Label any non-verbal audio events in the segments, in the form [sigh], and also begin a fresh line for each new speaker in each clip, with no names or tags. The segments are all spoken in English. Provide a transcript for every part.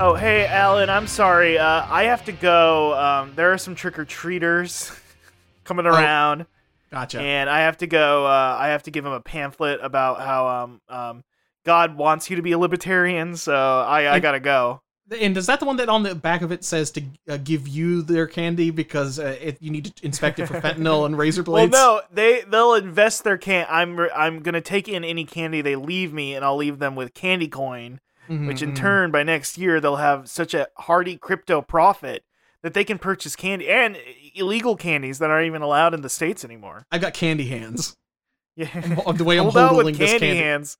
Oh, hey, Alan, I'm sorry. Uh, I have to go. Um, there are some trick or treaters [laughs] coming
Oh,
around,
Gotcha.
and I have to go. Uh, I have to give him a pamphlet about how um, um, God wants you to be a libertarian, so I, I
And-
gotta go.
And is that the one that on the back of it says to uh, give you their candy because uh, it, you need to inspect it
[laughs]
for fentanyl and razor blades?
Well, no, they they'll invest their can. I'm re- I'm gonna take in any candy they leave me, and I'll leave them with candy coin, which in
Mhm.
turn by next year they'll have such a hearty crypto profit that they can purchase candy and illegal candies that aren't even allowed in the states anymore.
I've got
[laughs]
candy hands.
Yeah,
Of the way I'm
Hold out
holding
with
this
candy,
candy.
hands.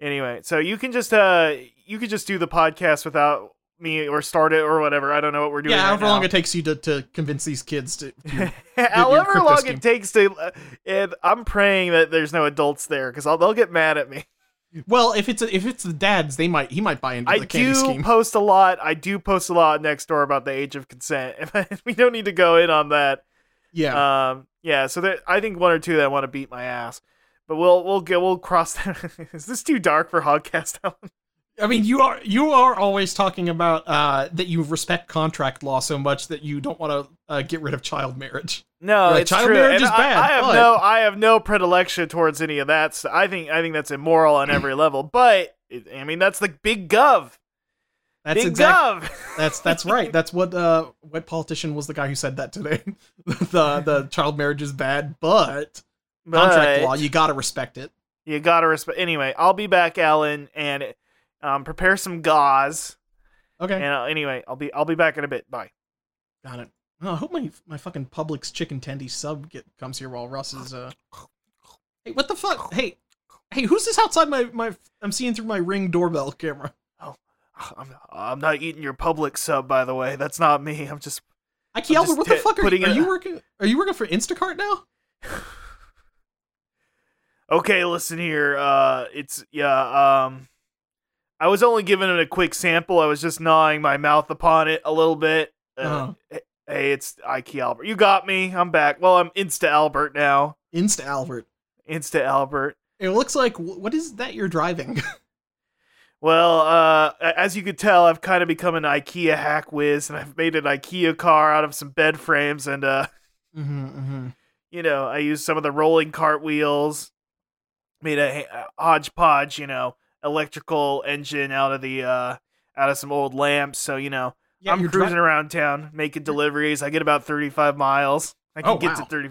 Anyway, so you can just uh you could just do the podcast without me or start it or whatever. I don't know what we're doing.
Yeah,
right
however long
now.
it takes you to, to convince these kids to.
[laughs]
to-
However
crypto
long
scheme.
it takes to, uh, and I'm praying that there's no adults there because they'll get mad at me.
well, if it's if it's the dads, they might he might buy into
I
the candy
do
scheme. [laughs]
post a lot. I do post a lot next door about the age of consent. [laughs] we don't need to go in on that.
Yeah.
Um, yeah. So there, I think one or two that want to beat my ass, but we'll we'll get we'll cross that. [laughs] Is this too dark for Hogcast? [laughs] Alan?
I mean, you are you are always talking about uh, that you respect contract law so much that you don't want to uh, get rid of child marriage.
no,
You're like,
it's
child
true.
marriage
And
is
I,
bad,
I have
but-
no I have no predilection towards any of that. So I think I think that's immoral on
[clears throat]
every level. But it, I mean, that's the big gov.
That's
big
exactly
gov.
that's that's right. That's what uh, what politician was the guy who said that today. [laughs] the the child marriage is bad, but
[laughs]
contract
But
law you gotta respect it.
You gotta respect. Anyway, I'll be back, Alan, and um, prepare some gauze.
Okay,
And uh, anyway, I'll be I'll be back in a bit. Bye. [sighs]
got it. Oh, I hope my my fucking Publix chicken tendy sub get, comes here while Russ is uh. Hey, what the fuck? Hey, hey, who's this outside my my? I'm seeing through my ring doorbell camera.
I'm I'm not eating your public sub, by the way. That's not me. I'm just
I can't.
just
What the
t-
fuck are,
putting
you- are
it-
you working? Are you working for Instacart now?
okay. Listen here. Uh, it's yeah. Um, I was only giving it a quick sample. I was just gnawing my mouth upon it a little bit.
Uh-huh.
Uh, Hey, it's Ike Albert. You got me. I'm back. Well, I'm Insta Albert now.
Insta Albert.
Insta Albert.
It looks like wh- what is that you're driving? [laughs]
Well, uh, as you could tell, I've kind of become an IKEA hack whiz, and I've made an IKEA car out of some bed frames, and uh,
mm-hmm, mm-hmm.
you know, I used some of the rolling cart wheels, made a, a hodgepodge, you know, electrical engine out of the uh, out of some old lamps. So you know, I'm
you're
cruising
dri-
around town making deliveries. I get about 35 miles. I can
Oh,
get to
wow.
30.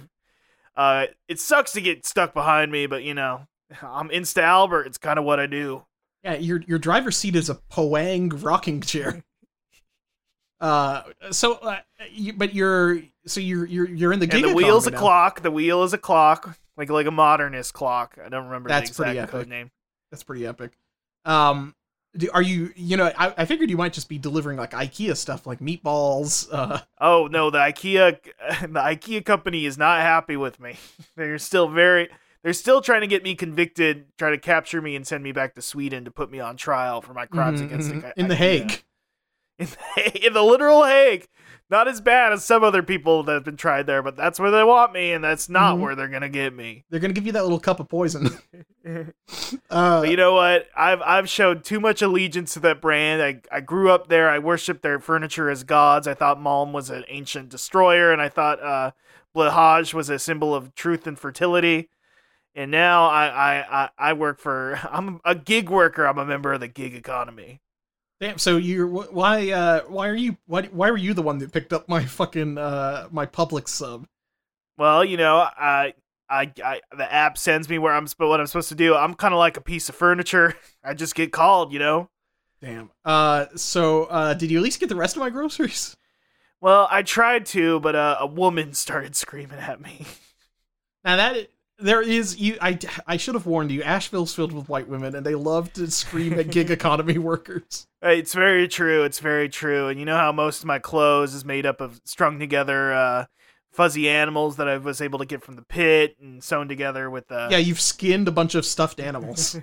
Uh, it sucks to get stuck behind me, but you know, I'm Insta Albert. It's kind of what I do.
Yeah, your your driver's seat is a Poang
[laughs]
rocking chair. Uh, so, uh, you, but you're so you're you're you're in the gig
and the wheel's a
economy now.
clock. The wheel is a clock, like like a modernist clock. I don't remember
That's
the
pretty
exact code
epic.
name.
That's pretty epic. Um, do, are you you know I, I figured you might just be delivering like IKEA stuff like meatballs.
[laughs]
Uh,
Oh no, the IKEA, [laughs] the IKEA company is not happy with me. [laughs] They're still very, they're still trying to get me convicted, try to capture me and send me back to Sweden to put me on trial for my crimes
mhm,
against
mhm,
the,
in the
IKEA.
Hague.
in the, in the literal Hague. Not as bad as some other people that have been tried there, but that's where they want me, and that's not
Mhm.
where they're gonna get
[laughs]
me.
They're gonna give you that little cup of poison. [laughs] uh,
But you know what? I've I've showed too much allegiance to that brand. I, I grew up there. I worshipped their furniture as gods. I thought Malm was an ancient destroyer, and I thought uh, Blahaj was a symbol of truth and fertility. And now I, I, I, I work for. [laughs] I'm a gig worker. I'm a member of the gig economy.
Damn. So you're wh- why uh why are you why why were you the one that picked up my fucking uh my public sub?
Well, you know, I. I, I the app sends me where I'm sp- what I'm supposed to do. I'm kind of like a piece of furniture. [laughs] I just get called, you know.
Damn. Uh. So uh, did you at least get the rest of my groceries?
Well, I tried to, but uh, a woman [laughs] started screaming at me.
Now that there is you, I I should have warned you. Asheville's filled with white women, and they love to scream at
[laughs]
gig economy workers.
It's very true. It's very true. And you know how most of my clothes is made up of strung together uh, fuzzy animals that I was able to get from the pit and sewn together with uh
Yeah, you've skinned a bunch of
[laughs]
stuffed animals.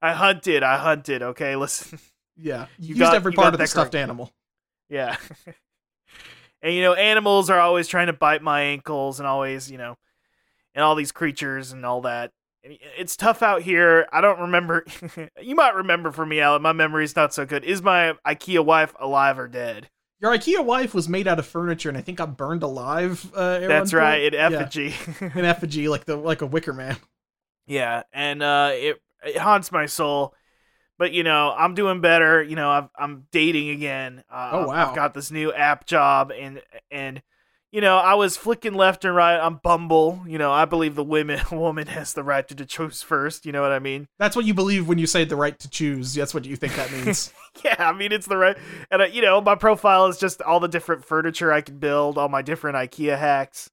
I hunted. I hunted. Okay, listen. [laughs]
Yeah, you used
got-
every
you got
part of the
that
stuffed
correct.
animal.
Yeah. and you know, animals are always trying to bite my ankles and always, you know, and all these creatures and all that. it's tough out here. I don't remember. [laughs] you might remember for me, Alan. My memory's not so good. Is my IKEA wife alive or dead?
Your IKEA wife was made out of furniture, and I think got burned alive. Uh, at
That's
one point.
right, in
Yeah.
effigy. [laughs] Yeah,
An effigy, like the like a wicker man.
and uh, it it haunts my soul. But you know, I'm doing better. You know, I've, I'm dating again. Uh,
Oh,
I've-
wow.
I've got this new app job, and and you know, I was flicking left and right on Bumble. You know, I believe the women [laughs] woman has the right to, to choose first. You know what I mean? [laughs]
That's what you believe when you say the right to choose. That's what you think that
[laughs]
means.
yeah, I mean it's the right, and uh, you know my profile is just all the different furniture I can build, all my different IKEA hacks.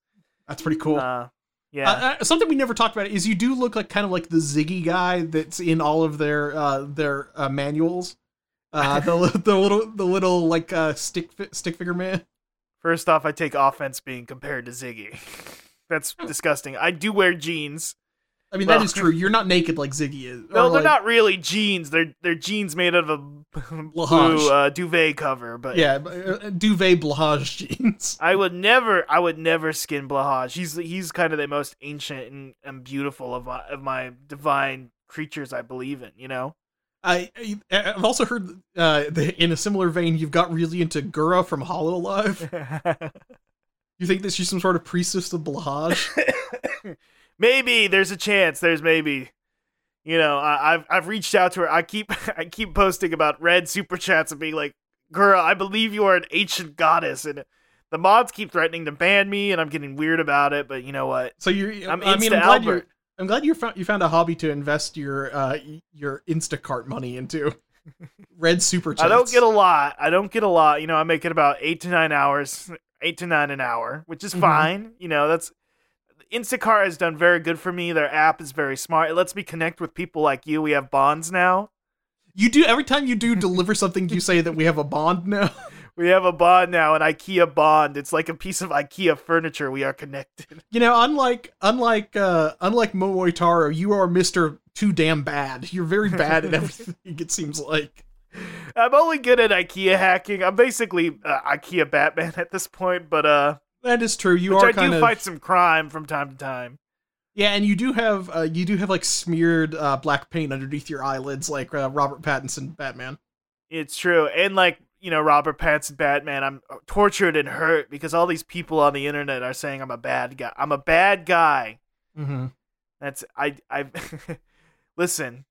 That's pretty cool.
Uh, yeah,
Uh, uh, something we never talked about is you do look like kind of like the Ziggy guy that's in all of their uh, their uh, manuals.
[laughs]
Uh, the li- the little the little like uh, stick fi- stick figure man.
first off, I take offense being compared to Ziggy. [laughs] That's
[laughs]
disgusting. I do wear jeans.
I mean
Well-
that is true. You're not naked like Ziggy is.
No, they're
Or, like-
not really jeans. They're they're jeans made out of a [laughs] blue uh, duvet cover. But
Yeah, but, uh, duvet blahage [laughs] jeans.
I would never, I would never skin Blahaj. He's he's kind of the most ancient and, and beautiful of my, of my divine creatures I believe in. You
[laughs]
know.
I, I I've also heard uh, that in a similar vein, you've got really into Gura from
[laughs]
Hollow Live. You think that she's some sort of priestess of blahage?
maybe there's a chance. There's maybe. You know, I, I've I've reached out to her. I keep [laughs] I keep posting about red super chats and being like, "Girl, I believe you are an ancient goddess." And the mods keep threatening to ban me, and I'm getting weird about it. But you know what?
So you're.
I'm
i mean,
Insta
I'm glad
Albert.
you're. I'm glad you found you found a hobby to invest your uh your Instacart money into.
[laughs]
Red super chats.
I don't get a lot. I don't get a lot. You know, I make it about eight to nine hours, eight to nine an hour, which is
Mhm.
fine. You know, that's Instacart has done very good for me. Their app is very smart. It lets me connect with people like you. We have bonds now.
You do every time you do deliver something, you say that we have a bond now. [laughs]
We have a bond now, an IKEA bond. It's like a piece of IKEA furniture. We are connected. [laughs]
You know, unlike unlike uh unlike Momoitaro, you are Mister Too Damn Bad. You're very bad
[laughs]
at everything. It seems like.
I'm only good at IKEA hacking. I'm basically uh, IKEA Batman [laughs] at this point, but uh,
That is true. You
which
are
I
kind
do
of
fight some crime from time to time.
yeah, and you do have uh, you do have like smeared uh, black paint underneath your eyelids, like uh, Robert Pattinson Batman.
It's true, and like you know, Robert Pattinson Batman. I'm uh, tortured and hurt because all these people on the internet are saying I'm a bad guy. I'm a bad guy.
Mm-hmm.
That's I I. [laughs] Listen,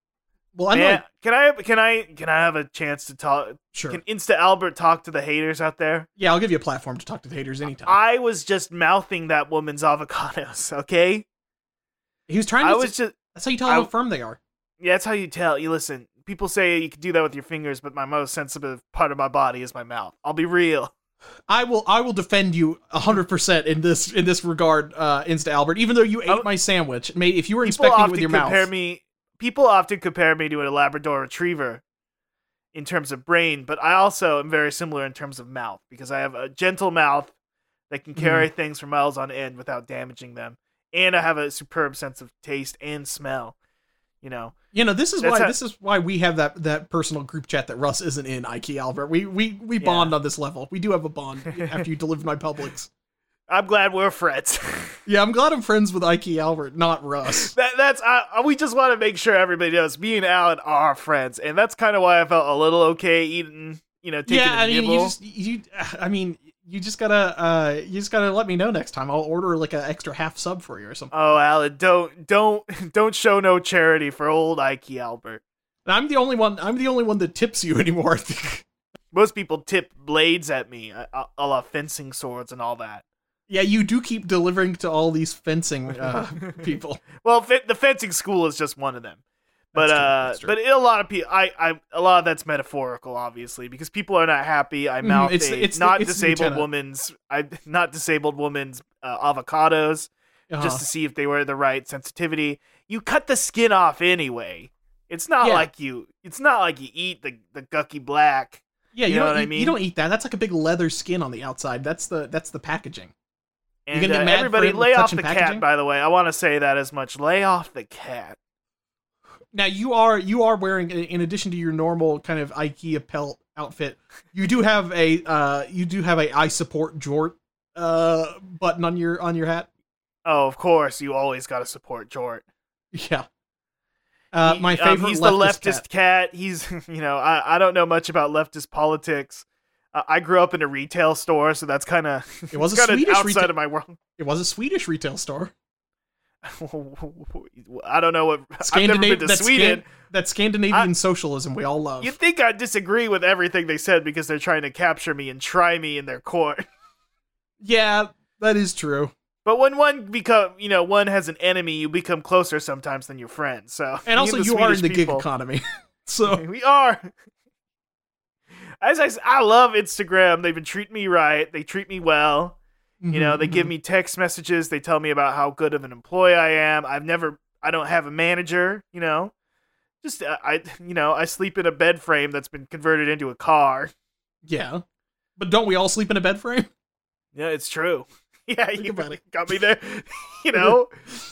Well, I'm
man,
not
can I can I can I have a chance to talk?
sure.
Can Insta Albert talk to the haters out there?
Yeah, I'll give you a platform to talk to the haters anytime.
I was just mouthing that woman's [laughs] avocados, okay?
he was trying to.
I was just
that's how you tell how
I-
firm they are.
yeah, that's how you tell. You listen. People say you can do that with your fingers, but my most sensitive part of my body is my mouth. I'll be real.
I will. I will defend you hundred percent in this in this regard, uh, Insta Albert. Even though you ate
I-
my sandwich, may if you were
Oh. People
inspecting it
often
with your
compare
mouth.
me. People often compare me to a Labrador Retriever in terms of brain, but I also am very similar in terms of mouth because I have a gentle mouth that can carry
Mm-hmm.
things for miles on end without damaging them, and I have a superb sense of taste and smell. You know,
you know, this is
That's
why
how-
this is why we have that that personal group chat that Russ isn't in. Ike Albert, we we we
Yeah.
bond on this level. We do have a bond after you delivered my Publix.
I'm glad we're friends. [laughs]
Yeah, I'm glad I'm friends with Ike Albert, not Russ.
That, that's I, we just want to make sure everybody knows me and Alan are friends, and that's kind of why I felt a little okay eating, you know, [laughs] taking
yeah,
a
I mean, you
nibble.
just you. I mean, you just gotta uh, you just gotta let me know next time. I'll order like an extra half sub for you or something.
Oh, Alan, don't don't [laughs] don't show no charity for old Ike Albert.
And I'm the only one. I'm the only one that tips you [laughs] anymore. I think.
Most people tip blades at me, a, a a la fencing swords and all that. [laughs]
Yeah, you do keep delivering to all these fencing uh, [laughs] people.
Well, fe- the fencing school is just one of them. But
That's true,
uh,
that's true.
but a lot of people, I, I, a lot of that's metaphorical, obviously, because people are not happy. I
Mhm,
mouth
it's the-
a
it's the-
not
it's the
disabled
antenna.
woman's, I not disabled woman's uh, avocados,
Uh-huh.
just to see if they were the right sensitivity. You cut the skin off anyway. It's not
Yeah.
like you, it's not like you eat the the gucky black.
yeah, you,
you know
don't
what I
eat, you
mean?
don't eat that. That's like a big leather skin on the outside. That's the that's the packaging. You're
And
gonna get
uh,
mad for
everybody,
him
lay off
touching
the
packaging?
cat. By the way, I want to say that as much. Lay off the cat.
Now you are you are wearing in addition to your normal kind of IKEA pelt outfit, you do have a uh, you do have a I support Jort uh, button on your on your hat. [laughs]
Oh, of course, you always got to support Jort.
Yeah, Uh,
He-
my
um,
favorite
he's the
leftist,
leftist cat. He's [laughs] you know I, I don't know much about leftist politics. Uh, I grew up in a retail store, so that's kind of [laughs]
It was a
kind of
Swedish
outside
retail.
of my world. [laughs]
It was a Swedish retail store.
I don't know what I've never been to
that Scan-
Sweden.
that Scandinavian socialism we all love.
You think I disagree with everything they said because they're trying to capture me and try me in their court. [laughs]
yeah, that is true.
But when one become, you know, one has an enemy, you become closer sometimes than your friend. So [laughs]
And also,
the
you are in
Swedish
the gig
people-
economy, [laughs] so
[laughs] We are. As I, s- I love Instagram. They've been treating me right. They treat me well. You know,
mm-hmm.
they give me text messages. They tell me about how good of an employee I am. I've never, I don't have a manager. You know, just uh, I, you know, I sleep in a bed frame that's been converted into a car.
yeah. But don't we all sleep in a bed frame? [laughs]
Yeah, it's true. [laughs] Yeah, you
about it.
got me there. [laughs]
[laughs]
you know,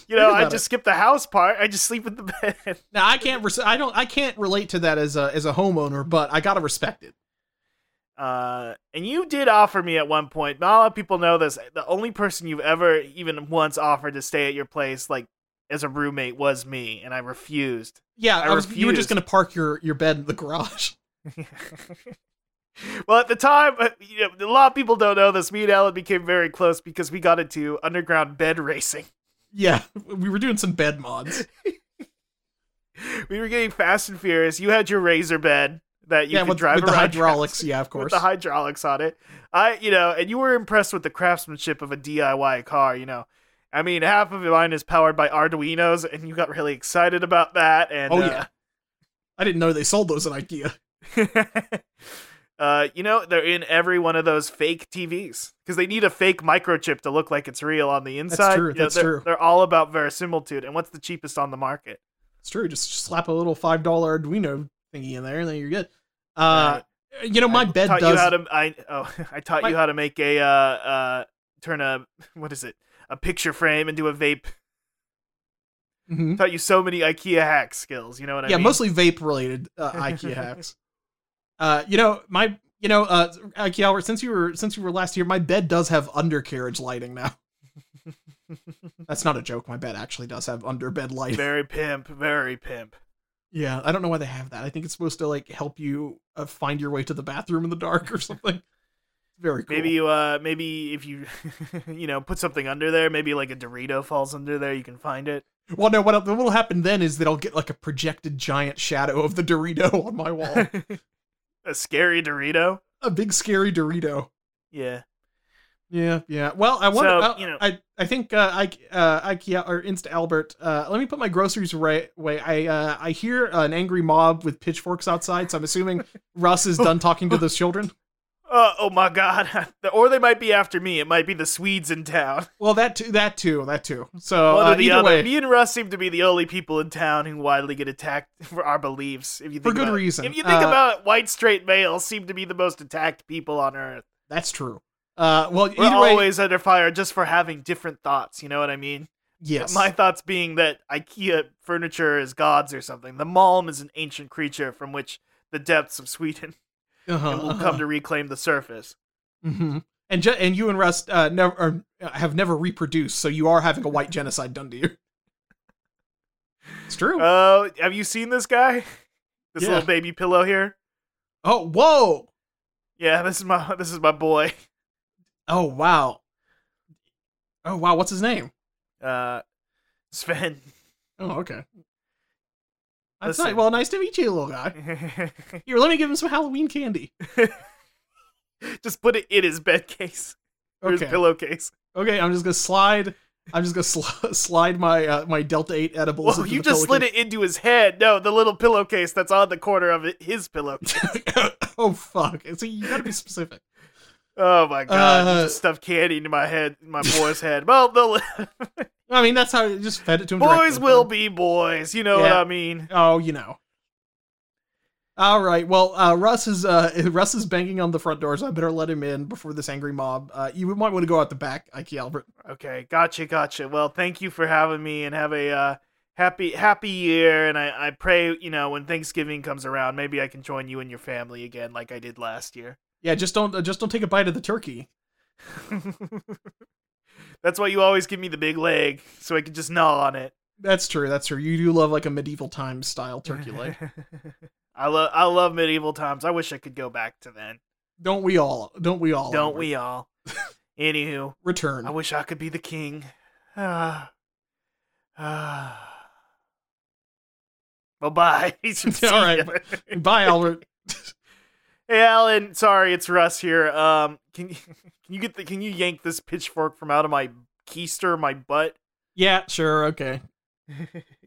you know, I
about
just skip the house part. I just sleep in the [laughs] bed.
Now I can't. Res- I don't. I can't relate to that as a as a homeowner, but I gotta respect it.
Uh, and you did offer me at one point. Not a lot of people know this. The only person you've ever even once offered to stay at your place, like as a roommate, was me, and I refused. [laughs]
Yeah,
I
I was, you were
refused.
just gonna park your your bed in the garage. [laughs]
well, at the time, uh, you know, a lot of people don't know this. Me and Alan became very close because we got into underground bed racing. [laughs]
Yeah, we were doing some bed mods.
We were getting fast and furious. You had your razor bed that you
yeah,
could
with,
drive
with the
around your
hydraulics. Yeah, of
with
course.
the hydraulics on it. I, you know, and you were impressed with the craftsmanship of a DIY car. You know, I mean, half of mine is powered by Arduinos, and you got really excited about that. And
oh
uh,
yeah, I didn't know they sold those at IKEA.
[laughs] uh, you know, they're in every one of those fake TVs because they need a fake microchip to look like it's real on the inside.
true,
You know,
that's
they're,
true.
They're all about verisimilitude. And what's the cheapest on the market?
It's true. Just slap a little five dollar Arduino thingy in there, and then you're good. Uh, you know, my
I
bed
taught
does.
You
[laughs]
how to, I, oh, [laughs] I taught
My-
you how to make a uh, uh, turn a [laughs] what is it? A picture frame into a vape. [laughs]
Mhm.
taught you so many IKEA hack skills. You know what I
yeah,
mean?
mostly vape related
[laughs]
uh, IKEA hacks. Uh, you know, my you know, uh, IKEA Albert, since you were since you were last here, my bed does have undercarriage
[laughs]
lighting now. That's not a joke. My bed actually does have underbed lighting.
very pimp, very pimp.
Yeah, I don't know why they have that. I think it's supposed to like help you uh, find your way to the bathroom in the dark or something. Very cool.
Maybe you, uh, maybe if you, [laughs] you know, put something under there, maybe like a Dorito falls under there, you can find it.
Well, no. What what will happen then is that I'll get like a projected giant shadow of the Dorito [laughs] on my wall,
[laughs] a scary Dorito.
a big scary Dorito.
Yeah.
Yeah, yeah. Well, I want.
So,
I,
you know-
I I think uh, I uh, IKEA or Insta Albert. Uh, let me put my groceries right away. I uh, I hear an angry mob with pitchforks outside, so I'm [laughs] assuming Russ is done talking to those children.
Uh, oh my God. [laughs] or they might be after me. It might be the Swedes in town.
Well, that too, that too, that too. So
One
uh,
or the
either
other.
way,
Me and Russ seem to be the only people in town who widely get attacked [laughs] for our beliefs. If you
For
think
good
about it.
reason.
If you think
Uh,
about it, white straight males seem to be the most attacked people on earth.
that's true. Uh, well,
We're
either way,
always under fire just for having different thoughts. You know what I mean?
yes.
My thoughts being that IKEA furniture is gods or something. The Malm is an ancient creature from which the depths of
[laughs]
Sweden
uh-huh,
will come to reclaim the surface.
hmm And ju- and you and Rust uh, never or, uh, have never reproduced, so you are having a white genocide done to you. [laughs] It's true.
Oh, have you seen this guy? [laughs] This
Yeah.
little baby pillow here.
oh, whoa.
Yeah, this is my [laughs] this is my boy.
Oh wow. Oh wow, what's his name?
Uh, Sven. [laughs]
Oh okay. That's
Listen.
nice. Well, nice to meet you,
[laughs]
little guy. Here, let me give him some Halloween candy.
just put it in his bed case or his
Okay.
pillowcase.
Okay, I'm just gonna slide. I'm just gonna sl- [laughs] slide my uh, my Delta Eight edibles.
Well,
into
you
the
just slid
pillowcase.
it into his head. No, the little pillowcase that's on the corner of it, his pillowcase.
[coughs] oh fuck! So you gotta be specific.
Oh my god! you
Uh,
just stuffed candy into my head, my boy's head. Well,
[laughs]
the
I mean, that's how you just fed it to
[laughs]
him.
boys
directly.
will be boys. You know what
Yeah.
I mean?
Oh, you know. All right. Well, uh, Russ is uh, [laughs] Russ is banging on the front door, so I better let him in before this angry mob. Uh, you might want to go out the back, Ike Albert.
Okay, gotcha, gotcha. Well, thank you for having me, and have a uh, happy, happy year. And I, I pray, you know, when Thanksgiving comes around, maybe I can join you and your family again, like I did last year. [laughs]
Yeah, just don't uh, just don't take a bite of the turkey.
That's why you always give me the big leg, so I can just gnaw on it.
That's true. That's true. You do love like a medieval time style turkey leg.
[laughs] I love I love medieval times. I wish I could go back to then.
Don't we all? Don't we all?
Don't
Albert?
we
[laughs]
all? Anywho,
return?
I wish I could be the king. Ah. Ah. Bye bye. [laughs]
[laughs] All right. Bye, Albert.
Hey Alan, sorry, it's Russ here. Um, can you [laughs] can you get the can you yank this pitchfork from out of my keister, my
[laughs]
butt?
Yeah, sure. Okay.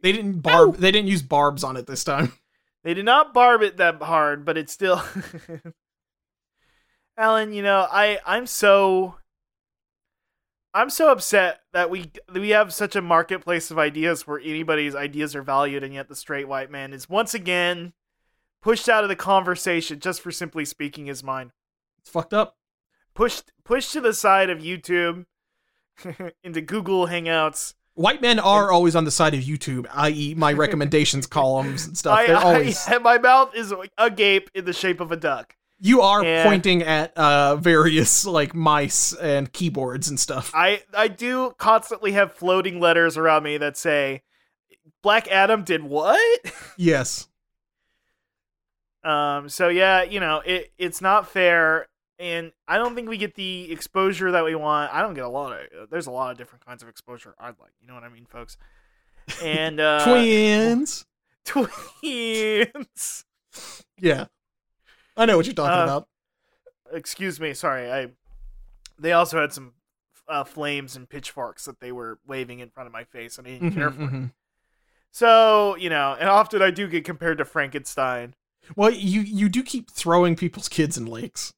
They didn't barb. They didn't use barbs on it this time. [laughs]
They did not barb it that hard, but it's still. [laughs] Alan, you know, I I'm so. I'm so upset that we that we have such a marketplace of ideas where anybody's ideas are valued, and yet the straight white man is once again pushed out of the conversation just for simply speaking his mind.
It's fucked up.
pushed pushed to the side of YouTube [laughs] into Google Hangouts.
White men are always on the side of YouTube, i.e.,
[laughs]
my recommendations columns and stuff.
I-
They're
I-
always.
and [laughs] my mouth is agape in the shape of a duck.
You are
Yeah.
pointing at uh, various like mice and keyboards and stuff.
I I do constantly have floating letters around me that say Black Adam did what? [laughs]
yes.
Um so yeah, you know, it it's not fair and I don't think we get the exposure that we want. I don't get a lot of there's a lot of different kinds of exposure I'd like. You know what I mean, folks? And uh
[laughs] Twins.
[laughs] twins.
Yeah. I know what you're talking
Uh,
about.
excuse me sorry i they also had some uh, flames and pitchforks that they were waving in front of my face and i didn't care
Mhm,
for it.
mhm.
so you know and often i do get compared to frankenstein
Well, you you do keep throwing people's kids in lakes.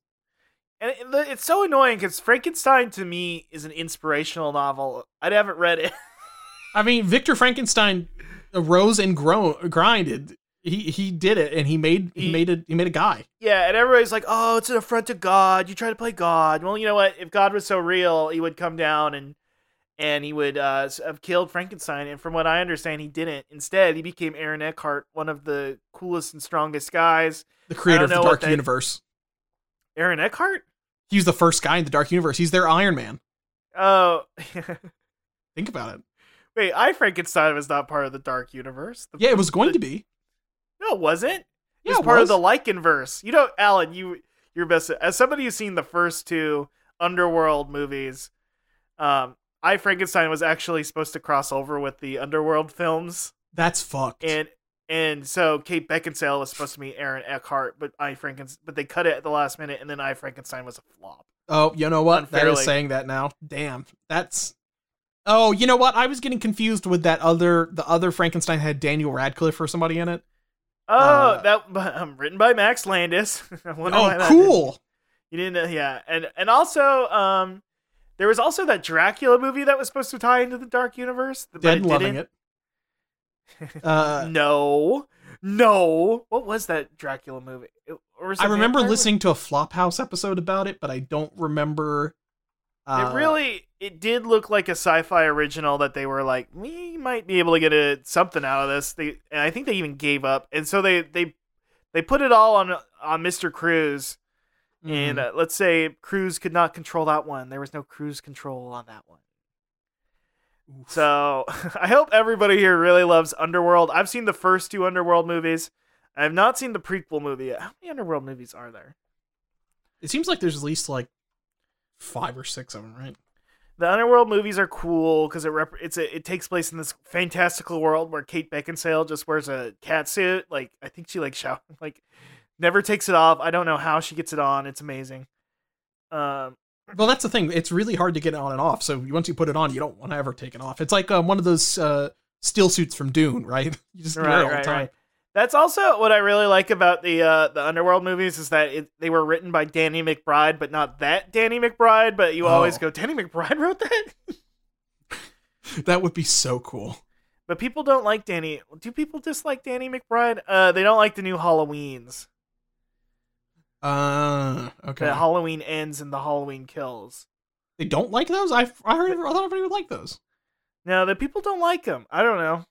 and it, it's so annoying because frankenstein to me is an inspirational novel i haven't read it [laughs]
I mean, Victor Frankenstein arose and grown grinded. He he did it, and he made he,
He-
made a he made a guy.
yeah and everybody's like oh it's an affront to god you try to play god well you know what if god was so real he would come down and and he would uh, s- have killed Frankenstein. And from what I understand, he didn't. Instead, he became Aaron Eckhart, one of the coolest and strongest guys.
The creator of the
know what
Dark
that-
Universe.
Aaron Eckhart?
He was the first guy in the Dark Universe. He's their Iron Man.
Oh, [laughs]
Think about it.
wait. I Frankenstein was not part of the Dark Universe. The-
Yeah, it was going to be.
no, it wasn't. It
Yeah,
was
it
part
was.
of the Lycanverse. You know, Alan, you your best as somebody who's seen the first two Underworld movies. Um, I Frankenstein was actually supposed to cross over with the Underworld films.
That's fucked.
and and so Kate Beckinsale was supposed to be Aaron Eckhart, but I Frankenstein, but they cut it at the last minute, and then I Frankenstein was a flop.
oh, you know what? That
Unfairly.
is saying that now. Damn. That's. Oh, you know what? I was getting confused with that other. The other Frankenstein had Daniel Radcliffe or somebody in it.
Oh,
Uh,
that [laughs] um, written by Max Landis. [laughs] I wonder why
Oh,
that
cool.
didn't- you didn't, yeah, and and also, um, there was also that Dracula movie that was supposed to tie into the Dark Universe. But
Dead
it
and loving
didn't. [laughs]
it. Uh,
no, no. What was that Dracula movie? It- or was
I
it
remember
Vampire?
listening to a Flophouse episode about it, but I don't remember. Uh,
it really it did look like a sci-fi original that they were like we might be able to get a, something out of this they and i think they even gave up and so they they they put it all on on mr cruz
mm.
and uh, let's say cruz could not control that one there was no cruise control on that one
Oof.
so [laughs] i hope everybody here really loves underworld i've seen the first two underworld movies i've not seen the prequel movie yet. how many underworld movies are there
it seems like there's at least like five or six of them, right?
The underworld movies are cool because it rep- it's a, it takes place in this fantastical world where Kate Beckinsale just wears a cat suit. Like I think she like shower [laughs] like never takes it off. I don't know how she gets it on. It's amazing. Um,
Well, that's the thing. It's really hard to get it on and off. So once you put it on, you don't want to ever take it off. It's like um, one of those uh, steel suits from Dune, [laughs] right? You just wear
Right,
it all the
right,
time.
right. That's also what I really like about the uh, the underworld movies is that it, they were written by Danny McBride, but not that Danny McBride. But you always
Oh.
go, Danny McBride wrote that. [laughs]
That would be so cool.
But people don't like Danny. Do people dislike Danny McBride? Uh, they don't like the new Halloweens.
Uh, okay.
The Halloween ends and the Halloween kills.
they don't like those. I I heard. I thought everybody would like those.
No, the people don't like him. I don't know.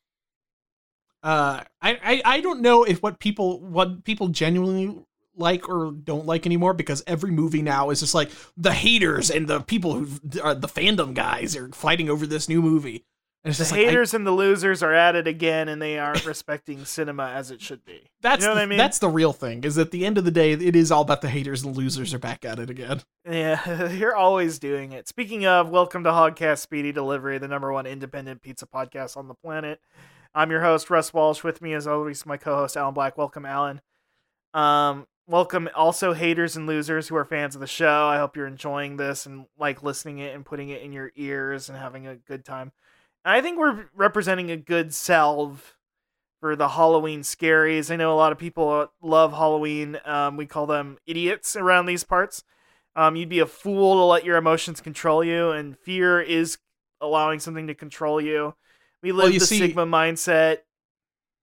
Uh, I, I I don't know if what people what people genuinely like or don't like anymore because every movie now is just like the haters and the people who are the fandom guys are fighting over this new movie And it's
The
just like, I-
haters and the losers are at it again, and they aren't respecting cinema as it should be.
that's
you know
the,
what I mean?
that's the real thing. Is at the end of the day, it is all about the haters and losers are back at it again.
Yeah, [laughs] you're always doing it. Speaking of, welcome to Hogcast Speedy Delivery, the number one independent pizza podcast on the planet. I'm your host, Russ Walsh. With me, as always, my co-host Alan Black. Welcome, Alan. Um, welcome also haters and losers who are fans of the show. I hope you're enjoying this and like listening it and putting it in your ears and having a good time. And I think we're representing a good salve for the Halloween scaries. I know a lot of people uh, love Halloween. Um, we call them idiots around these parts. Um, you'd be a fool to let your emotions control you, and fear is allowing something to control you. We live
Well, you
the
see-
Sigma mindset.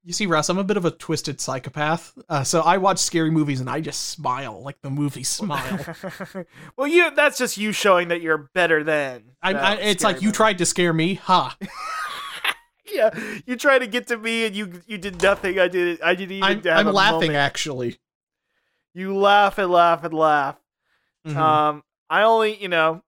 You see, Russ, I'm a bit of a twisted psychopath. Uh, so I watch scary movies and I just smile like
[laughs]
the movie Smile.
well, you that's just you showing that you're better than.
I, I,
that
it's
scary
like you
movie.
tried to scare
[laughs]
me, ha!
Yeah, you try to get to me, and you you did nothing. I did. I didn't even.
I'm,
have
I'm
a
laughing
moment.
actually.
You laugh and laugh and laugh.
Mhm.
Um, I only you know,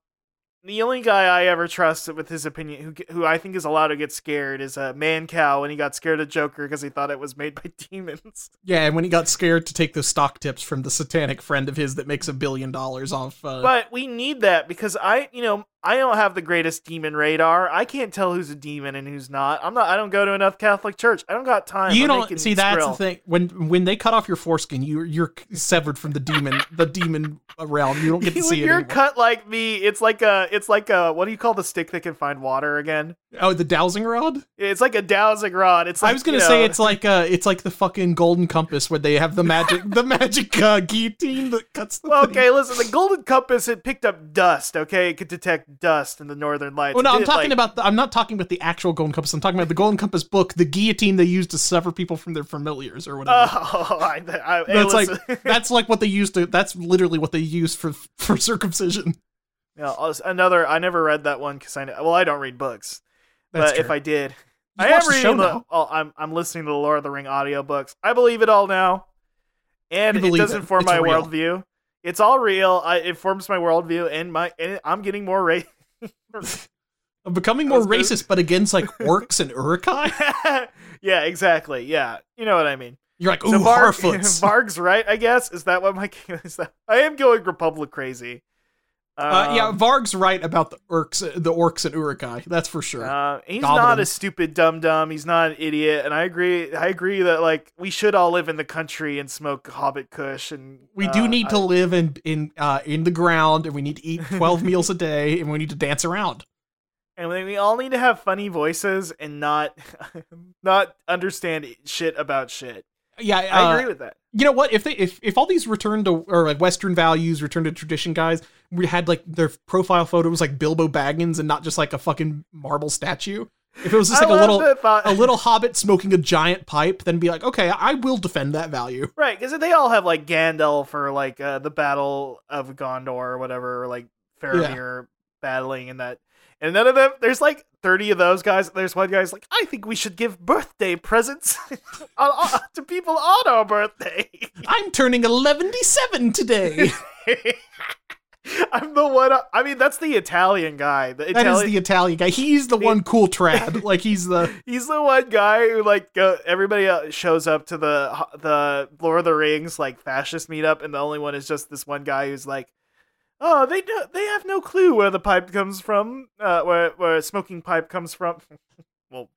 the only guy I ever trust with his opinion, who g- who I think is allowed to get scared, is a man cow, and he got scared of Joker because he thought it was made by [laughs] demons.
yeah, and when he got scared to take those stock tips from the satanic friend of his that makes a billion dollars off. Uh,
But we need that because I, you know, I don't have the greatest demon radar. I can't tell who's a demon and who's not. I'm not. I don't go to enough Catholic church. I don't got time.
you
I'm
don't
making
see that's the
skrill.
thing when when they cut off your foreskin, you you're severed from the demon the demon realm. You
[laughs]
don't get to
when
see it.
you're
anymore.
cut like me, it's like a, it's like a, what do you call the stick that can find water again?
oh, the dowsing rod.
It's like a dowsing rod. It's like
I was gonna
you
say
know,
it's like uh it's like the fucking golden compass where they have the magic the magic uh, guillotine that cuts
[laughs]
the
Well,
thing.
okay, listen. The golden compass it picked up dust. Okay, it could detect dust in the northern lights.
Well, Oh, no,
It
I'm
didn't,
talking
like-
about the, I'm not talking about the actual golden compass. I'm talking about the golden compass book, the guillotine they use to sever people from their familiars or whatever.
[laughs] Oh, I, I, hey,
that's like
listen. [laughs]
that's like what they used to. That's literally what they use for for circumcision.
Yeah, I'll- another. I never read that one because I know. Well, I don't read books,
That's
but if
true.
I did,
You
I
watch
am
the
reading
show
the.
now.
oh, I'm I'm listening to the Lord of the Ring audiobooks. I believe it all now, and
You
it
believe
does
it.
inform
It's
my
real.
worldview. It's all real. I, it forms my worldview, and my and I'm getting more
[laughs]
ra-
I'm becoming
I
more
was gonna-
racist, but against
[laughs]
like orcs and urukai.
yeah, exactly. Yeah, you know what I mean.
You're like ooh,
so Varg, [laughs]
harfoots.
Varg's right, I guess. Is that what my [laughs] is that? I am going Republic crazy.
uh, yeah,
Um,
Varg's right about the orcs, the orcs and urukai. That's for sure.
Uh, he's not a
Goblins.
stupid dum dum. He's not an idiot, and I agree. I agree that like we should all live in the country and smoke Hobbit Kush, and
we
uh,
do need
I-
to live in in uh, in the ground, and we need
[laughs]
to eat twelve meals a day, and we need to dance around.
and we we all need to have funny voices and not [laughs] not understand shit about shit.
Yeah,
I
uh,
agree with that.
you know what if they if, if all these return to or like western values return to tradition guys we had like their profile photo was like bilbo baggins and not just like a fucking marble statue if it was just
I
like a
love
little
the thought- [laughs]
a little hobbit smoking a giant pipe then be like okay i will defend that value
right because they all have like Gandalf or like uh, the Battle of Gondor or whatever, or like Faramir battling and that, and none of them. There's like. 30 of those guys. There's one guy's like, I think we should give birthday presents [laughs] on, on, to people on our birthday. [laughs]
i'm turning 117 today
I'm the one. I mean, that's the Italian guy. The
that is
Italian.
the italian guy he's the
The-
one cool trad like he's the
he's the one guy who like go, everybody else shows up to the the Lord of the Rings like fascist meetup, and the only one is just this one guy who's like, oh, they do, they have no clue where the pipe comes from, uh, where where a smoking pipe comes from. [laughs] well,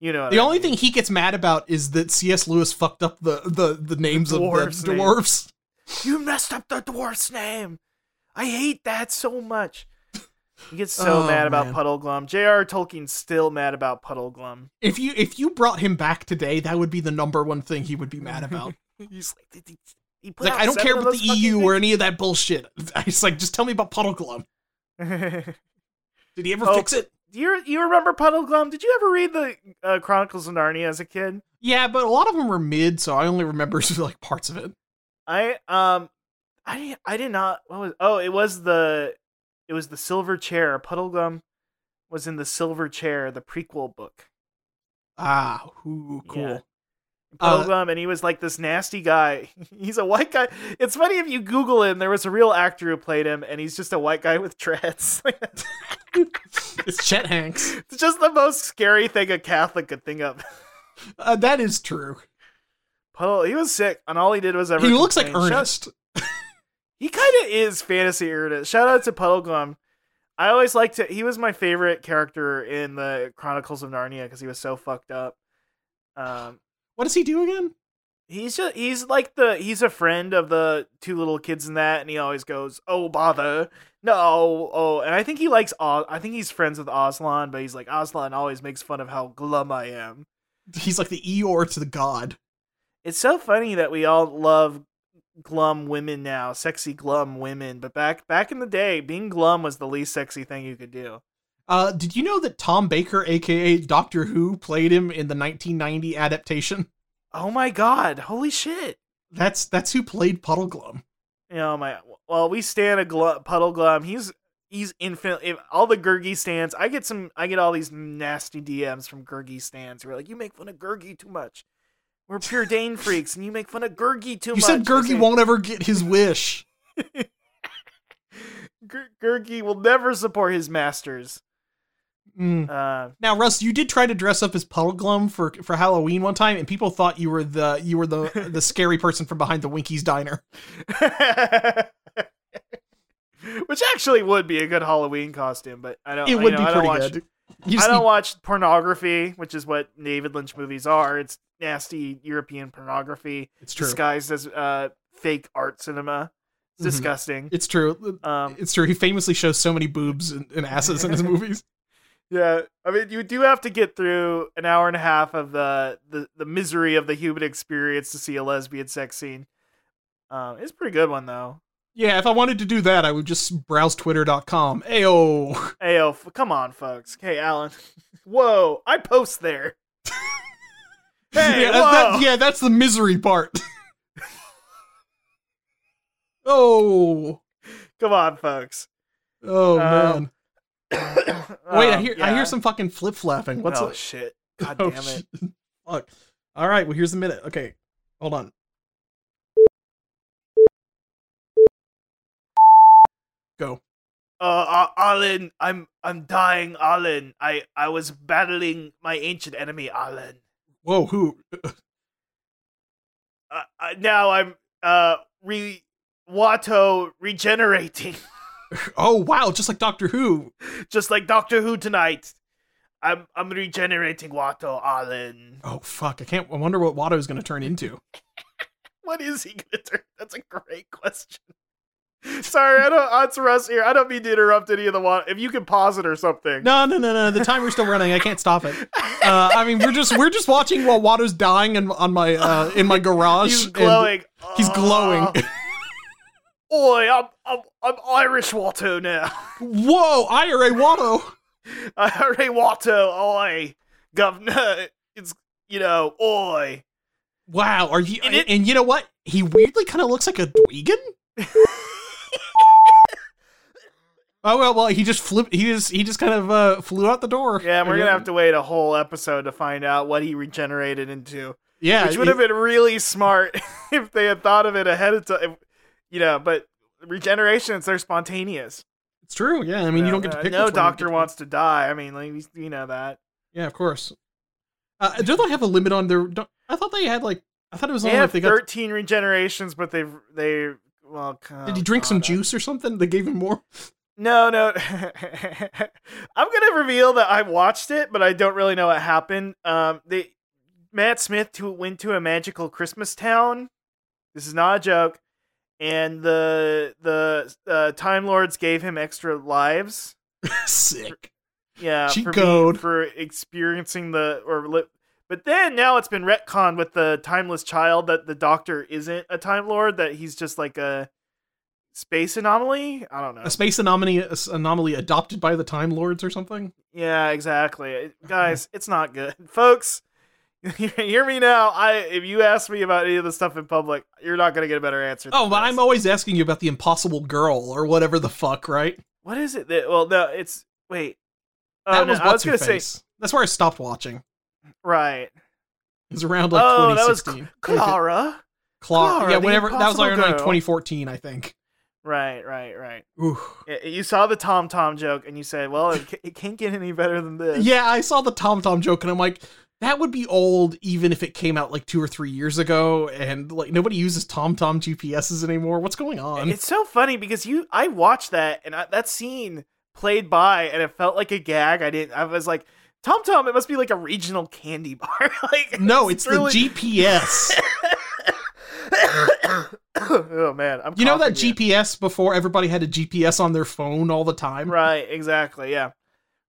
you know, what
the
I
only
mean.
thing he gets mad about is that cs lewis fucked up the the the names
dwarves'
of the
names.
dwarves
you messed up the dwarf's name. I hate that so much. He gets so
Oh,
mad about
man.
Puddle Glum. J.R. Tolkien's still mad about Puddle Glum.
If you if you brought him back today, that would be the number one thing he would
[laughs]
be mad about.
He's like, "Did- did- he put
He's like,
out
I don't
seven
care
of
about the E
those fucking
EU or any of that bullshit. [laughs] He's like, just tell me about Puddle Glum.
things." [laughs]
Did he ever
Oh.
fix it?
Do you you remember Puddle Glum? Did you ever read the uh, Chronicles of Narnia as a kid?
Yeah, but a lot of them were mid, so I only remember [laughs] like parts of it.
I um, I didn't- I did not. What was? Oh, it was the it was the Silver Chair. Puddle Glum was in the Silver Chair, the prequel book.
Ah, ooh, cool.
Yeah.
Uh,
Puddle Glum, and he was like this nasty guy. [laughs] he's a white guy. It's funny if you [laughs] Google him. There was a real actor who played him, and he's just a white guy with dreads.
It's Chet Hanks.
It's just the most scary thing a Catholic could think of.
Uh, that is true.
Puddle, he was sick, and all he did was ever.
he looks like
complain. Shout-
Ernest.
he kind of is fantasy Ernest. Shout out to Puddle Glum. I always liked to. He was my favorite character in the Chronicles of Narnia because he was so fucked up. Um,
What does he do again?
He's just he's like the he's a friend of the two little kids in that, and he always goes, "Oh bother, no, oh." And I think he likes Oz. I think he's friends with Aslan, but he's like Aslan always makes fun of how glum I am.
He's like the Eeyore to the god.
It's so funny that we all love glum women now, sexy glum women. But back back in the day, being glum was the least sexy thing you could do.
Uh, did you know that Tom Baker, aka Doctor Who, played him in the 1990 adaptation?
Oh my god, holy shit!
That's that's who played Puddle Glum.
you know my well we stand a gl- puddle glum he's he's infinite if all the gurgi stands i get some i get all these nasty dms from gurgi stands who are like you make fun of gurgi too much we're
[laughs]
pure dane freaks and you make fun of gurgi too
you
much
said
I
Gurgi
say,
won't ever get his wish.
"Gur- gurgi will never support his masters
Mm.
uh
Now, Russ, you did try to dress up as Puddle Glum for for Halloween one time, and people thought you were the you were the
[laughs]
the scary person from behind the Winkies diner.
[laughs] which actually would be a good halloween costume but i don't
It
you
would
know,
be
I don't
pretty
watch-
good.
I
You just
don't
need-
watch pornography, which is what David Lynch movies are. It's nasty European pornography
it's true.
disguised as uh, fake art cinema. It's
Mhm.
disgusting.
It's true.
Um,
It's true. He famously shows so many boobs and, and
[laughs]
asses in his movies.
yeah, I mean, you do have to get through an hour and a half of the the, the misery of the human experience to see a lesbian sex scene. Um, it's a pretty good one though.
Yeah, if I wanted to do that, I would just browse twitter.com. Ayo.
Hey, oh, f- come on, folks. Hey, Alan. [laughs] Whoa, I post there. Hey,
[laughs] yeah, that-
whoa.
yeah, that's the misery part. [laughs] oh.
Come on, folks. [coughs]
Oh, man.
Um,
[coughs] Wait, I
Um,
hear, I
yeah.
hear some fucking flip flapping. What's
oh
up? [coughs]
shit! God
Oh,
damn it!
shit. [laughs] Fuck. All right. Well, here's the minute. Okay. Hold on. Go.
Uh, Ar- Arlen, I'm I'm dying, Arlen. I I was battling my ancient enemy, Arlen.
Whoa. Who?
Uh, uh, now I'm uh re Watto regenerating, [laughs]
Oh, wow. Just like Doctor Who.
just like Doctor Who tonight. I'm I'm regenerating Watto, Arlen.
Oh, fuck. I can't. I wonder what Watto is going to turn into.
What is he gonna turn? That's a great question. Sorry, I don't. It's Russ here. I don't mean to interrupt any of the one. If you can pause it or something.
No, no, no, no. The timer's still running. I can't stop it. Uh, I mean, we're just we're just watching while Watto's dying in, on my uh, in my
[laughs]
garage.
He's
and-
glowing.
he's glowing.
Ah. Oi, I'm, I'm, I'm Irish Watto now. [laughs]
Whoa, IRA Watto.
Irish Watto, oi. Governor, it's, you know, oi.
Wow, are you?
And
And,
it-
you know what? He weirdly kind of looks like
[laughs]
a Dwegan. oh well, well he just flipped. He just he just kind of uh, flew out the door.
Yeah, we're going to
Again.
have to wait a whole episode to find out what he regenerated into.
Yeah,
Which would have been really smart [laughs] if they had thought of it ahead of time. You know, but regenerations, they're spontaneous.
it's true. Yeah, I mean you
know,
don't get to
uh,
pick. which
No
one you
doctor
get.
wants to die. I mean, like, you know that.
Yeah, of course. Uh, don't they have a limit on their? Don't, I thought they had like. I thought it was
They
only
have
like they got.
13 regenerations, but they've, they, well,
Did he drink some
juice?
juice or something? They gave him more. [laughs]
No, no. [laughs] I'm gonna reveal that I watched it, but I don't really know what happened. Um, they Matt Smith to, went to a magical Christmas town. This is not a joke, and the the uh, Time Lords gave him extra lives.
Sick.
Yeah,
Cheat
for being-
code.
for experiencing the or. Li- but then now it's been retconned with the timeless child that the Doctor isn't a Time Lord. That he's just like a space anomaly. I don't know.
A space anomaly anomaly adopted by the Time Lords or something.
Yeah, exactly. It- Guys, it's not good. [laughs] Folks, hear me now. I if you ask me about any of this stuff in public, you're not going to get a better answer.
Oh,
than
but
this.
I'm always asking you about the Impossible Girl or whatever the fuck, right?
What is it that well, no, it's wait. Oh,
That
no,
was
I was
what's
going
your
to say
face. That's where I stopped watching. It
right.
was around like
oh, that was
2016.
[laughs] Clara.
Clara.
Clara,
yeah,
the
whenever that was like
Impossible
around like
Girl.
2014, I think.
Right, right, right.
Ooh.
Y- You saw the Tom Tom joke and you said, "Well, it, ca- it can't get any better than this."
Yeah, I saw the Tom Tom joke and I'm like, that would be old even if it came out like two or three years ago and like nobody uses Tom Tom GPSs anymore. What's going on?
It's so funny because you, I watched that and I, that scene played by, and it felt like a gag. I didn't. I was like, Tom Tom, it must be like a regional candy [laughs] bar. like,
no, it's
really- [laughs]
the GPS.
[coughs] oh man, I'm.
you know that
coughing
GPS before everybody had a GPS on their phone all the time?
here. Right. Exactly. Yeah.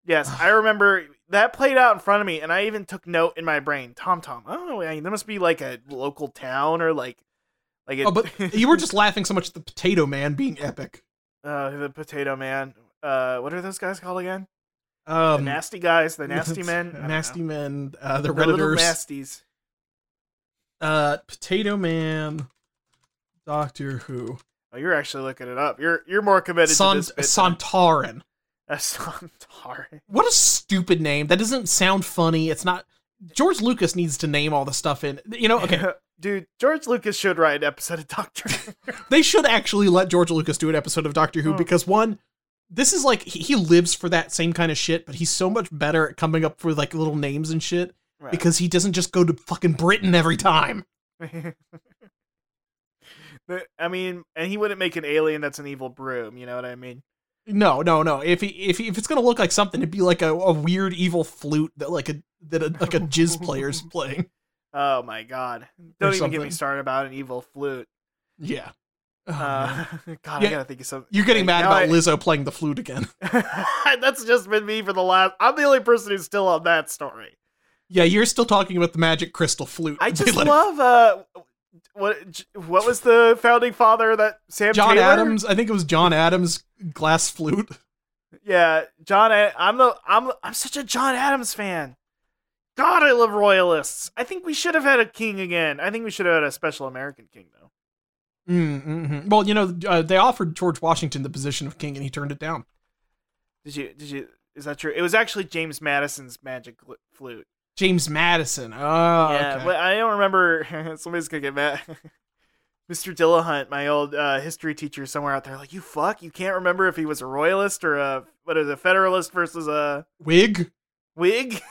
Yes, I remember that played out in front of me, and I even took note in my brain. Tom Tom. Oh, I mean, there must be like a local town or like, like. It,
Oh, but you were just laughing so much at the Potato Man being epic.
[laughs] uh, the Potato Man. Uh, what are those guys called again? The
Um,
nasty guys,
[laughs]
the nasty men, I don't
nasty
know.
men, uh, the,
the little
Redditors,
nasties.
uh, Potato Man, Doctor Who,
Oh, you're actually looking it up. You're you're more committed to
San-
this bit. than-
Santarin.
[laughs] Uh, Santarin.
What a stupid name! That doesn't sound funny. It's not. George Lucas needs to name all the stuff in. You
[laughs]
know, okay,
Dude, George Lucas should write an episode of Doctor. Who. [laughs]
they should actually let George Lucas do an episode of Doctor Who
Oh.
because one, this is like he, he lives for that same kind of shit, but he's so much better at coming up with like little names and shit
Right.
because he doesn't just go to fucking Britain every time.
[laughs] The- I mean, and he wouldn't make an alien that's an evil broom. You know what I mean?
No, no, no. If he, if he, if it's gonna look like something, it'd be like a, a weird evil flute that like a that a, like
[laughs]
a jizz player's playing.
Oh my god! Don't even get me
something.
started about an evil flute.
Yeah. Oh, man.
uh, [laughs] God,
Yeah.
I gotta think of something.
You're getting
Like,
mad
now
about
I-
Lizzo playing the flute again.
[laughs]
[laughs]
That's just been me for the last. I'm the only person who's still on that story.
Yeah, you're still talking about the magic crystal flute.
I
[laughs] They
just
let it-
love uh, what J- what was the founding father that Sam
John
Taylor?
Adams. I think it was John Adams' glass flute.
Yeah, John. A- I'm the I'm I'm such a John Adams fan. God, I love royalists. I think we should have had a king again. I think we should have had a special American king though.
Mm, mm
mm-hmm.
mm. Well, you know, uh, they offered George Washington the position of king, and he turned it down.
Did you? Did you? Is that true? It was actually James Madison's magic gl- flute.
James Madison. Oh,
yeah,
okay.
but I don't remember. [laughs] somebody's gonna get mad. Mr. Dillahunt, my old uh, history teacher, somewhere out there, like you fuck, you can't remember if he was a royalist or a what is it, a federalist versus a
wig.
[laughs] Whig.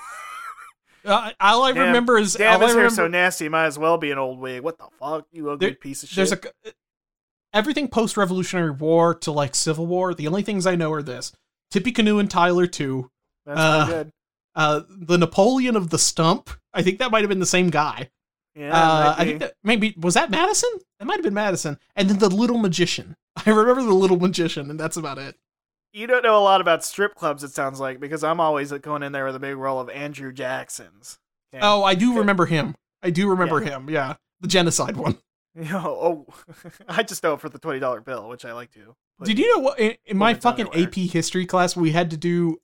Uh, all I
Damn.
remember is
Damn,
all I
his hair's so
remember-
nasty. Might as well be an old wig. What the fuck, you ugly
There-
piece of shit.
there's a everything post Revolutionary War to like Civil War. The only things I know are this: Tippecanoe and Tyler too.
That's
uh,
pretty good.
Uh, the Napoleon of the Stump. I think that might have been the same guy.
Yeah,
uh,
might
I
be.
think that maybe was that Madison. That might have been Madison. And then the Little Magician. [laughs] I remember the Little Magician, and that's about it.
you don't know a lot about strip clubs. It sounds like because I'm always going in there with a big roll of Andrew Jacksons. [laughs] Okay?
Oh, I do
Okay.
remember him. I do remember him. Yeah, the genocide one.
You know, oh, [laughs] I just know it for the twenty dollar bill, which I like to. put-
Did you know what? In, in my
Women's
fucking
underwear.
AP history class, we had to do.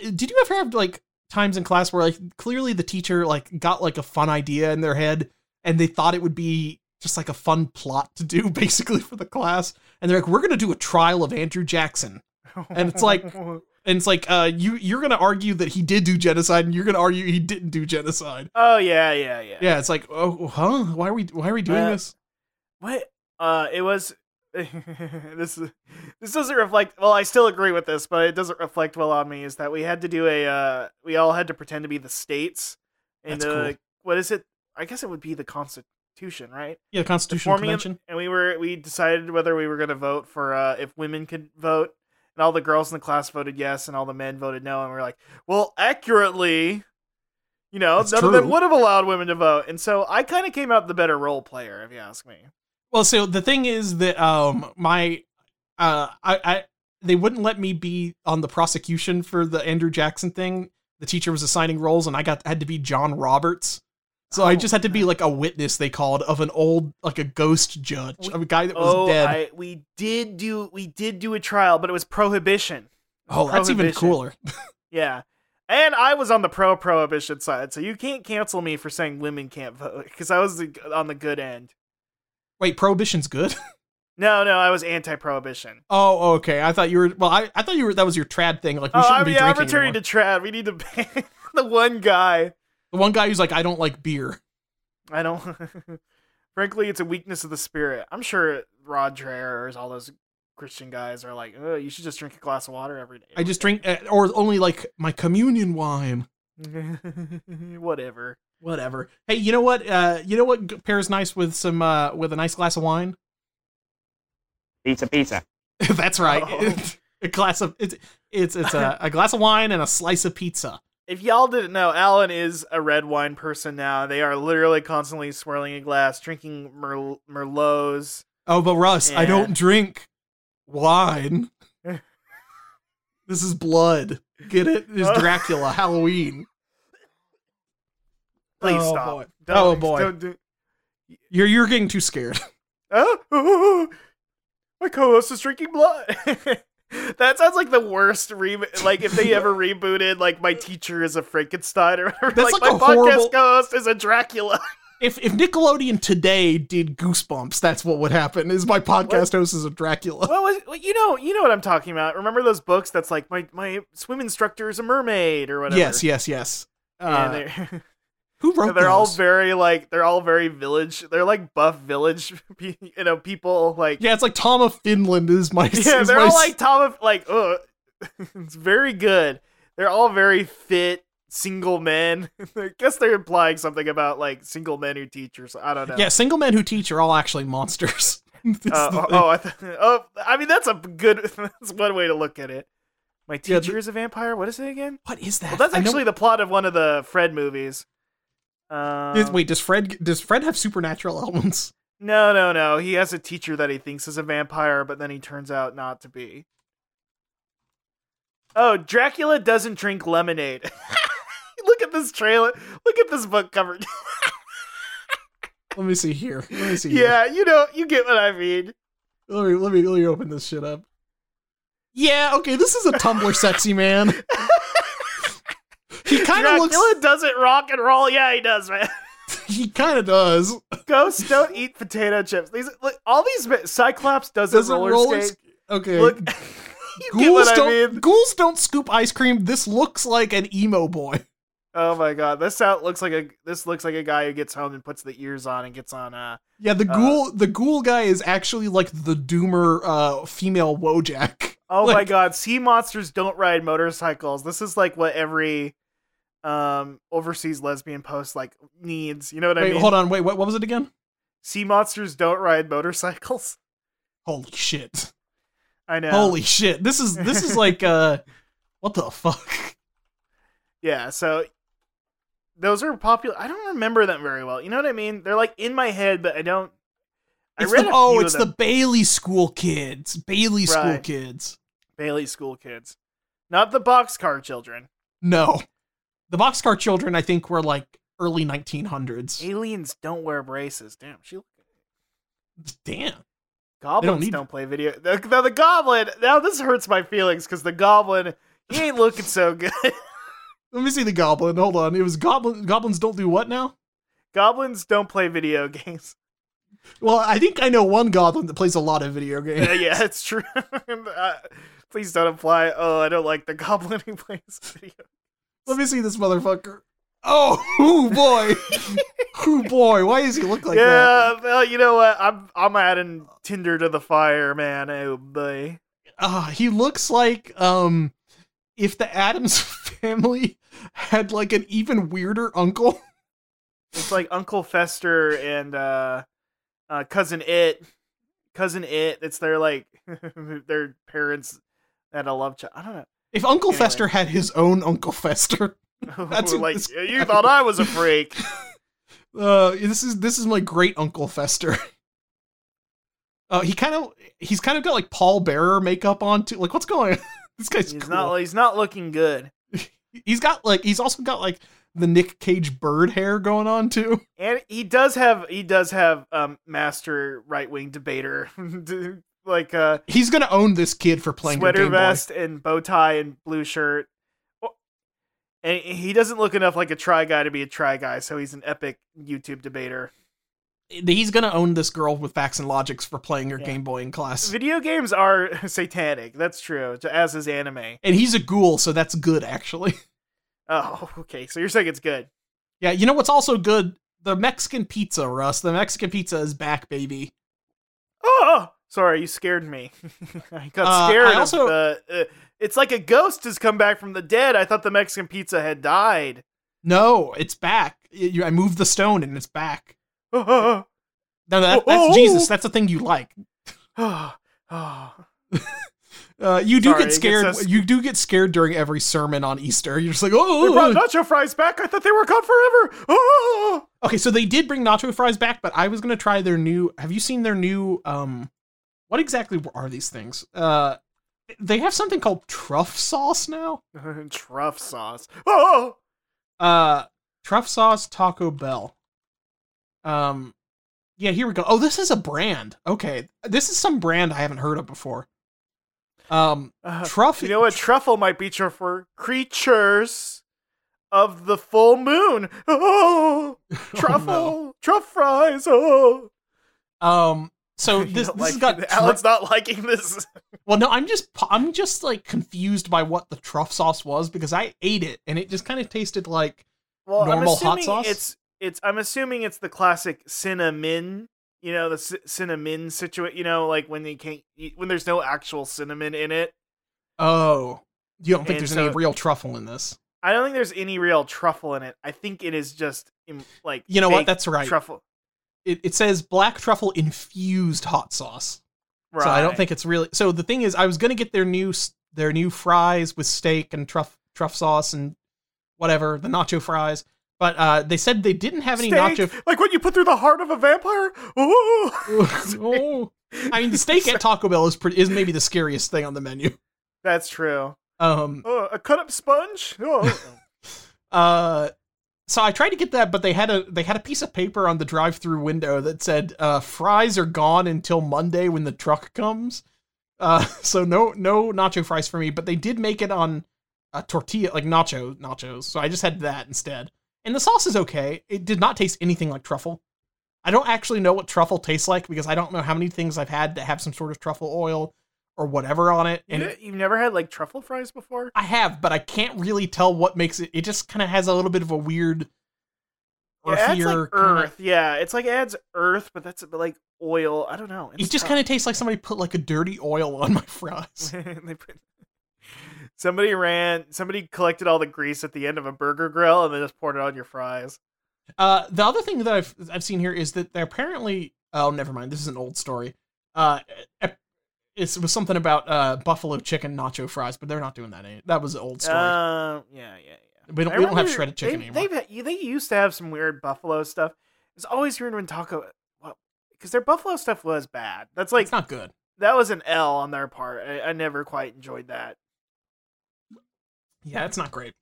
Did you ever have like times in class where like clearly the teacher like got like a fun idea in their head and they thought it would be just like a fun plot to do [laughs] basically for the class and they're like we're gonna do a trial of Andrew Jackson and
[laughs]
it's like-
Oh,
and it's like uh you you're gonna argue that he did do genocide and you're gonna argue he didn't do genocide
oh yeah, yeah, yeah.
yeah it's like oh huh why are we why are we doing
Uh,
this
What? Uh, it was. [laughs] this is this doesn't reflect well i still agree with this but it doesn't reflect well on me is that we had to do a uh we all had to pretend to be the states and
That's
uh,
cool.
what is it i guess it would be the constitution right
yeah constitutional
forming an-
convention
and we were we decided whether we were going to vote for uh, if women could vote and all the girls in the class voted yes and all the men voted no and we were like well accurately you know
That's
none of them
true.
would have allowed women to vote and so i kind of came out the better role player if you ask me
Well, so the thing is that um my uh I, I they wouldn't let me be on the prosecution for the Andrew Jackson thing. The teacher was assigning roles and I got had to be John Roberts. So I
Oh,
just had to be
man.
like a witness they called of an old like a ghost judge, of a guy that was
oh
dead.
I, we did do we did do a trial but it was prohibition
oh, that's even
prohibition.
cooler.
yeah and I was on the pro prohibition side, so you can't cancel me for saying women can't vote because I was the- on the good end.
Wait, prohibition's good. [laughs]
No, no, I was anti prohibition.
Oh, okay. I thought you were well. I, I thought you were. That was your trad thing. Like we
Oh,
shouldn't
I
be
mean, I'm
drinking.
returning
anymore.
to Trad. We need to ban [laughs] the one guy.
the one guy who's like, I don't like beer.
[laughs] I don't. Frankly, it's a weakness of the spirit. I'm sure Rod Dreher's, all those Christian guys are like, oh, you should just drink a glass of water every day. [laughs]
I just drink, uh, or only like my communion wine.
whatever.
Whatever. Hey, you know what? Uh, you know what g- pairs nice with some uh, with a nice glass of wine. [laughs]
Pizza, pizza.
That's right.
Oh.
[laughs] a glass of it's it's it's
[laughs]
a, a glass of wine and a slice of pizza.
If y'all didn't know, Alan is a red wine person now. They are literally constantly swirling a glass, drinking Merl- Merlots.
Oh, but Russ, I
Yeah.
don't drink
[laughs]
wine. this is blood. Get it? It's
Oh.
Dracula
[laughs]
Halloween.
Please
Oh,
stop.
boy. Oh, boy.
Don't do-
You're you're getting too scared.
Ah, [laughs] ooh, my co-host is drinking blood. [laughs] that sounds like the worst re- like if [laughs] they ever rebooted like my teacher is a Frankenstein or whatever.
That's
like,
like
my
a
podcast
horrible-
co-host is a [laughs] Dracula.
If if Nickelodeon today did Goosebumps, that's what would happen. Is my podcast host is a Dracula?
well, was, well, you know, you know what I'm talking about. Remember those books that's like my my swim instructor is a mermaid or whatever.
Yes, yes, yes.
And
Uh,
they're,
who wrote
they're all
those?
very like they're all very village. They're like buff village, [laughs] pe- you know, people like
yeah, it's like Tom of Finland is my.
[laughs]
[laughs]
Yeah,
is
they're
my
all
s-
like Tom of like ugh. [laughs] it's very good. They're all very fit single men. [laughs] I guess they're implying something about like single men who teach or so. I don't know.
yeah. Single men who teach are all actually monsters. [laughs] It's
Uh,
the
oh,
thing.
oh, I th- [laughs] oh, I mean that's a good. [laughs] That's one way to look at it. My
Yeah,
teacher is a vampire. What is it again?
what is that?
Well, that's
I know-
actually the plot of one of the Fred movies. Um,
Is- wait, does Fred does Fred have supernatural [laughs] elements?
No, no, no. He has a teacher that he thinks is a vampire, but then he turns out not to be. Oh, Dracula doesn't drink lemonade. [laughs] Look at this trailer. Look at this book
[laughs]
cover.
Let me see here. Let me see. here.
yeah, you know, you get what I mean.
Let me let me let me open this shit up. Yeah, okay, this is a Tumblr sexy man. he kind of
Dracula
looks.
doesn't rock and roll. Yeah, he does,
[laughs]
man.
He kind of does.
Ghosts don't eat potato chips. These look, all these ma- Cyclops doesn't,
Doesn't
roller,
roller
skate.
Okay.
Look, [laughs] you get
ghouls
what I
don't
mean.
ghouls don't scoop ice cream. This looks like an emo boy.
Oh my god, this out looks like a this looks like a guy who gets home and puts the ears on and gets on uh
Yeah, the
Uh,
ghoul the ghoul guy is actually like the doomer uh female Wojak.
Oh my
Like-
god, sea monsters don't ride motorcycles. This is like what every um overseas lesbian post like needs. You know what I
Wait,
mean?
hold on. Wait, what, what was it again?
Sea monsters don't ride motorcycles. [laughs]
Holy shit.
I know.
Holy shit. This is this is
[laughs]
like uh what the fuck?
Yeah, so those are popular. I don't remember them very well. You know what I mean? They're like in my head, but I don't I
It's
read
the,
a
oh,
few
it's
of
the
them.
Bailey School kids. Bailey School
Right.
kids.
Bailey school kids. Not the boxcar children.
No, the Boxcar Children, I think, were like early 1900s.
Aliens don't wear braces. Damn, she
Damn.
Goblins don't,
need-
play video. Now the, the goblin. Now this hurts my feelings because the goblin he ain't looking so good. [laughs]
Let me see the Goblin. Hold on. It was Goblin. Goblins don't do what now?
Goblins don't play video games.
[laughs] Well, I think I know one Goblin that plays a lot of video
Yeah,
games.
yeah it's true. [laughs] Uh, please don't imply. Oh, I don't like the goblin who plays video.
Let me see this motherfucker. Oh, [laughs] oh
[laughs]
boy. oh boy. Why does he look like that?
yeah, well, you know what? I'm I'm adding Tinder to the fire, man. Oh boy.
Uh, he looks like um, if the Adams [laughs] family had like an even weirder uncle.
It's like Uncle Fester and uh, uh, cousin It, cousin It. It's their like [laughs] their parents at a love child. I don't know.
If Uncle
Anyway.
Fester had his own Uncle Fester.
[laughs]
That's
That's
what
like
this
"Yeah,
guy
you thought I
[laughs]
was a freak.
Uh, this is this is my great uncle Fester. [laughs] Uh, he kind of he's kind of got like Paul Bearer makeup on too. Like, what's going? on? [laughs] this guy's
He's
cool.
not. He's not looking good.
he's got like he's also got like the Nick Cage bird hair going on too.
And he does have. He does have. Um, master right wing debater, [laughs] d- like uh,
He's gonna own this kid for playing your
sweater
Game Boy.
vest and bow tie and blue shirt. Oh, And he doesn't look enough like a try guy to be a try guy, so he's an epic YouTube debater.
He's gonna own this girl with facts and logics for playing her
Yeah.
Game Boy in class.
Video games are [laughs] satanic. That's true. As is anime.
And he's a ghoul, so that's good actually. [laughs]
Oh, [laughs] okay. So you're saying it's good.
yeah, you know what's also good? The Mexican pizza, Russ. The Mexican pizza is back, baby.
Oh, Sorry, you scared me. [laughs] I got
Uh,
scared.
I
of
also-
the, uh, it's like a ghost has come back from the dead. I thought the Mexican pizza had died. [laughs]
No, it's back. It- you- I moved the stone and it's back.
oh,
No, that, that's
Oh.
Jesus. That's the thing you like. Uh, you do
Sorry, it
get
gets
scared.
us-
You do get scared during every sermon on Easter. You're just like,
They brought
oh.
nacho fries back. I thought they were gone forever. Oh, [laughs]
Okay, so they did bring nacho fries back, but I was gonna try their new. Have you seen their new? Um, what exactly are these things? Uh, they have something called truff sauce now.
truff sauce. Oh,
Uh, truff sauce Taco Bell. Um, yeah, here we go. Oh, this is a brand. Okay, this is some brand I haven't heard of before. Um,
Uh,
truff.
you know what? Truffle might be true for creatures of the full
[laughs]
moon. Oh,
no.
truffle, truff fries. Oh, [laughs]
Um, so
You
this,
don't
this has
like- [laughs]
got
Alan's not liking this.
Well, no, I'm just I'm just like confused by what the truff sauce was because I ate it and it just kind of tasted like
well,
normal
I'm
hot
assuming
sauce?
It's it's. I'm assuming it's the classic cinnamon. You know the c- cinnamon situation. You know, like when they can't eat, when there's no actual cinnamon in it.
oh, you don't think
And
there's
so-
any real truffle in this.
I don't think there's any real truffle in it. I think it is just im- like
You know what?
baked
That's right.
truffle.
It, it says black truffle infused hot sauce.
Right.
So I don't think it's really. So the thing is, I was gonna get their new s- their new fries with steak and truff truff sauce and whatever the nacho fries, but uh, they said they didn't have any nacho.
Steak? Like what you put through the heart of a vampire. Ooh. [laughs]
oh, [laughs] I mean the steak at Taco Bell is pretty, is maybe the scariest thing on the menu.
That's true.
Um,
Oh, a cut up sponge.
[laughs]
Oh.
Uh, so I tried to get that, but they had a they had a piece of paper on the drive-through window that said uh, fries are gone until Monday when the truck comes. Uh, [laughs] so no no nacho fries for me, but they did make it on a tortilla like nacho nachos. So I just had that instead. And the sauce is okay. It did not taste anything like truffle. I don't actually know what truffle tastes like because I don't know how many things I've had that have some sort of truffle oil or whatever on it. And
you, you've never had like truffle fries before?
I have, but I can't really tell what makes it. It just kind of has a little bit of a weird,
it adds like
earthier kinda-
earth. Yeah, it's like it adds earth, but that's but like oil. I don't know.
it just kind of tastes like somebody put like a dirty oil on my
[laughs]
fries.
of. Somebody ran. Somebody collected all the grease at the end of a burger grill and then just poured it on your fries.
Uh, the other thing that I've I've seen here is that they apparently oh never mind this is an old story. Uh, ep- it's, it was something about uh buffalo chicken nacho fries, but they're not doing that. Any- that was an old story.
Uh, yeah, yeah, yeah.
we don't
I
we don't have
remember
shredded chicken
they,
anymore.
They they used to have some weird buffalo stuff. It's always weird when taco because their buffalo stuff was bad. That's like
it's not good.
that was an L on their part. I, I never quite enjoyed
Uh,
that.
Yeah, it's not great.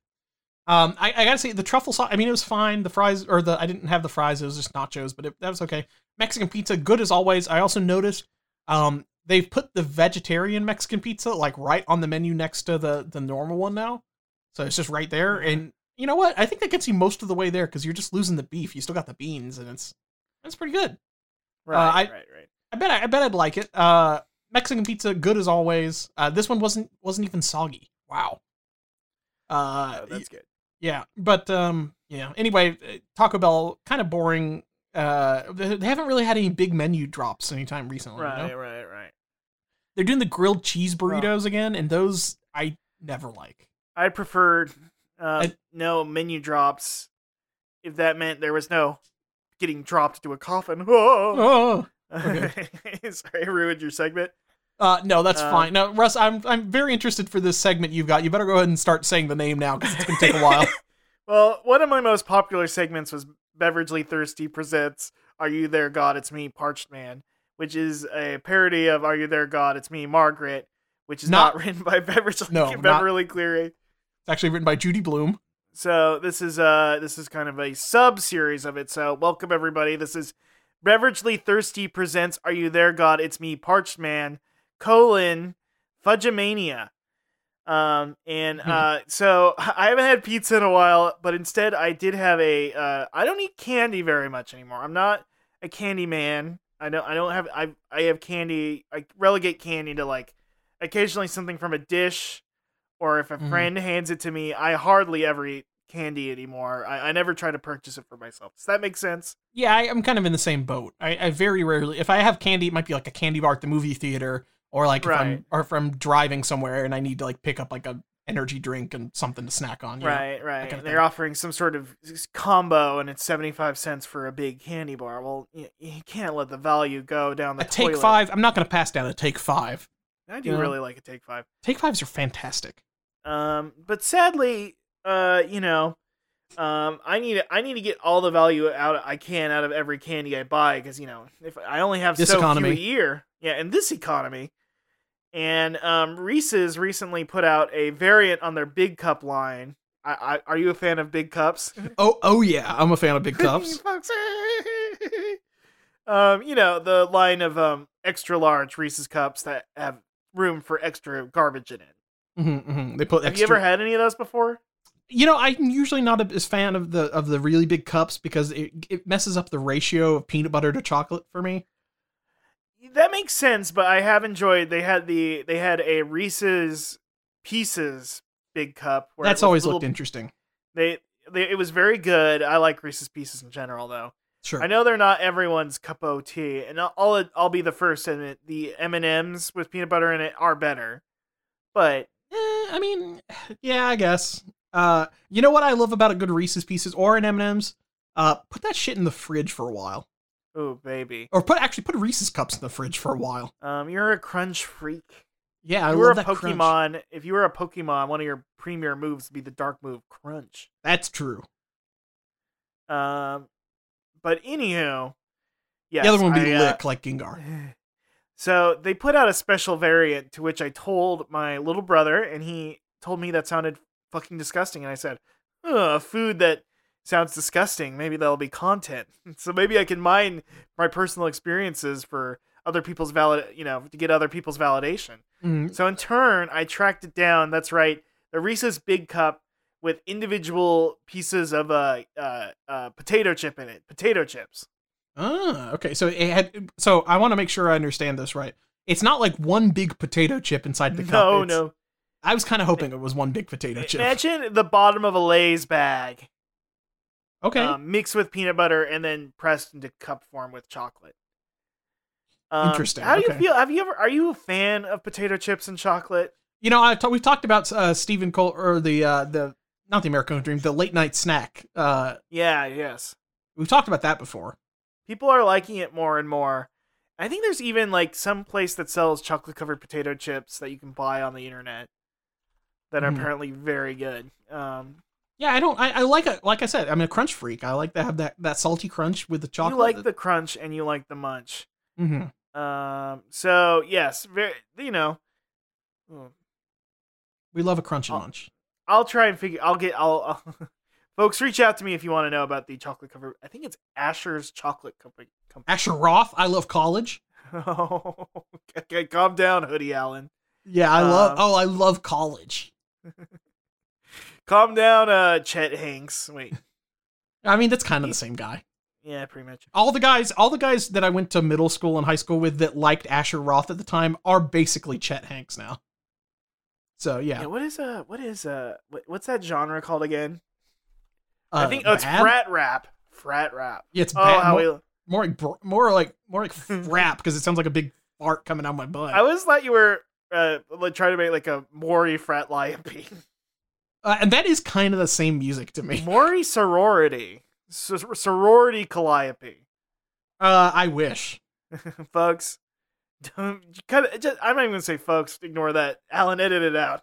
Um, I, I gotta say the truffle sauce. I mean, it was fine. The fries, or the I didn't have the fries. It was just nachos, but it, that was okay. Mexican pizza, good as always. I also noticed, um, they've put the vegetarian Mexican pizza like right on the menu next to the the normal one now, so it's just right there. And you know what? I think that gets you most of the way there because you're just losing the beef. You still got the beans, and it's that's pretty good.
Right,
I-
right, right.
I bet I, I bet I'd like it. Uh, Mexican pizza, good as always. Uh, this one wasn't wasn't even soggy. Wow. Uh,
Oh, that's good.
yeah, but um, yeah. Anyway, uh, Taco Bell kind of boring. Uh, they they haven't really had any big menu drops anytime recently. you
Right,
know?
right, right.
They're doing the grilled cheese burritos again, and those I never like.
I preferred uh,
I-
no menu drops if that meant there was no getting dropped into a coffin. [laughs] Whoa!
Oh. okay.
[laughs] Sorry, I ruined your segment.
Uh, no, that's
Uh,
fine. Now, Russ, I'm I'm very interested for this segment you've got. You better go ahead and start saying the name now because it's gonna take a
[laughs]
while.
Well, one of my most popular segments was Beveragely Thirsty presents "Are You There, God? It's Me, Parched Man," which is a parody of "Are You There, God? It's Me, Margaret," which is not, [laughs]
Not-
written by Beveragely
No, not-
Beverly Cleary.
It's actually written by Judy Bloom.
So this is uh this is kind of a sub series of it. So welcome everybody. This is Beveragely Thirsty presents Are You There God? It's me Parched Man colon Fudgemania. Um and uh so [laughs] I haven't had pizza in a while, but instead I did have a uh I don't eat candy very much anymore. I'm not a candy man. I don't I don't have I I have candy I relegate candy to like occasionally something from a dish or if a
Mhm.
friend hands it to me, I hardly ever eat candy anymore. I, I never try to purchase it for myself. Does that make sense?
Yeah, I, I'm kind of in the same boat. I, I very rarely, if I have candy, it might be like a candy bar at the movie theater, or like if
Right.
I'm or if I'm driving somewhere and I need to like pick up like a energy drink and something to snack on. you know?
Right, right.
kinda
And they're
thing.
offering some sort of s- combo, and it's seventy five cents for a big candy bar. Well, you, you can't let the value go down the
A take
toilet.
five. I'm not gonna pass down a take five.
I do
you know?
really like a take five.
Take fives are fantastic.
Um, but sadly, uh, you know, um, I need I need to get all the value out I can out of every candy I buy because you know if I only have
This
so
economy.
few a year, yeah, in this economy. And um, Reese's recently put out a variant on their big cup line. I, I, are you a fan of big cups?
Oh, oh yeah, I'm a fan
[laughs]
of big cups.
Folks. um, you know the line of um extra large Reese's cups that have room for extra garbage in it.
hmm They put
Have
extra.
you ever had any of those before?
you know, I'm usually not a as fan of the of the really big cups because it it messes up the ratio of peanut butter to chocolate for me.
That makes sense, but I have enjoyed. They had the they had a Reese's Pieces big cup. it
That's
was
always
little-
looked interesting.
They, they it was very good. I like Reese's Pieces in general, though.
Sure.
I know they're not everyone's cup o' tea, and I'll I'll, I'll be the first to admit the M and M's with peanut butter in it are better. But
Eh, I mean, yeah, I guess. Uh, you know what I love about a good Reese's Pieces or an M&M's? Uh, put that shit in the fridge for a while,
oh baby,
or put actually put Reese's cups in the fridge for a while.
um, you're a crunch freak.
Yeah, I
If you were a
love that crunch.
Pokemon. If you were a Pokemon, one of your premier moves would be the dark move Crunch.
That's true.
Um, but anywho, yes,
the other one would be
I, uh,
lick like Gengar.
[sighs] So they put out a special variant to which I told my little brother, and he told me that sounded fucking disgusting. And I said, Ugh, food that sounds disgusting. Maybe that'll be content. [laughs] So maybe I can mine my personal experiences for other people's valid, you know, to get other people's validation.
Mm,
So in turn, I tracked it down. That's right, the Reese's Big Cup with individual pieces of uh, uh, uh, potato chip in it. Potato chips.
Ah, okay. So it had. So I want to make sure I understand this right. It's not like one big potato chip inside the cup.
no,
it's-
no.
I was kind of hoping it was one big potato chip.
Imagine the bottom of a Lay's bag,
okay.
um, mixed with peanut butter, and then pressed into cup form with chocolate. Um,
Interesting,
How do
okay.
you feel? Have you ever? Are you a fan of potato chips and chocolate?
you know, I've ta- we've talked about uh, Stephen Cole or the uh, the not the American Dream, the late night snack. Uh,
Yeah. Yes.
We've talked about that before.
people are liking it more and more. I think there's even like some place that sells chocolate covered potato chips that you can buy on the internet that are
Mhm.
apparently very good. Um,
Yeah, I don't. I, I like it. Like I said, I'm a crunch freak. I like to have that that salty crunch with the chocolate.
you like the crunch and you like the munch.
Mhm.
Um, so yes, very you know, mm,
We love a crunch and
Oh.
munch.
I'll try and figure. I'll get. I'll, I'll [laughs] folks reach out to me if you want to know about the chocolate covered. I think it's Asher's Chocolate Company. Company. [laughs]
Asher Roth. I love college.
okay, calm down, Hoodie Allen.
Yeah, I love.
Um,
Oh, I love college.
Calm down, uh, Chet Hanks. Wait,
I mean, that's kind of the same guy.
yeah, pretty much.
All the guys, all the guys that I went to middle school and high school with that liked Asher Roth at the time are basically Chet Hanks now. So yeah,
Yeah. what is uh what is uh what, what's that genre called again? I
uh,
think oh, it's
bad?
frat rap. Frat rap.
Yeah, it's
Oh,
bad.
how
More,
we,
more like br- more like more like
[laughs]
rap because it sounds like a big fart coming out my butt.
I always thought you were uh like trying to make like a Maury frat liopy.
uh, and that is kind of the same music to [laughs] me.
Maury sorority. Sor- sorority calliope.
Uh, I wish.
folks. [laughs] Don't cut it, just, I'm not even gonna say folks. Ignore that. Alan, edit it out.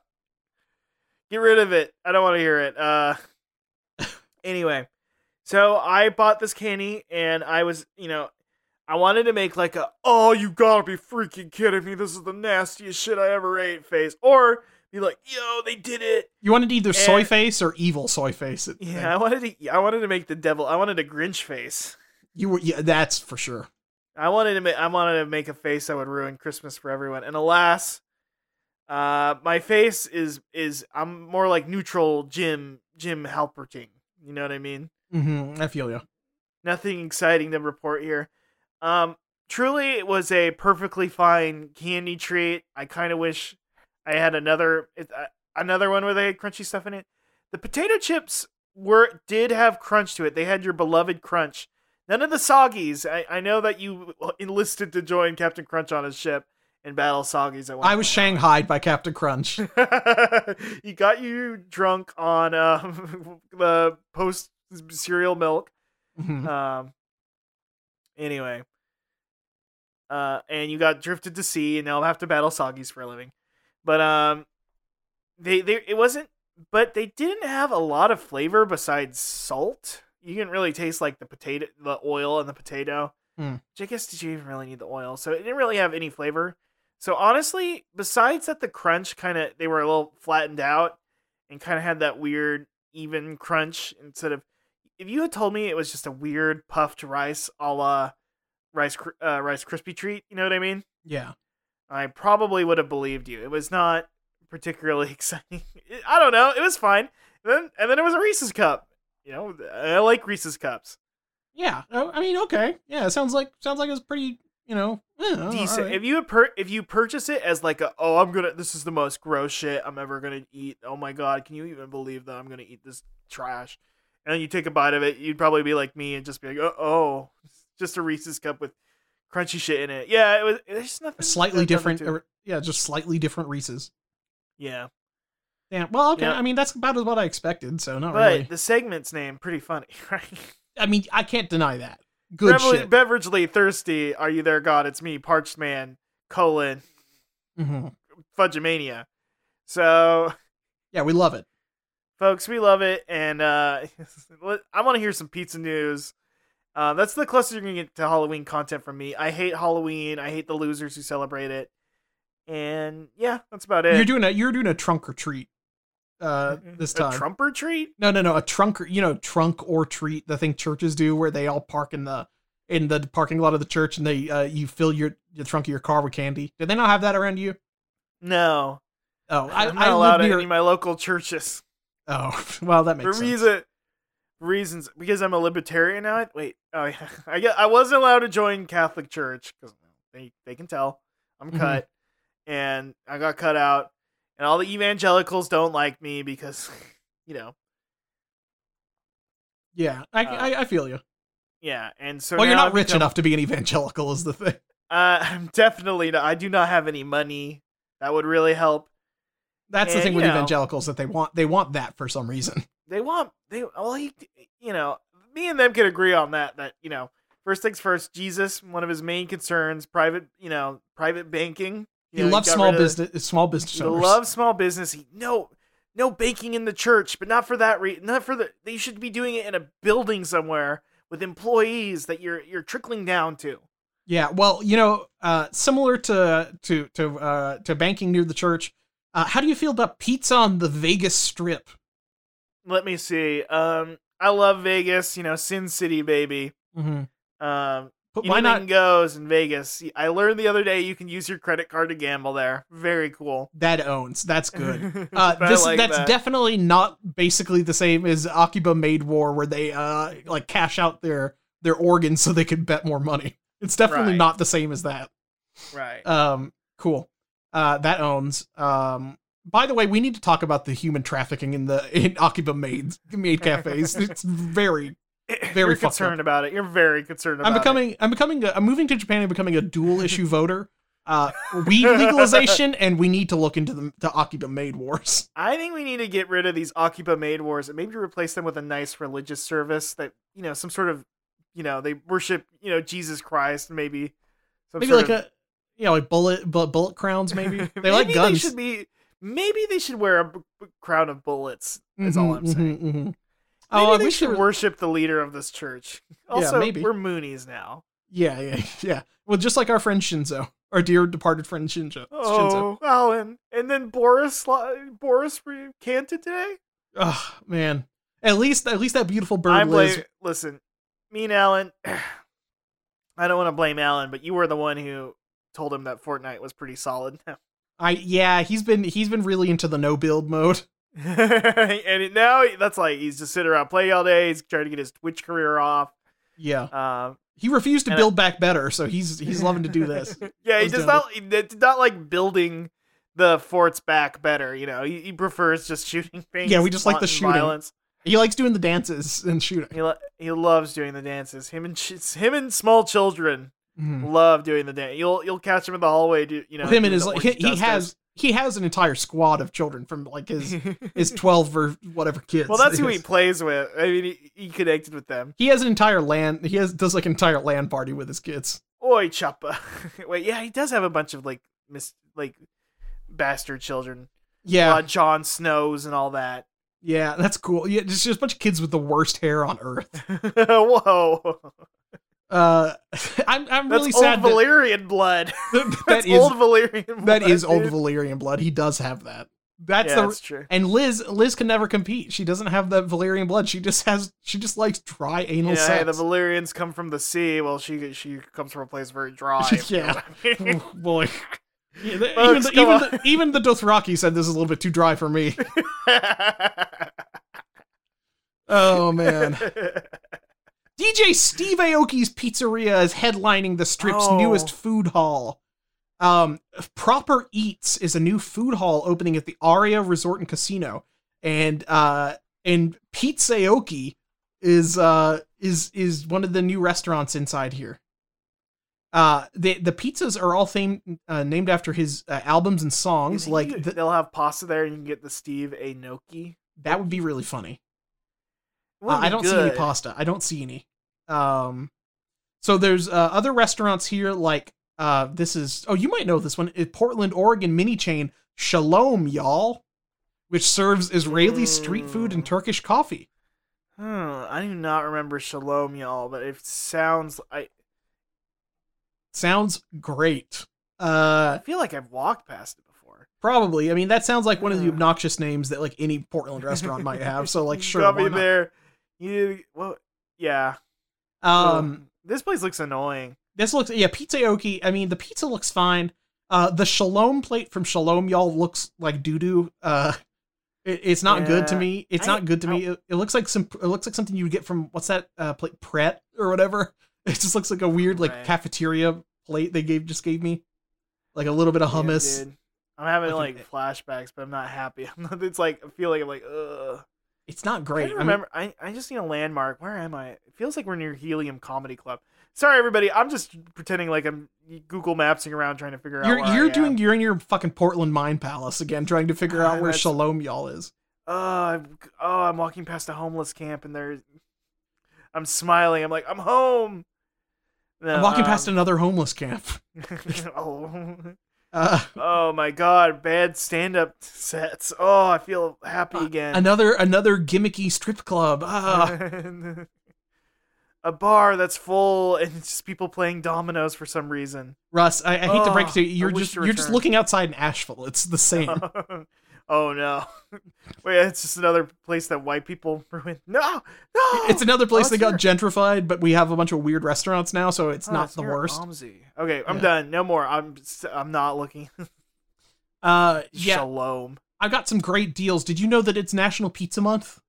Get rid of it. I don't want to hear it. Uh. Anyway, so I bought this candy, and I was, you know, I wanted to make like a "Oh, you gotta be freaking kidding me! This is the nastiest shit I ever ate" face, or be like, "Yo, they did it!"
You wanted either soy
And-
face or evil soy face. it-
Eh. Yeah, I wanted to. I wanted to make the devil. I wanted a Grinch face.
you were. Yeah, that's for sure.
I wanted to make I wanted to make a face that would ruin Christmas for everyone, and alas, uh, my face is is I'm more like neutral Jim Jim Halperting. You know what I mean?
hmm I feel you.
Nothing exciting to report here. Um, truly, it was a perfectly fine candy treat. I kind of wish I had another it, uh, another one where they had crunchy stuff in it. The potato chips were did have crunch to it. They had your beloved crunch. None of the soggies. I, I know that you [laughs] enlisted to join Captain Crunch on his ship and battle soggies. At one
I was
point.
shanghaied by Captain Crunch.
[laughs] he got you drunk on um, [laughs] the post cereal milk. [laughs]
Mhm.
Um. Anyway. Uh, and you got drifted to sea, and now I'll have to battle soggies for a living. But um, they they it wasn't, but they didn't have a lot of flavor besides salt. You didn't really taste like the potato, the oil, and the potato.
Hmm.
Which I guess did you even really need the oil? So it didn't really have any flavor. So honestly, besides that, the crunch kind of they were a little flattened out and kind of had that weird even crunch instead of if you had told me it was just a weird puffed rice a la rice Kr- uh, rice crispy treat, you know what I mean?
yeah.
I probably would have believed you. It was not particularly [laughs] exciting. I don't know. It was fine. then and then it was a Reese's cup. You know, I like Reese's cups.
Yeah. Oh, I mean, okay. Yeah, it sounds like sounds like it's pretty, you know, eh, all
Decent.
right.
If you had per- if you purchase it as like a oh I'm gonna this is the most gross shit I'm ever gonna eat. Oh my god, can you even believe that I'm gonna eat this trash? And you take a bite of it, you'd probably be like me and just be like, oh, oh just a Reese's cup with crunchy shit in it. Yeah, it was. There's nothing
slightly
there's nothing
different
to it.
or, yeah, just slightly different Reese's.
Yeah,
Yeah. Well, okay.
Yeah.
I mean, that's about as what I expected, so not
but
really.
the segment's name pretty funny, [laughs] right?
I mean, I can't deny that. Good
Beverly,
shit.
Beverly, thirsty. Are you there, God? It's me, Parched Man, colon,
Mhm.
Fudgemania. So,
Yeah, we love it.
folks, we love it. And uh, [laughs] I want to hear some pizza news. Uh, that's the closest you're going to get to Halloween content from me. I hate Halloween. I hate the losers who celebrate it. And yeah, that's about it.
You're doing a you're doing a trunk or treat uh this time.
Eh. A Trumper treat?
No, no, no. A trunk, or- you know, trunk or treat. The thing churches do where they all park in the in the parking lot of the church, and they uh, you fill your the trunk of your car with candy. Did they not have that around you?
No.
Oh, I,
I'm not
I live
allowed at
near-
any of my local churches.
Oh, [laughs] well, that
for
makes sense.
reason reasons because I'm a libertarian now. I- Wait, oh yeah, [laughs] I get, I wasn't allowed to join Catholic Church because they they can tell I'm
Mhm.
cut, and I got cut out, and all the evangelicals don't like me because [laughs] you know
Yeah, I,
Uh,
I, I feel you.
yeah, and so
Well, you're
now
not
I've
rich
become-
enough to be an evangelical, is the thing. [laughs]
Uh, [laughs] I'm definitely not. I do not have any money. That would really help.
That's the
And,
thing
you
with
know.
evangelicals that they want they want that for some reason.
they want they all he you know me and them could agree on that that you know first things first jesus one of his main concerns private you know private banking you
He
know,
loves
got
small
rid of-
business small business
he
owners.
loves small business he no no banking in the church but not for that re- not for the they should be doing it in a building somewhere with employees that you're you're trickling down to
Yeah, well, you know, uh, similar to to to uh, to banking near the church. Uh, how do you feel about pizza on the Vegas Strip?
let me see um i love vegas you know sin city baby
Mm-hmm.
um
But
why
why not?
goes in Vegas. I learned the other day you can use your credit card to gamble there. Very cool.
That owns. That's
[laughs]
good. Uh,
But I
this
like
that's
that.
definitely not basically the same as Akiba Made War, where they uh like cash out their their organs so they can bet more money. It's definitely
Right.
not the same as that.
right. [coughs]
Um, cool. Uh, that owns. Um, by the way, we need to talk about the human trafficking in the in Akiba Made Made cafes.
[laughs]
It's very very
You're
fucked up.
concerned about it. You're very concerned about
I'm becoming. I'm becoming. A, I'm moving to Japan and becoming a
[laughs]
dual issue voter. Uh, weed legalization, and we need to look into the to Akiba made wars.
it. I think we need to get rid of these Akiba maid wars and maybe replace them with a nice religious service that, you know, some sort of, you know, they worship, you know, Jesus Christ, maybe. Some
Maybe
sort
like
of-
a, you know, like bullet bu- bullet
[laughs]
crowns. Maybe they like guns.
They should be, maybe they should wear a b- b- crown of bullets, is all
Mhm,
I'm saying.
mhm, mhm.
Maybe
Oh, I
they
wish
should
there were-
worship the leader of this church. Also,
maybe.
we're Moonies now.
Yeah, yeah, [laughs] yeah. Well, just like our friend Shinzo, our dear departed friend Shinzo. Shinzo.
Oh, Alan. And then Boris Lo- Boris recanted today?
Oh man. At least at least that beautiful bird
I
lives.
blame listen, me and Alan [clears throat] I don't want to blame Alan, but you were the one who told him that Fortnite was pretty solid [laughs] now.
I yeah, he's been he's been really into the no build mode.
and it, now that's like he's just sitting around playing all day, he's trying to get his Twitch career off.
Yeah.
Um
He refused to
And I-
build back better, so he's he's loving to do this.
[laughs] yeah, he
He's
does
doing
not he did not like building the forts back better, you know. He, he prefers just shooting things.
Yeah, we just like the
wanton
shooting.
violence.
He likes doing the dances and shooting.
He lo- he loves doing the dances. Him and ch- him and small children
Mhm.
love doing the dance. You'll you'll catch him in the hallway. Do you know
him
doing
and his
the
like, he,
orgy
he
dust
has he has an entire squad of children from like his
[laughs]
his 12 or whatever kids.
well, that's who
His-
he plays with. I mean, he, he connected with them.
[laughs] He has an entire land. He has does like an entire land party with his kids.
Oi, Choppa. [laughs] Wait, yeah, he does have a bunch of like mis like bastard children.
Yeah,
Uh, John Snows and all that. [laughs]
yeah, that's cool. Yeah, just, just a bunch of kids with the worst hair on earth.
Whoa,
Uh, [laughs] I'm
that's
I'm really
old
sad. That,
Valyrian blood.
[laughs]
[laughs]
that- that
That's
is
old Valyrian. Blood,
[laughs] that is old
dude.
Valyrian blood. He does have that. That's
yeah,
the
that's true.
and Liz Liz can never compete. She doesn't have that Valyrian blood. She just has she just likes dry
You
anal
know, hey, the
sex.
Valyrians come from the sea. Well, she she comes from a place very
[laughs]
dry. you know
Yeah.
what I mean?
Oh, boy. Yeah, the-
Folks,
even, the,
come
even, the, even the Dothraki said this is a little bit too dry for me. [laughs] Oh man. DJ Steve Aoki's Pizzeria is headlining the strip's
Oh.
newest food hall. Um, Proper Eats is a new food hall opening at the Aria Resort and Casino, and uh, and Pizza Aoki is uh is is one of the new restaurants inside here. Uh, the the pizzas are all famed, uh, named after his uh, albums
[laughs]
and [laughs] songs. Like
You-
th-
they'll have pasta there, and you can get the Steve Aoki.
that would be really funny.
It
Uh,
wouldn't
I
be
don't see any
good.
pasta. I don't see any. Um, so there's uh, other restaurants here like uh, this is oh you might know this one It- Portland Oregon mini chain Shalom y'all, which serves Israeli street food and
Mm.
Turkish coffee.
Hmm, I do not remember Shalom, y'all, but it sounds. I,
Sounds great.
I
Uh,
feel like I've walked past it before.
probably. I mean that sounds like one of the
Yeah.
obnoxious names that like any Portland [laughs] restaurant might have.
[laughs]
So like
You
sure.
got
why
me
not?
there. You well, yeah.
Um,
Ugh. this place looks annoying.
This looks yeah, pizza oki. I mean, the pizza looks fine. Uh, the shalom plate from Shalom y'all looks like doo doo. Uh, it, it's not good to
Yeah.
me. It's
I-
not good to me.
I-
It, it looks like some. It looks like something you would get from what's that uh, plate Pret or whatever. [laughs] It just looks like a weird like
Right.
cafeteria plate they gave just gave me, like a little bit of
Yeah,
hummus.
dude. I'm having
Like
like,
an-
flashbacks, but I'm not happy. [laughs] I'm not, it's like I feel like I'm like ugh.
it's not
I
great.
don't
I mean,
remember. I, I just need a landmark. Where am I? It feels like we're near Helium Comedy Club. Sorry, everybody. I'm just pretending like I'm Google Mapsing around trying to figure out.
you're
where I um,
you're
am.
doing you're in your fucking Portland Mind Palace again, trying to figure out
God,
where
that's-
Shalom y'all is.
oh, I'm, oh, I'm walking past a homeless camp and there's, I'm smiling. I'm like, I'm home. No,
I'm walking
um,
past another homeless camp. [laughs]
[laughs] oh,
Uh,
oh my God, bad stand-up sets. Oh, I feel happy
Uh,
again.
another another gimmicky strip club. Ah.
a bar that's full and it's just people playing dominoes for some
[laughs]
reason. [laughs]
Russ, I, I hate to break
Ugh,
it to you. You're
I wish
just
to
you're just
return.
looking outside in Asheville. It's the same.
[laughs] oh no. [laughs] Wait, it's just another place that white people [laughs] ruin. No, no.
it's another place
Oh,
that got gentrified, but we have a bunch of weird restaurants now, so it's
Oh,
not the
near
worst.
Omsey. Okay, I'm
Yeah.
done. No more. I'm s- I'm not looking. [laughs]
Uh, yeah,
Shalom.
I've got some great deals. Did you know that it's National Pizza Month?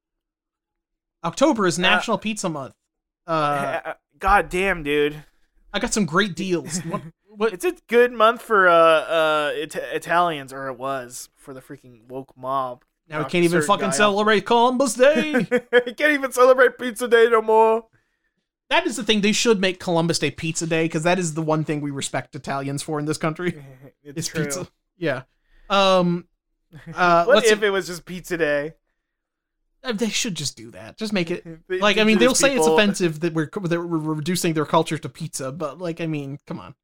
October
Uh,
is National Pizza Month.
[laughs]
Uh,
Eh, God damn, dude.
I got some great deals. What, what,
It's a good month for uh uh it- Italians or it was for the freaking woke mob. [laughs]
now we
knocked
can't
a
even
certain
fucking
guy off.
celebrate
[laughs]
Columbus Day.
you can't even celebrate pizza day no
[laughs]
more.
that is the thing. They should make Columbus Day Pizza Day because that is the one thing we respect Italians for in this country.
it's
It's
true.
pizza. Yeah.
[laughs]
Um. Uh.
What
let's-
if it was just pizza day?
uh, they should just do that. Just make
[laughs]
it.
The
[laughs] Like I mean, they'll
indigenous
say it's
people-
offensive that we're that we're reducing their culture to pizza, but like I mean, come on.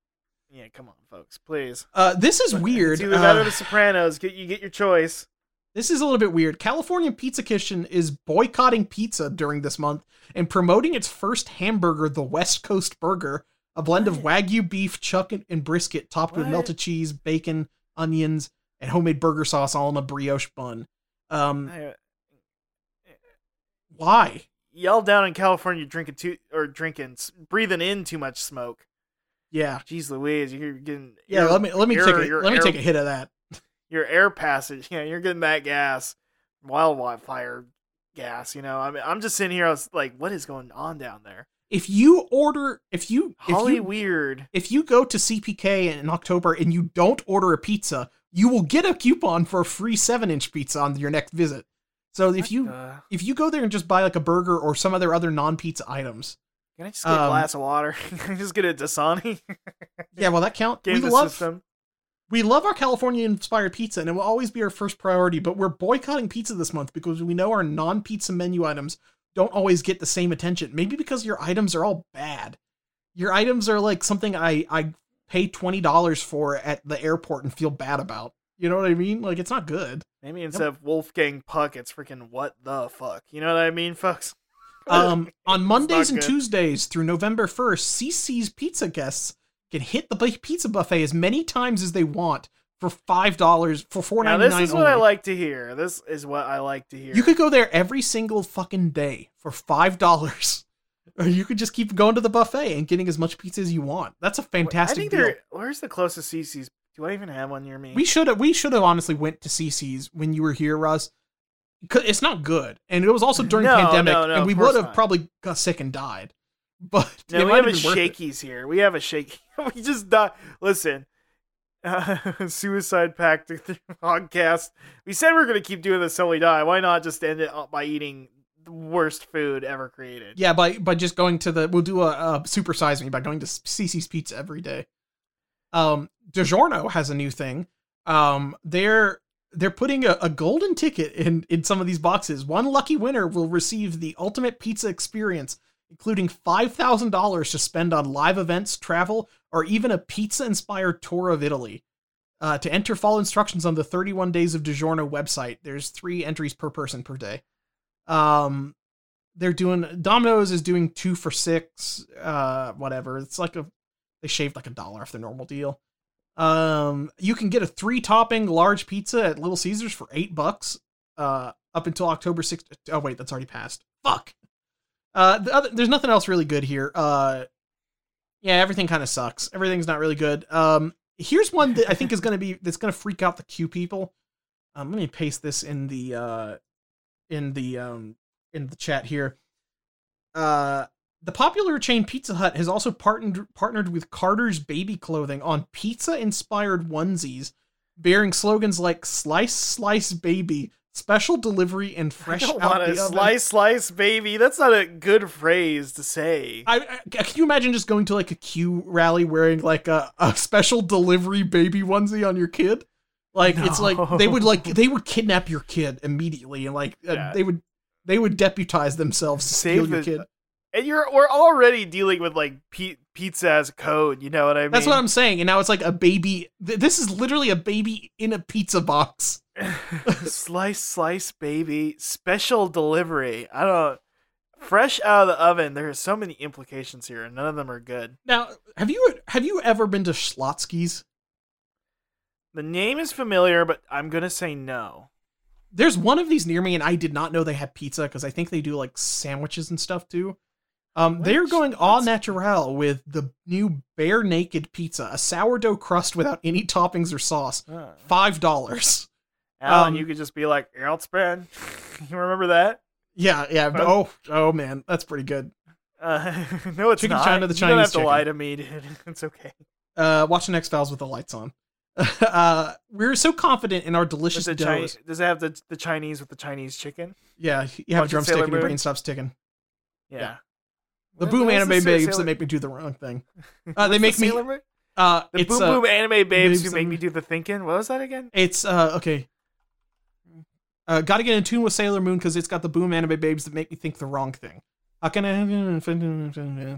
Yeah, come on, folks, please.
Uh, this is weird.
It's either that
Uh,
or The Sopranos. Get you get your choice.
this is a little bit weird. California Pizza Kitchen is boycotting pizza during this month and promoting its first hamburger, the West Coast Burger, a blend of wagyu beef, chuck, and- and brisket, topped with
What?
melted cheese, bacon, onions, and homemade burger sauce, all in a brioche bun. Um,
I-
why?
y'all down in California drinking too or drinking s- breathing in too much smoke.
Yeah.
Jeez Louise, you're getting
Yeah,
air-
let me let me
air-
take a,
your
let me
air-
take a hit of that.
your air passage. [laughs] Yeah, you're getting that gas, wildfire gas. You know, I mean, I'm just sitting here. I was like, what is going on down there?
If you order, if you if
Holly
you
weird.
if you go to CPK in October and you don't order a pizza, you will get a coupon for a free seven inch pizza on your next visit. So if you
Uh,
if you go there and just buy like a burger or some of their other non pizza items,
can I just get a
Um,
glass of water? [laughs] can I just get a Dasani? [laughs]
yeah, well that count.
Game
we
the
love
system.
we love our California inspired pizza, and it will always be our first priority. But we're boycotting pizza this month because we know our non pizza menu items don't always get the same attention. Maybe because your items are all bad. Your items are like something I I pay twenty dollars for at the airport and feel bad about. You know what I mean? Like it's
[laughs]
not good.
Maybe instead of Wolfgang Puck, it's freaking what the fuck. You know what I mean, folks?
Um, on Mondays
not
and
good.
Tuesdays through November 1st, CC's pizza guests can hit the bu- pizza buffet as many times as they want for five dollars for four
now
ninety nine.
this is what I like to hear. This is what I like to hear.
You could go there every single fucking day for five dollars, [laughs] or you could just keep going to the buffet and getting as much pizza as you want. That's a
Wait,
fantastic
I think
deal.
there. Where's the closest CC's? Do I even have one near me?
We should have we should have honestly went to CC's when you were here, Russ. 'Cause It's not good, and it was also during
No,
pandemic,
no, no,
and
of
we
course
would have
not.
probably got sick and died. [laughs] But
No,
it
we
might
have a
been worth it.
shakies here. We have a shaky. [laughs] we just die. Listen, [laughs] uh, suicide pact [laughs] podcast. We said we are gonna keep doing this till we die. Why not just end it up by eating the worst food ever created?
Yeah, by by just going to the we'll do a, a supersize me by going to CC's Pizza every day. Um, DiGiorno has a new thing. Um, they're they're putting a, a golden ticket in in some of these boxes. One lucky winner will receive the ultimate pizza experience, including five thousand dollars to spend on live events, travel, or even a pizza inspired tour of Italy. Uh, to enter, follow instructions on the 31 Days of DiGiorno website. There's three entries per person per day. Um, they're doing Domino's is doing two for six, uh, whatever. It's like a they shaved like a dollar off their normal deal. Um, you can get a three topping large pizza at Little Caesars for eight bucks, uh, up until October 6th. Oh, wait, that's already passed. Fuck. Uh, the other, there's nothing else really good here. Uh, yeah, everything kind of sucks. Everything's not really good. Um, here's one that I think is going to be that's going to freak out the Q people. Um, let me paste this in the uh, in the um, in the chat here. Uh, the popular chain Pizza Hut has also partnered partnered with Carter's Baby Clothing on pizza-inspired onesies, bearing slogans like "Slice, Slice, Baby," "Special Delivery," and
[laughs]
"Fresh
I don't
out
want
the
to
oven."
slice, slice, baby. That's not a good phrase to say.
I, I can you imagine just going to like a Q rally wearing like a, a special delivery baby onesie on your kid? Like it's like they would like they would kidnap your kid immediately and like uh,
Yeah.
they would they would deputize themselves to steal
Save
your
the-
kid.
and you're we're already dealing with like pi- pizza as code. You know what I mean?
That's what I'm saying. And now it's like a baby. Th- this is literally a baby in a pizza box.
[laughs]
[laughs]
slice, slice, baby. Special delivery. I don't. Fresh out of the oven. There are so many implications here, and none of them are good.
Now, have you have you ever been to Schlotsky's?
The name is familiar, but I'm gonna say no.
There's one of these near me, and I did not know they had pizza because I think they do like sandwiches and stuff too. Um, they're
Which-
going all
that's-
natural with the new bare naked pizza, a sourdough crust without any toppings or sauce.
Uh,
Five dollars. [laughs]
Alan,
Um,
you could just be like Earlspan. [laughs] you remember that?
Yeah, yeah.
Huh?
Oh, oh man, that's pretty good.
Uh, [laughs] no, it's
Chicken
not.
China, the
you don't have
Chinese
to lie to me, dude. [laughs] It's okay.
Uh, watching X Files with the lights on. [laughs] uh, we're so confident in our
Does
delicious
it,
doughs.
Chi- does it have the, the Chinese with the Chinese chicken?
Yeah, you have a
Watching
drumstick
Sailor
and your
Moon?
brain stops ticking.
Yeah.
Yeah. The
What-
boom
what is
anime
the
babes
Sailor-
that make me do the
[laughs]
wrong thing. Uh, they
what's
make
the
me.
Sailor Moon?
Uh,
The
it's
boom
uh,
boom anime babes who
babes
make
and-
me do the thinking. What was that again?
It's uh okay. Uh, gotta get in tune with Sailor Moon because it's got the boom anime babes that make me think the wrong thing. How can I?
Uh,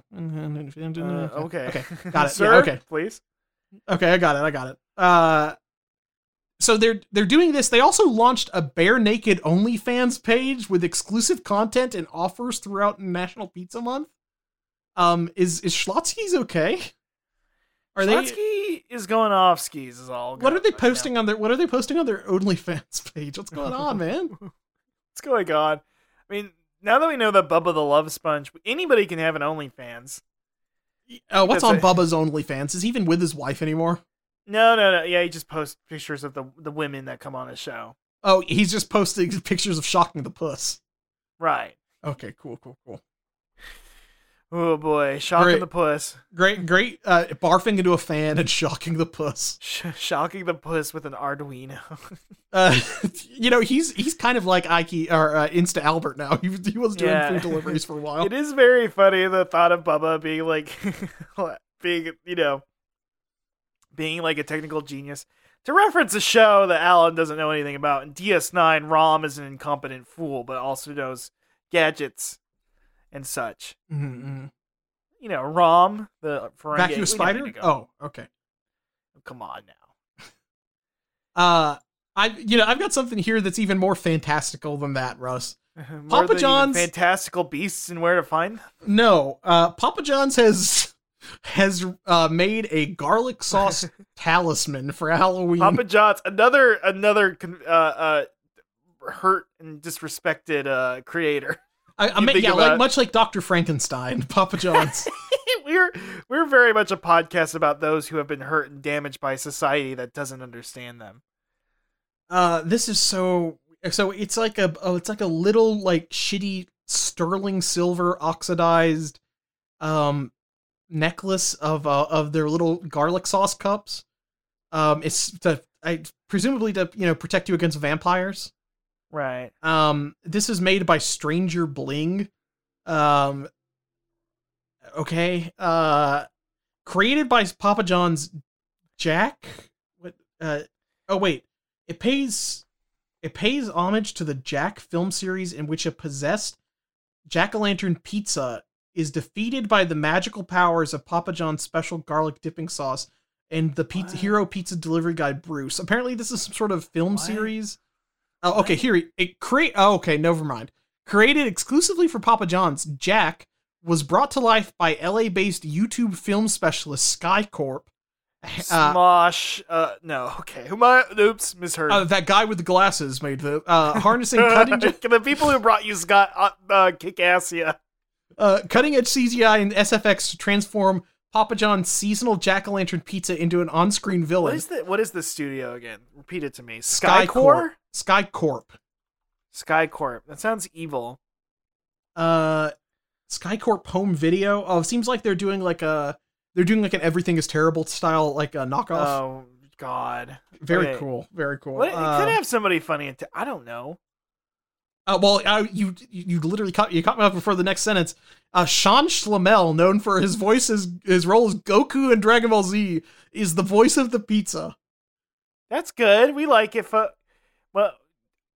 okay.
Okay.
[laughs]
got it. Yeah,
Sir,
okay.
Please.
Okay, I got it. I got it. Uh, so they're they're doing this. They also launched a bare naked OnlyFans page with exclusive content and offers throughout National Pizza Month. Um, is is Schlotsky's okay? Are they?
Schlotsky is going off skis. Is all.
What
good
are they
right now.
posting on their? What are they posting on their OnlyFans [laughs]
[laughs]
page? What's going on, man?
What's going on? I mean, now that we know that Bubba the Love Sponge, anybody can have an OnlyFans.
Uh, what's
That's
on
a-
Bubba's OnlyFans? Is he even with his wife anymore?
No, no, no. Yeah, he just posts pictures of the the women that come on his show.
Oh, he's just posting [laughs] pictures of shocking the puss.
Right.
Okay, cool, cool, cool.
Oh boy, shocking
Great.
the puss.
Great, great. Uh, barfing into a fan and [laughs] shocking the puss.
Sh- shocking the puss with an Arduino. [laughs]
Uh, [laughs] you know, he's he's kind of like Ike or uh, Insta Albert now. [laughs] He, was- he was doing
Yeah. [laughs]
food deliveries for a while.
It is very funny the thought of Bubba being like, [laughs] being you know, being like a technical genius. To reference a show that Alan doesn't know anything about, in DS9, Rom is an incompetent fool, but also knows gadgets and such.
Mm-mm.
You know, Rom, the Ferengi. we
Mm-hmm, Vacuum
know where
spider.
to go.
Oh, okay.
come on now. [laughs]
Uh, I you know I've got something here that's even more fantastical than that, Russ.
More
Papa
than even
John's-
fantastical beasts and where to find them.
No, uh, Papa John's has has uh, made a
[laughs]
garlic sauce talisman for Halloween.
Papa John's another another con- uh, uh, hurt and disrespected uh, creator.
I, I
you
mean,
think
yeah,
about-
like much like Doctor Frankenstein, [laughs]
[laughs]
Papa John's.
we're we're very much a podcast about those who have been hurt and damaged by society that doesn't understand them.
uh, this is so so. It's like a oh, it's like a little like shitty sterling silver oxidized um necklace of uh, of their little garlic sauce cups. Um, it's to I presumably to you know protect you against vampires.
[laughs] Right.
Um, this is made by Stranger Bling. Um, okay. Uh, created by Papa John's Jack. What? Uh, oh wait. It pays. It pays homage to the Jack film series in which a possessed jack o' lantern pizza is defeated by the magical powers of Papa John's special garlic dipping sauce and the pizza,
What?
hero pizza delivery guy Bruce. Apparently, this is some sort of film
What?
series. Oh, okay. Here he- it create. Oh, okay. Never mind. Created exclusively for Papa John's, Jack was brought to life by LA-based YouTube film specialist SkyCorp. Uh,
Smosh. Uh, no. Okay. Who am I? Oops. Misheard.
uh, that guy with the glasses made the
[laughs]
uh, harnessing cutting
the people who brought you Scott uh, uh, Kickassia.
uh, cutting edge CGI and SFX to transform Papa John's seasonal jack o' lantern pizza into an on screen
What
villain.
is the What is the studio again? Repeat it to me.
SkyCorp.
Skycore.
SkyCorp.
SkyCorp. That sounds evil.
Uh, SkyCorp Home Video. Oh, it seems like they're doing like a they're doing like an everything is terrible style like a knockoff.
Oh God.
very
okay.
cool. Very cool.
What, it
Uh,
could have somebody funny. Into, I don't know.
Uh, well, uh, you you literally caught you caught me off before the next sentence. Uh, Sean Schlemel, known for his voice as his role as Goku in Dragon Ball Z, is the voice of the pizza.
That's good. We like it. But well,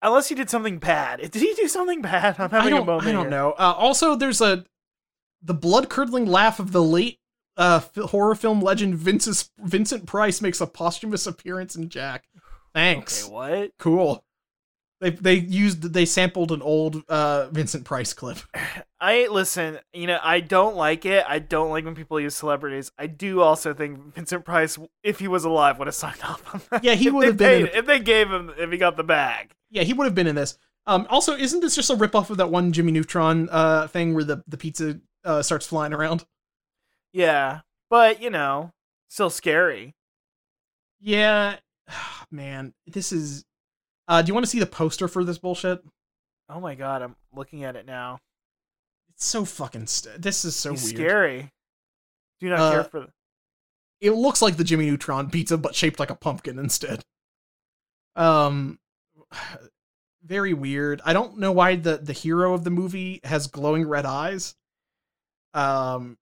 unless he did something bad. Did he do something bad? I'm having
I don't,
a moment.
I don't
here.
know. Uh, also, there's a the blood curdling laugh of the late uh, f- horror film legend Vincent Vincent Price makes a posthumous appearance in Jack. Thanks.
Okay, what?
Cool. They they used they sampled an old uh, Vincent Price clip.
I listen. You know, I don't like it. I don't like when people use celebrities. I do also think Vincent Price, if he was alive, would have signed off on that.
Yeah, he
If
would have
they
been in
paid- if they gave him if he got the bag.
Yeah, he would have been in this. Um, also, isn't this just a ripoff of that one Jimmy Neutron uh, thing where the, the pizza uh, starts flying around?
Yeah, but you know, still scary.
Yeah. [sighs] Man, this is. Uh, do you want to see the poster for this bullshit?
Oh my god, I'm looking at it now.
It's so fucking. St- this is so
He's
weird.
scary. Do not
Uh,
care for. The-
It looks like the Jimmy Neutron pizza, but shaped like a pumpkin instead. Um, very weird. I don't know why the the hero of the movie has glowing red eyes. Um,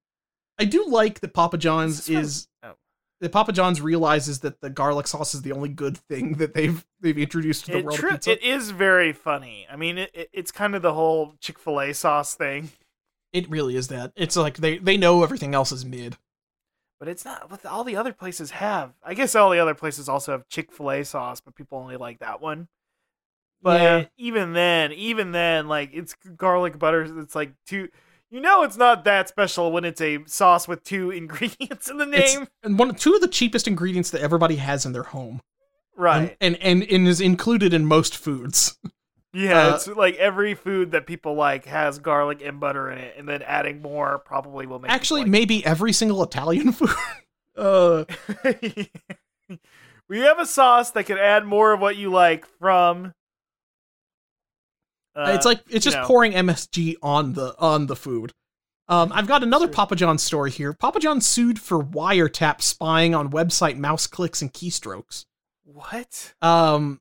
I do like that Papa John's
This is what-
is
oh.
that Papa John's realizes that the garlic sauce is the only good thing that they've they've introduced to the
it,
world
tri-
of pizza.
it is very funny. I mean, it, it- it's kind of the whole Chick Fil A sauce thing,
it really is that. It's like they they know everything else is mid.
but it's not what all the other places have. I guess all the other places also have Chick Fil A sauce, but people only like that one. But
Yeah.
even then, even then, like it's garlic butter. It's like two. You know, it's not that special when it's a sauce with two [laughs] ingredients in the
It's-
name,
and one two of the cheapest ingredients that everybody has in their home.
right?
And and, and and is included in most foods.
Yeah,
Uh,
it's like every food that people like has garlic and butter in it, and then adding more probably will make people
Actually,
like
maybe every single Italian [laughs] food. uh,
[laughs] we have a sauce that can add more of what you like from. Uh,
it's like it's
you
just
know.
pouring MSG on the on the food. Um, I've got another Papa John story here. Papa John sued for wiretap spying on website mouse clicks and keystrokes.
What?
Um,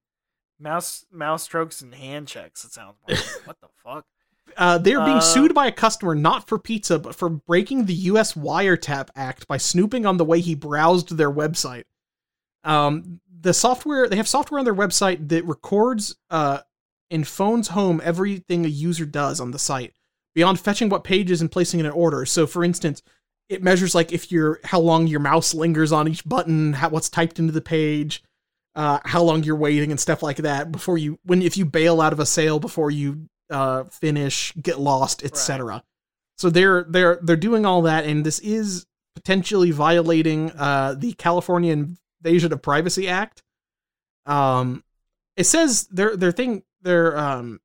Mouse mouse strokes and hand checks. It sounds. Like. what the
[laughs]
fuck?
uh, they are being
Uh,
sued by a customer not for pizza, but for breaking the U.S. Wiretap Act by snooping on the way he browsed their website. Um, the software they have software on their website that records uh, and phones home everything a user does on the site, beyond fetching what pages and placing in an order. So, for instance, it measures like if you're how long your mouse lingers on each button, how, what's typed into the page, uh, how long you're waiting, and stuff like that before you when if you bail out of a sale before you uh, finish, get lost, etc. So they're they're they're doing all that, and this is potentially violating uh, the California Invasion of Privacy Act. Um, it says their their thing their um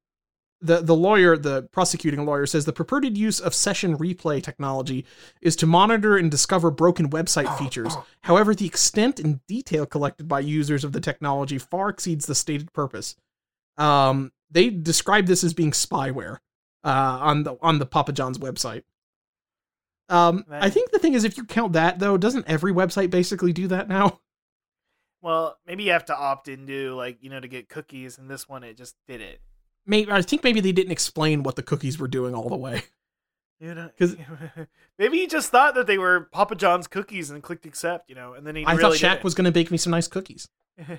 the the lawyer the prosecuting lawyer says the purported use of session replay technology is to monitor and discover
[gasps]
broken website features. However, the extent and detail collected by users of the technology far exceeds the stated purpose. Um, they describe this as being spyware uh, on the on the Papa John's website. Um, I
Right.
think the thing is, if you count that though, doesn't every website basically do that now?
Well, maybe you have to opt into like you know to get cookies, and this one it just did it.
Maybe I think maybe they didn't explain what the cookies were doing all the way.
You know, [laughs]
'Cause-
maybe he just thought that they were Papa John's cookies and clicked accept. You know, and then he.
I thought
really
Shaq was going to bake me some nice cookies.
was. [laughs]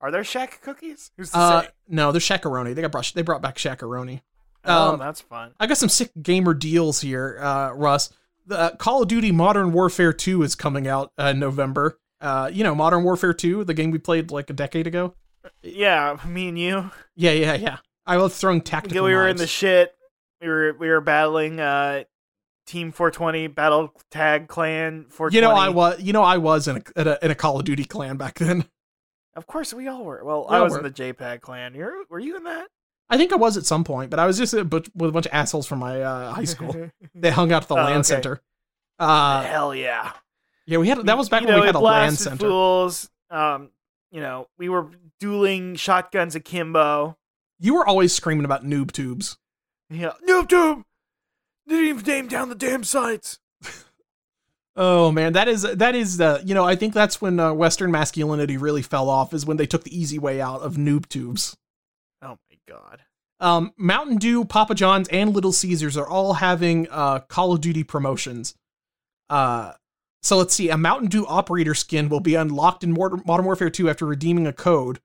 Are there Shaq cookies? [laughs] Who's to
Uh,
say?
no, they're shakaroni. They got brought, they brought back shakaroni.
Oh,
um,
that's fun.
I got some sick gamer deals here, uh, Russ. The uh, Call of Duty Modern Warfare 2 is coming out uh, in November. Uh, you know, Modern Warfare 2, the game we played like a decade ago.
Yeah, me and
[laughs]
you.
Yeah, yeah, yeah. I love throwing
Yeah,
tactical.
we were in
knives.
the shit. We were we were battling uh Team 420 Battle Tag Clan 420.
you know, I was. You know, I was in a, in a in a Call of Duty clan back then.
Of course, we all were. Well,
We
I
all
was in
were.
the JPEG Clan. You're were you in that
I think I was at some point, but I was just a but with a bunch of assholes from my uh, high school. they hung out at the
Oh,
land
okay.
center. Uh,
Hell yeah!
yeah, we had that was back
You
when
know,
we had
it
a land
blasted
center.
Fools. Um, you know, we were dueling shotguns akimbo.
You were always screaming about noob tubes.
Yeah, noob tube. Didn't even name down the damn sites.
Oh man, that is that is uh, you know I think that's when uh, Western masculinity really fell off is when they took the easy way out of noob tubes.
Oh my god.
Um, Mountain Dew, Papa John's, and Little Caesars are all having uh, Call of Duty promotions. Uh, so let's see, a Mountain Dew operator skin will be unlocked in Mor- Modern Warfare 2 after redeeming a code.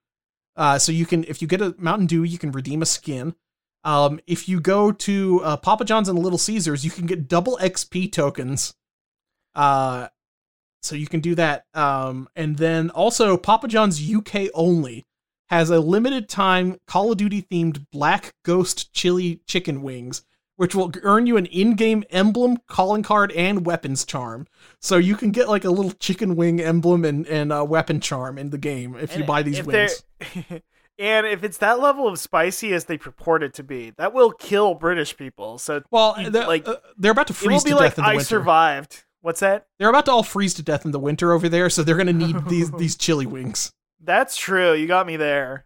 Uh, so you can, if you get a Mountain Dew, you can redeem a skin. Um, if you go to uh, Papa John's and Little Caesars, you can get double XP tokens. Uh, so you can do that. Um, and then also Papa John's UK only has a limited time Call of Duty themed Black Ghost Chili Chicken Wings, which will earn you an in game emblem, calling card, and weapons charm. So you can get like a little chicken wing emblem and, and uh, weapon charm in the game if you
And
buy these
they're- [laughs]
wings.
and if it's that level of spicy as they purport it to be, that will kill British people. So
Well,
you-
they're,
like,
uh, they're about to
it will
freeze
be
to
like
death in the
I
winter.
survived. What's that?
They're about to all freeze to death in the winter over there, so they're going
[laughs]
to need these these chili wings.
That's true. You got me there.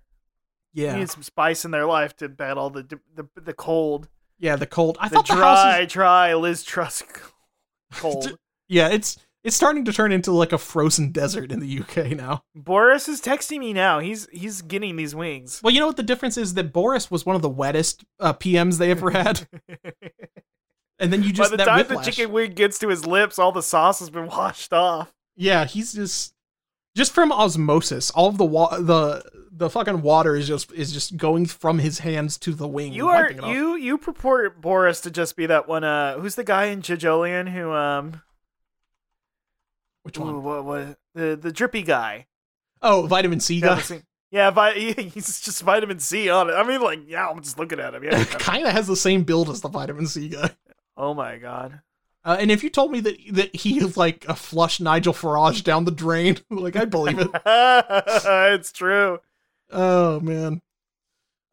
Yeah,
You need some spice in their life to battle the the, the cold,
yeah, the cold. I
the
thought the house is-
dry, dry Liz Truss [laughs] cold.
Yeah, it's it's starting to turn into like a frozen desert in the UK now.
Boris is texting me now. He's he's getting these wings.
Well, you know what the difference is that Boris was one of the wettest uh, PMs they
[laughs]
ever had, and then you
By
just
the
that
time
whiplash.
the chicken wing gets to his lips, all the sauce has been [laughs] washed off.
Yeah, he's just just from osmosis. All of the wa- the the fucking water is just is just going from his hands to the wing.
You
and
are
wiping it off.
you you purport Boris to just be that one. Uh, who's the guy in Jajolian who um,
Which
ooh,
one?
what, what the the drippy guy?
Oh, vitamin C guy.
Yeah, vi- [laughs] he's just vitamin C on it. I mean, like, yeah, I'm just looking at him.
[laughs]
Yeah.
kind of has the same build as the vitamin C guy.
oh my god.
Uh, and if you told me that that he like uh, flushed Nigel Farage down the drain, [laughs] like I
[laughs]
believe it.
it's true.
Oh man.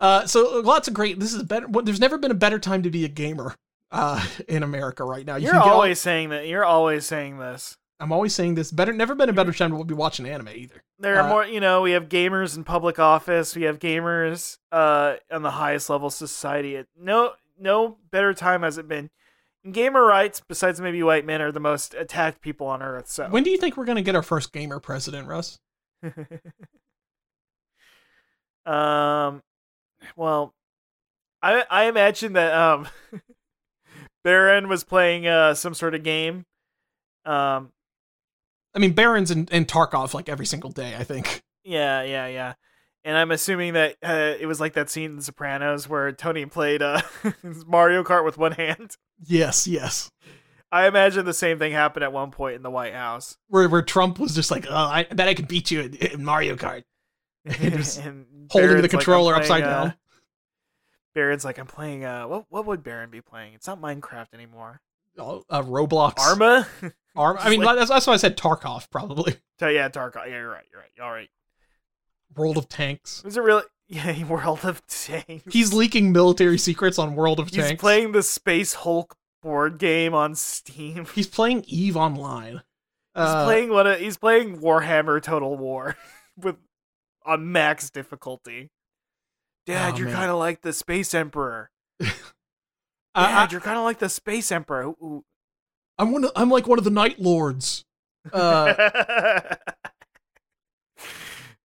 Uh, so lots of great. This is better. What, there's never been a better time to be a gamer uh, in America right now. You
You're
can get all-
always saying that. You're always saying this.
I'm always saying this. Better. Never been a better time to be watching anime either.
There are
Uh,
more, you know, we have gamers in public office. We have gamers uh on the highest level of society. It- No no better time has it been. Gamer rights, besides maybe white men, are the most attacked people on earth. So
When do you think we're gonna get our first gamer president, Russ?
[laughs] um, well, I I imagine that um, [laughs] Baron was playing uh some sort of game, um,
I mean, Barons and, and Tarkov like every single day. I think. [laughs]
Yeah, yeah, yeah. And I'm assuming that uh, it was like that scene in The Sopranos where Tony played uh, [laughs] Mario Kart with one hand.
Yes, yes.
I imagine the same thing happened at one point in the White House. [laughs]
Where where Trump was just like, oh, I I bet I could beat you in, in Mario Kart, And just
And
holding
Barron's like,
the
"I'm
controller
playing,
upside
uh,
down.
Barron's like, I'm playing. Uh, what what would Baron be playing? It's not Minecraft anymore.
Oh, uh, Roblox.
Arma. [laughs]
Arm- I mean,
Just like-
that's, that's why I said Tarkov probably. [laughs]
so, yeah, Tarkov. Yeah, you're right. You're right. All right.
World of Tanks.
Was it really? [laughs] Yeah, World of Tanks.
He's leaking military secrets on World of
He's
Tanks.
playing the Space Hulk board game on Steam.
He's playing Eve Online. Uh, He's
He's playing what? A, he's playing Warhammer Total War [laughs] with on max difficulty. Dad,
Oh,
you're
man.
kind of like the Space Emperor.
I,
Dad, you're kind of like the Space Emperor. Ooh, ooh.
am one. Of, I'm like one of the
[laughs]
Night Lords. Uh,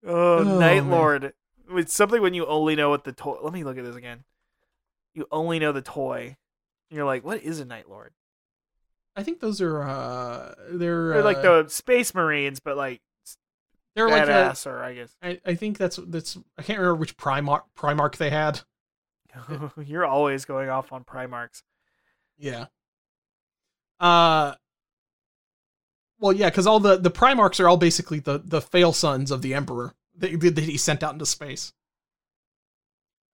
oh,
oh,
Night
man.
Lord. It's something when you only know what the toy. Let me look at this again. You only know the toy. And you're like, what is a Night Lord?
I think those are. Uh, they're
They're like
uh,
the Space Marines, but like
They're like a,
badass, or I guess. [laughs]
I, I think that's that's. I can't remember which Primark Primark they had.
you're always going off on Primarchs.
Yeah. Uh. Well, yeah, because all the the Primarchs are all basically the the fail sons of the Emperor that, that he sent out into space.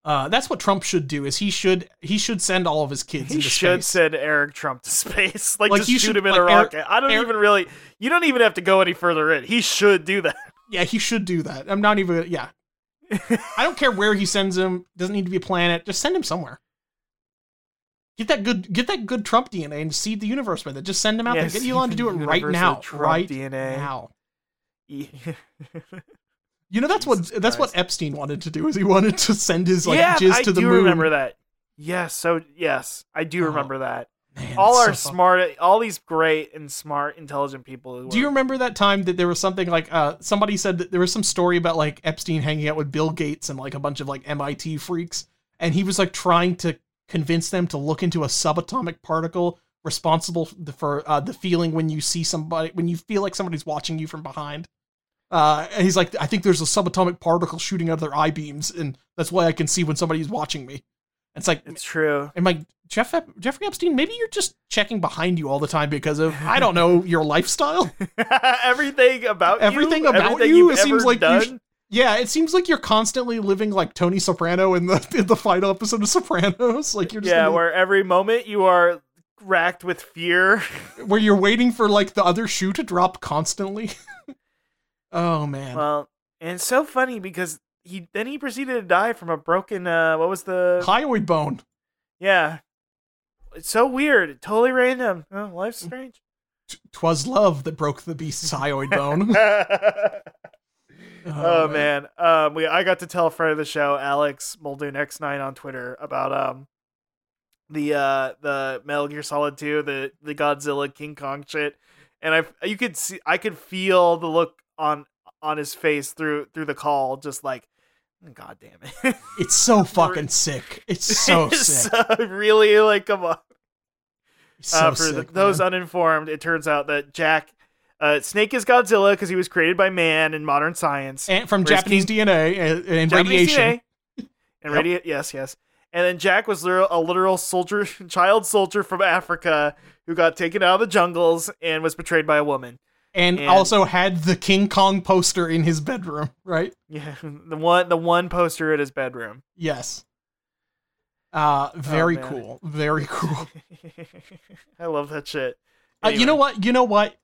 Uh, that's what Trump should do. Is he should he should send all of his kids
He
into
should
space.
send Eric Trump to [laughs] space. Like,
Like,
just
you
shoot
should-
him in a
like, Eric-
rocket. I don't
Eric-
even really. You don't even have to go any further in. He should do that. [laughs]
yeah, he should do that. I'm not even. Yeah, I don't care where he sends him. Doesn't need to be a planet. Just send him somewhere. Get that good. Get that good Trump DNA and seed the universe with it. Just send him out
Yes,
there. Get Elon to do it right
universal
now.
Trump
Right
DNA.
now.
Yeah.
You know that's
Jesus
what that's what
Christ.
Epstein wanted to do is he wanted to send his like
yeah,
jizz
I
to the
do
moon.
remember that. Yes, so yes, I do
Oh,
remember that.
Man,
All
that's
our
so fuck-
smart, all these great and smart, intelligent people. Who
Do you
were-
remember that time that there was something like uh somebody said that there was some story about like Epstein hanging out with Bill Gates and like a bunch of like MIT freaks and he was like trying to convince them to look into a subatomic particle responsible f- for uh, the feeling when you see somebody when you feel like somebody's watching you from behind. Uh, and he's like, I think there's a subatomic particle shooting out of their eye beams, and that's why I can see when somebody's watching me. It's like,
It's
[laughs]
true. [laughs]
And like Jeff Ep- Jeffrey Epstein, maybe you're just checking behind you all the time because of I
[laughs]
don't know your lifestyle.
everything about you-
Everything about
everything
you,
you've
it seems
ever
like you
done,
sh- Yeah, it seems like you're constantly living like Tony Soprano in the in the final episode of Sopranos. Like you're just
yeah,
in the-
where every moment you are racked with fear.
where, you're waiting for like the other shoe to drop constantly. [laughs] oh man,
Well, and it's so funny because he then he proceeded to die from a broken uh what was the
hyoid bone.
yeah. It's so weird, totally random. Oh, life's strange.
T- Twas love that broke the beast's hyoid
[laughs]
bone.
oh,
[laughs] Oh,
man, um, we I got to tell a friend of the show, Alex Muldoon X9 on Twitter about um the uh the Metal Gear Solid 2, the the Godzilla King Kong shit, and I you could see I could feel the look on on his face through through the call, just like. God damn it! [laughs]
It's so fucking sick. It's so sick.
So- really, like, come on.
So
uh, for
sick,
th- those
man.
uninformed, it turns out that Jack, uh, Snake is Godzilla because he was created by man in modern science.
and from
where's
Japanese DNA and, and radiation.
DNA. [laughs] And
Yep.
radio, yes, yes. And then Jack was literal, a literal soldier, [laughs] child soldier from Africa who got taken out of the jungles and was betrayed by a woman. [laughs]
and,
And-
also had the King Kong poster in his bedroom, right?
Yeah, the one, the one poster at his bedroom. [laughs]
Yes. Uh very
man.
cool. Very [laughs] cool.
I love that shit.
Uh, you know
Anyway.
what? You know what?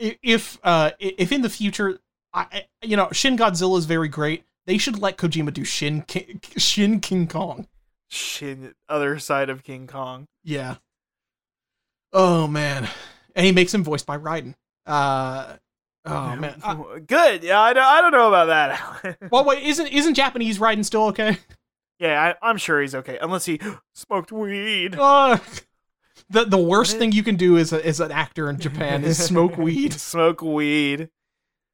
I- If uh i- if in the future I I- you know, Shin Godzilla is very great. They should let Kojima do Shin Ki- Shin King Kong.
Shit, other side of King Kong.
Yeah. Oh man. And he makes him voiced by Raiden. Uh Oh man. Uh,
good. Yeah, I don't, I don't know about that. [laughs] Alan.
well, wait, isn't isn't Japanese Raiden still okay?
yeah, I, I'm sure he's okay, unless he smoked weed.
Uh, The the worst
is-
thing you can do as a, as an actor in Japan is
[laughs]
smoke weed.
Smoke weed.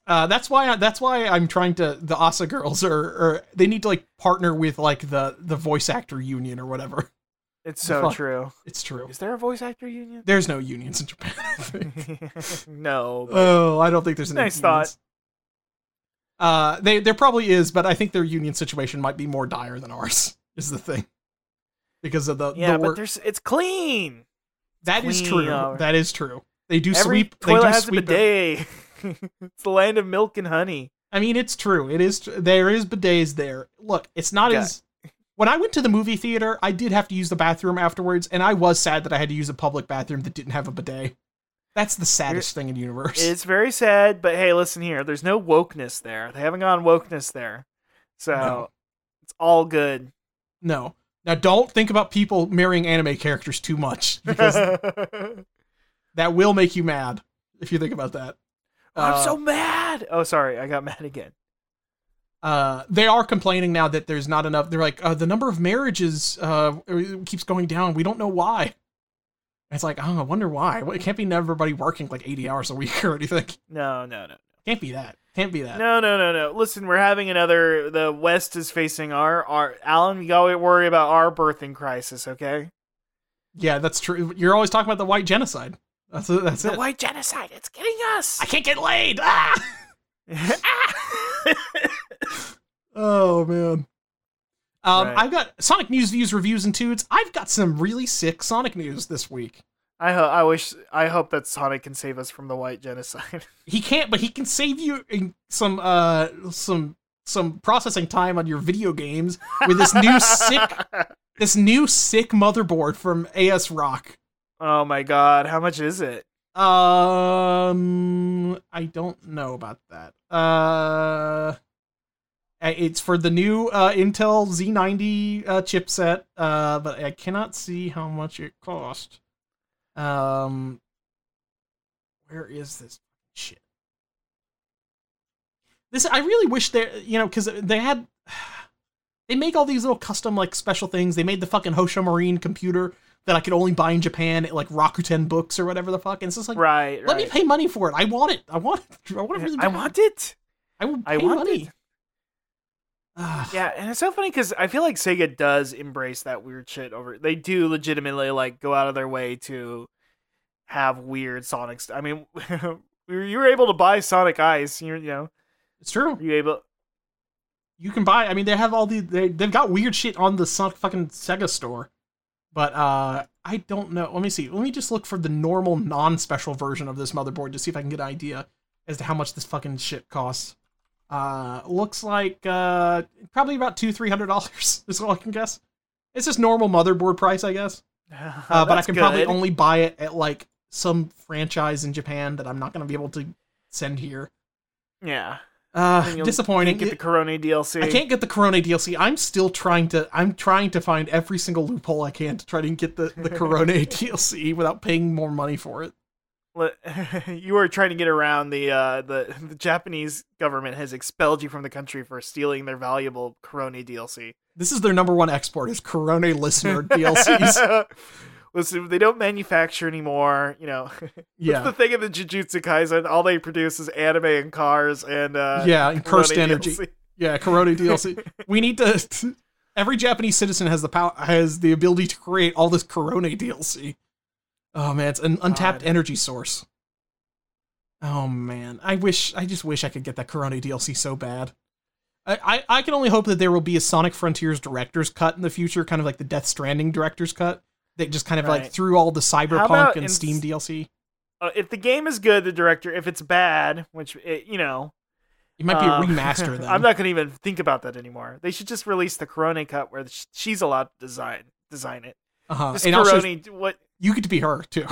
Uh, that's why I, that's why I'm trying to. The Asa girls are, are they need to like partner with like the the voice actor union or whatever. [laughs]
It's so
Fuck.
true.
It's true.
Is there a voice actor
[laughs]
union?
There's no unions in Japan. I
[laughs]
think.
no. but-
oh, I don't think there's any.
Nice
unions. Uh, they there probably is, but I think their union situation might be more dire than ours. Is the thing because of the
yeah,
the
but
work
there's it's clean.
that is
clean
true.
hour.
That is true. They do
Every
sweep. They
toilet
do
has a
sweep it-
bidet. [laughs] it's the land of milk and honey.
I mean, it's true. It is. tr- There is bidets there. Look, it's not
Yeah.
as. When I went to the movie theater, I did have to use the bathroom afterwards, and I was sad that I had to use a public bathroom that didn't have a bidet. That's the saddest thing in the universe.
It's very sad, but hey, listen here. There's no wokeness there. They haven't gone wokeness there, so
No.
it's all good.
no. Now, don't think about people marrying anime characters too much
[laughs]
because
I'm
that will make you mad if you think about that. Uh,
so mad. Oh, sorry, I got [laughs] mad again.
uh, they are complaining now that there's not enough. They're like, uh, the number of marriages uh, keeps going down. We don't know why. And it's like, oh, I wonder why. Well, it can't be everybody working like 80 hours a week or anything.
No, no, no.
Can't be that. Can't be that.
No, no, no, no. Listen, we're having another. The West is facing our our Alan. You gotta worry about our birthing crisis, okay?
Yeah, that's true. You're always talking about the white genocide. That's that's
The
it.
white genocide. It's getting us.
I can't get laid. Ah! Oh man. Um,
Right.
I've got Sonic news, views, reviews, and tudes. I've got some really sick Sonic news this week.
[laughs] I ho- I wish. I hope that Sonic can save us from the white genocide.
He can't, but he can save you in some uh some some processing time on your video games with
[laughs]
this new sick this new sick motherboard from AS Rock.
Oh my god, how much is it?
Um, I don't know about that. Uh, I- it's for the new uh, Intel Z90 uh, chipset, uh, but I cannot see how much it cost. Um, where is this shit? This I really wish they, you know, because they had. [sighs] They make all these little custom like special things. They made the fucking Hosho Marine computer that I could only buy in Japan at like Rakuten Books or whatever the fuck. And it's just like,
right.
let
right.
me pay money for it. I want it. I want it. I want it. Really
I
bad.
want it.
I will. Pay
I want
money.
it.
[sighs] Ugh.
Yeah, and it's so funny because I feel like Sega does embrace that weird shit. Over they do legitimately like go out of their way to have weird Sonic. St- I mean, [laughs] you were- you were able to buy Sonic Ice. You, you know,
it's true.
were you able? [laughs]
You can buy. I mean, they have all the. They, they've got weird shit on the Sonic fucking Sega store, but uh, I don't know. Let me see. Let me just look for the normal non-special version of this motherboard to see if I can get an idea as to how much this fucking shit costs. Uh, looks like uh, probably about two three hundred dollars. [laughs] Is all I can guess. It's just normal motherboard price, I guess. Uh, but I
Oh, That's
can probably
good.
only buy it at like some franchise in Japan that I'm not going to be able to send here.
yeah.
Uh,
And you'll-
disappointing.
Can't get the Corona DLC.
I can't get the Corona DLC. I'm still trying to. I'm trying to find every single loophole I can to try to get the the
[laughs]
Corona DLC without paying more money for it.
Let- [laughs] you were trying to get around the uh, the [laughs] the Japanese government has expelled you from the country for stealing their valuable Corona DLC.
This is their number one export is Corona
[laughs]
listener DLCs.
Listen, they don't manufacture anymore. You know, That's
Yeah,
the thing in the Jujutsu Kaisen. All they produce is anime and cars and uh, E
yeah, and cursed
Ronin
energy.
DLC. [laughs]
Yeah, Corona DLC. we need to. [laughs] Every Japanese citizen has the power, has the ability to create all this Corona DLC. Oh man, it's an untapped
God.
energy source. Oh man, I wish, I just wish I could get that Corona DLC so bad. I, I, I can only hope that there will be a Sonic Frontiers director's cut in the future, kind of like the Death Stranding director's cut. That just kind of like
Right.
threw all the cyberpunk
about
and
in-
Steam DLC.
Uh, if the game is good, the director. If it's bad, which it, you know,
It might be
um, [laughs]
a remaster. Then
I'm not gonna even think about that anymore. They should just release the Corona cut where sh- she's allowed to design design it.
Uh-huh.
This
And also,
Corona, what?
you get to be her too.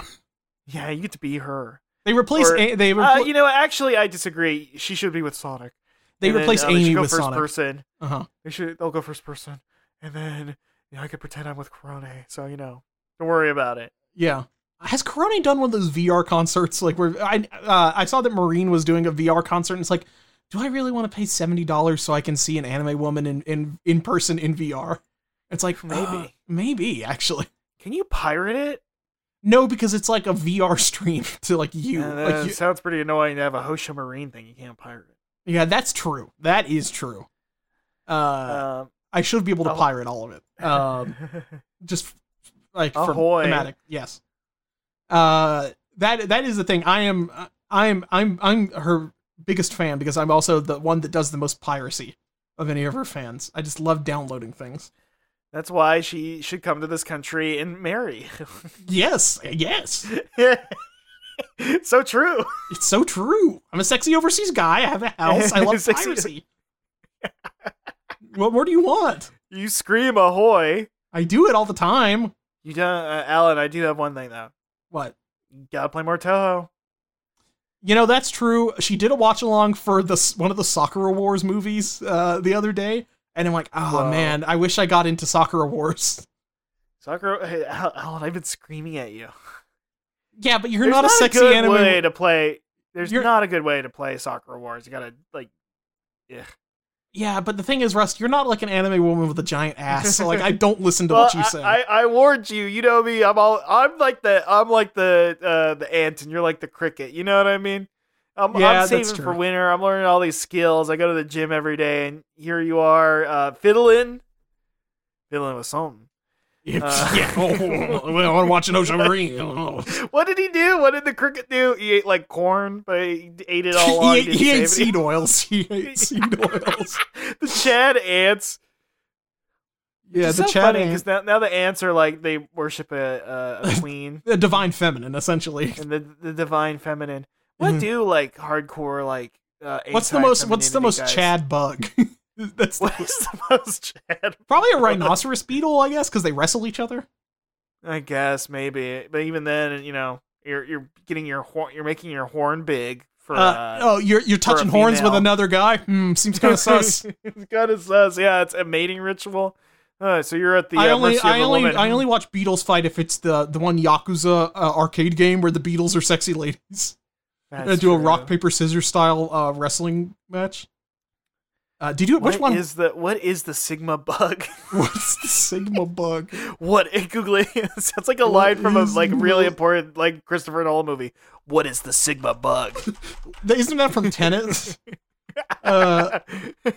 Yeah, you get to be her.
They replace.
Or-
A- they
Uh,
repla-
you know, actually, I disagree. She should be with Sonic.
they
And then,
replace
uh, they should
Amy
go
with
first
Sonic.
person.
Uh huh.
They should. They'll go first person, and then you know, I could pretend I'm with Corona. So you know, don't worry about it.
Yeah. Has Corona done one of those VR concerts? Like where I uh, I saw that Marine was doing a VR concert, and it's like, do I really want to pay seventy dollars so I can see an anime woman in in, in person in VR? It's like
Maybe.
uh, maybe actually.
Can you pirate it?
No, because it's like a VR stream [laughs] to like you.
And, uh,
like you
it sounds pretty annoying to have a Hosha Marine thing you can't pirate.
yeah, that's true. That is true. Uh,
Um,
I should be able to
I'll-
pirate all
[laughs]
of it. Um, [laughs] just like for
Ahoy.
thematic. Yes. Uh, that that is the thing. I am I'm I'm I'm her biggest fan because I'm also the one that does the most piracy of any of her fans. I just love downloading things.
[laughs] that's why she should come to this country and
[laughs]
marry. [laughs]
Yes, yes,
so true.
it's so true. I'm a sexy overseas guy. I have a
[laughs]
house. I love
Sexy-
piracy. what more do you want?
You scream ahoy.
I do it all the time.
You don't, uh, Alan. I do have one thing though.
What?
You gotta play more Toho.
You know that's true. She did a watch along for the one of the Sakura Wars movies uh, the other day, and I'm like, oh
Whoa.
man, I wish I got into Sakura Wars.
Sakura, hey, Al- Alan, I've been screaming at you.
[laughs] Yeah, but you're
There's
not a sexy
good
anime.
way to play. There's
You're-
not a good way to play Sakura Wars. You gotta like, yeah.
Yeah, but the thing is, Rust, you're not like an anime woman with a giant ass.
[laughs]
So like, I don't listen to
Well,
[laughs] what you say.
I, I, I warned you. You know me. I'm all. I'm like the. I'm like the. Uh, the ant, and you're like the cricket. You know what I mean? I'm,
Yeah,
I'm
that's
saving for
true.
winter. I'm learning all these skills. I go to the gym every day, and here you are, uh, fiddling, fiddling with something. [laughs] uh, [laughs]
yeah, oh, well, I want to watch an Ocean Marine. [laughs] Oh.
What did he do? What did the cricket do? He ate like corn, but he ate it all.
[laughs] he
on.
ate,
didn't
he ate
save it.
seed oils. [laughs] He
[laughs]
ate seed oils.
The Chad ants.
Yeah,
It's
the
so
Chad
funny
ant,
because now, now the ants are like they worship a, a, a
[laughs]
queen
the uh, divine feminine, essentially.
and the the divine feminine. What
Mhm.
do like hardcore like? Uh,
What's the most? What's the most
anti-femininity guys-
Chad bug? [laughs]
[laughs]
That's
What's the most Chad?
Probably
[laughs]
a rhinoceros beetle, I guess, because they wrestle each other.
I guess maybe, but even then, you know, you're you're getting your horn, you're making your horn big for.
Uh,
Uh, [laughs]
oh, you're you're
for a
touching horns with
female.
another guy. Hmm,
[laughs]
seems [laughs] kind of sus.
it's kind of sus. Yeah, it's a mating ritual. Uh, so you're at the
I
uh,
only
mercy of
I
a
only
woman.
I only watch Beatles fight if it's the the one Yakuza uh, arcade game where the Beatles are sexy ladies. [laughs]
That's
Uh, do a rock
true.
paper scissors style uh, wrestling match. Uh, do you do it? Which
What
one?
is the what is the Sigma bug?
[laughs]
[laughs]
What's the [laughs] Sigma bug?
what [laughs] Google it. It Sounds like a
What
line from a
is
like
the-
really important like Christopher Nolan movie. What is the Sigma bug?
[laughs] Isn't that
[laughs]
from Tenet? uh, I,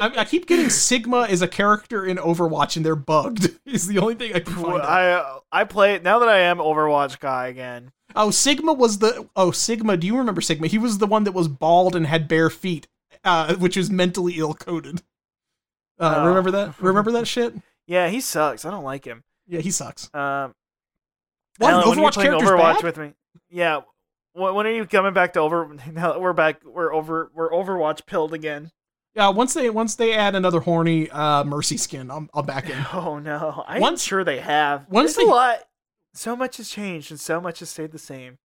I keep getting Sigma is a character in Overwatch, and they're bugged. [laughs] Is the only thing I can find.
Well,
out.
I I play it now that I am Overwatch guy again.
Oh, Sigma was the oh Sigma. Do you remember Sigma? He was the one that was bald and had bare feet, uh, which is mentally ill coded. Uh,
Oh.
Remember that? Remember that shit?
Yeah, he sucks. I don't like him.
Yeah, he sucks.
Um,
What,
Alan, when are you
Overwatch
playing
character's
Overwatch
bad?
with me? Yeah. When when are you coming back to over? [laughs] Now that we're back, we're over. We're Overwatch pilled
[sighs]
again.
Yeah, Uh, once they once they add another horny uh, Mercy skin, I'm I'll back in.
Oh no! I'm
Once-
sure they have.
once
There's
they-
a lot. So much has changed, and so much has stayed the same.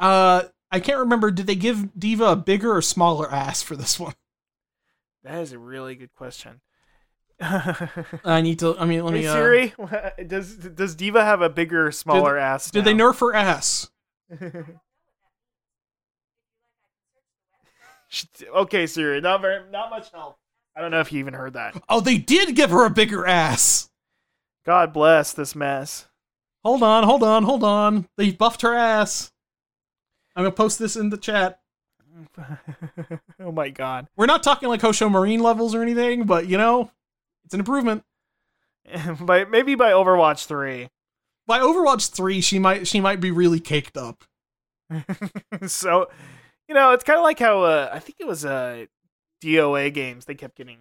Uh, I can't remember. Did they give Diva a bigger or smaller ass for this one?
That is a really good question. [laughs] hey
I need to. I mean, let me. Uh,
Siri, [laughs] does does Diva have a bigger, smaller ass?
did they
[laughs] now?
nerf her ass?
She- [laughs] okay, Siri, not very, not much help. I don't know if you even heard that.
Oh, they did give her a bigger ass.
God bless this mess. [laughs]
Hold on, hold on, hold on. They buffed her ass. I'm gonna post this in the chat.
oh my God. [laughs]
We're not talking like Hosho Marine levels or anything, but you know, it's an improvement.
by maybe by Overwatch three, [laughs]
By Overwatch 3, she might she might be really caked up.
so you know it's kind of like how uh, I think it was uh, DOA games they kept getting.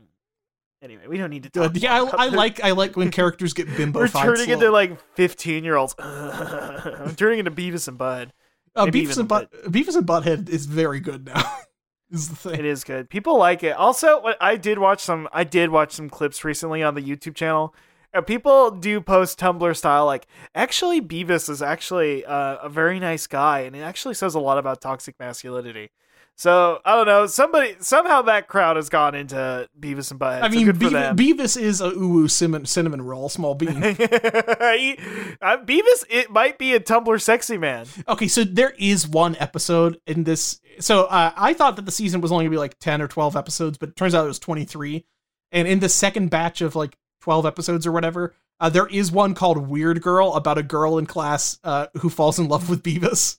Anyway, we don't need to talk.
Good. Uh, Yeah,
about
I, I
this.
like I like when characters get bimbo
We're
fights.
turning into
slow.
like fifteen year olds. [laughs] I'm turning into Beavis and Bud.
uh,
maybe
Beavis
even
and
a
Butt Beavis and Butthead is very good now. [laughs] is the thing.
It is good. People like it. Also, what I did watch some. I did watch some clips recently on the YouTube channel. Uh, people do post Tumblr style like actually Beavis is actually uh, a very nice guy, and it actually says a lot about toxic masculinity. So I don't know. Somebody somehow that crowd has gone into Beavis and Butthead.
I mean,
so good for
Beavis,
them.
Beavis is a uwu cinnamon, cinnamon roll, small
[laughs]
bean.
He- uh, Beavis, it might be a Tumblr sexy man.
Okay, so there is one episode in this. So uh, I thought that the season was only gonna be like ten or twelve episodes, but it turns out it was twenty three. And in the second batch of like twelve episodes or whatever, Uh, there is one called Weird Girl about a girl in class uh, who falls in love with Beavis.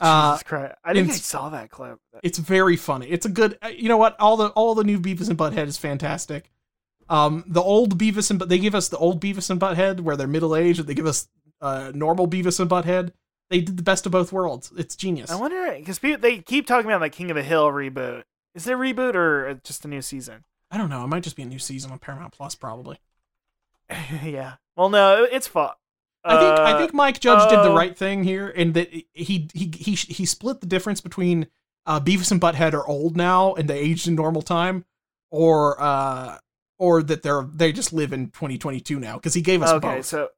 Uh,
Jesus Christ! I think I
it's-
saw that clip.
It's very funny. It's a good. uh, You know what? All the all the new Beavis and Butthead is fantastic. Um, the old Beavis and but they give us the old Beavis and Butthead where they're middle aged. and They give us uh normal Beavis and Butthead. They did the best of both worlds. It's genius.
I wonder because they keep talking about like King of the Hill reboot. Is it a reboot or uh, just a new season? [laughs]
I don't know. It might just be a new season on Paramount Plus, probably.
yeah. Well, no, it's fun.
I think I
Uh,
think Mike Judge did the
oh.
right thing here, and that he he he he split the difference between uh, Beavis and Butthead are old now and they aged in normal time, or uh, or that they're they just live in 2022 now because he gave us
uh, Okay,
both.
so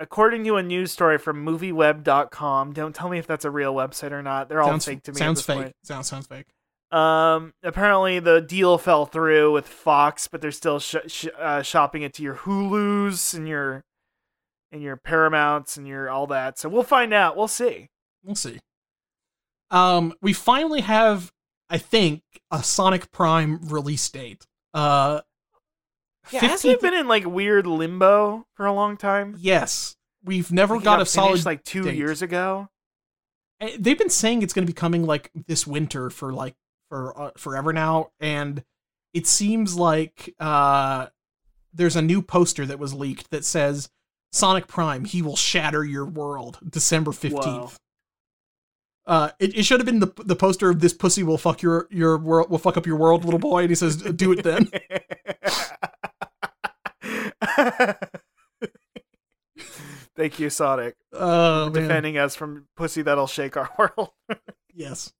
according to a news story from movieweb.com, don't tell me if that's a real website or not. They're all
sounds
fake to me. at
sounds
this
fake.
point.
Sounds sounds fake.
Um, apparently the deal fell through with Fox, but they're still sh- sh- uh, shopping it to your Hulu's and your and your Paramounts and your all that. So we'll find out. We'll see.
We'll see. Um, we finally have, I think, a Sonic Prime release date. Uh,
Yeah, hasn't
15th
it been in like weird limbo for a long time?
Yes, we've never
Like, it
got a
finished,
solid
like two
date.
years ago. [laughs]
Uh, they've been saying it's going to be coming like this winter for like for uh, forever now and it seems like uh there's a new poster that was leaked that says sonic prime he will shatter your world december 15th
Whoa.
uh it, it should have been the the poster of this pussy will fuck your your world will fuck up your world little boy and he says do
[laughs]
it then
Thank you, Sonic,
uh man.
defending us from pussy that'll shake our [laughs] world.
yes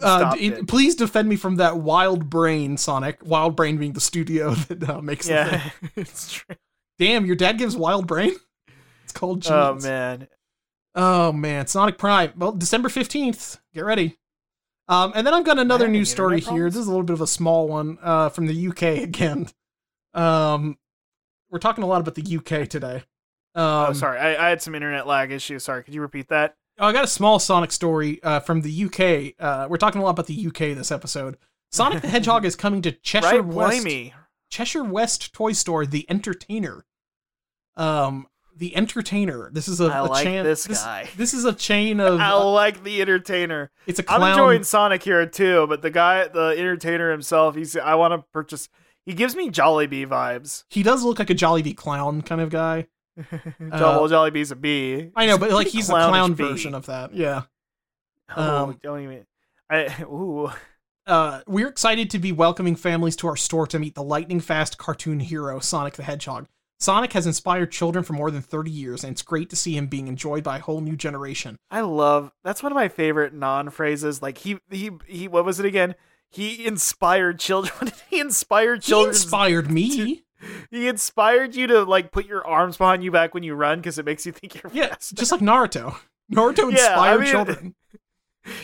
uh,
Stopped
d-
it.
please defend me from that wild brain, Sonic. Wild brain being the studio [laughs] that uh, makes the thing.
Yeah,
[laughs]
it's true.
Damn, your dad gives Wild Brain. It's called Genius.
Oh man,
Oh man, Sonic Prime. Well, December fifteenth. Get ready. Um, and then I've got another
have any
news story
internet
here.
problems?
This is a little bit of a small one uh, from the UK again. Um, we're talking a lot about the UK today. Um,
oh, sorry. I, I had some internet lag issues. Sorry. Could you repeat that?
Oh, I got a small Sonic story uh, from the UK. Uh, we're talking a lot about the UK this episode. Sonic the Hedgehog is coming to Cheshire
right?
West.
Blimey.
Cheshire West toy store, The Entertainer. Um, The Entertainer. This is a,
I
a
like
chan-
this guy.
This is a chain
[laughs]
of.
I
uh,
like the entertainer.
it's a
I'm
clown.
enjoying Sonic here too, but the guy, the entertainer himself, he's. I want to purchase. He gives me Jollibee vibes.
he does look like a Jollibee clown kind of guy. [laughs]
Double Jollibee's a bee.
Uh, I know, but like
pretty
he's the
clownish
clown
bee.
version of that. Yeah.
Oh,
Um,
don't even. I, [laughs] ooh,
Uh, we're excited to be welcoming families to our store to meet the lightning fast cartoon hero Sonic the Hedgehog. Sonic has inspired children for more than 30 years, and it's great to see him being enjoyed by a whole new generation.
I love. That's one of my favorite non phrases. Like he, he, he. What was it again? He inspired children. [laughs] What did he inspired
He
children?
inspired me.
He inspired you to like put your arms behind you back when you run because it makes you think you're [laughs]
Yeah,
fast.
just like Naruto. Naruto
Yeah, I
inspired
mean-
children.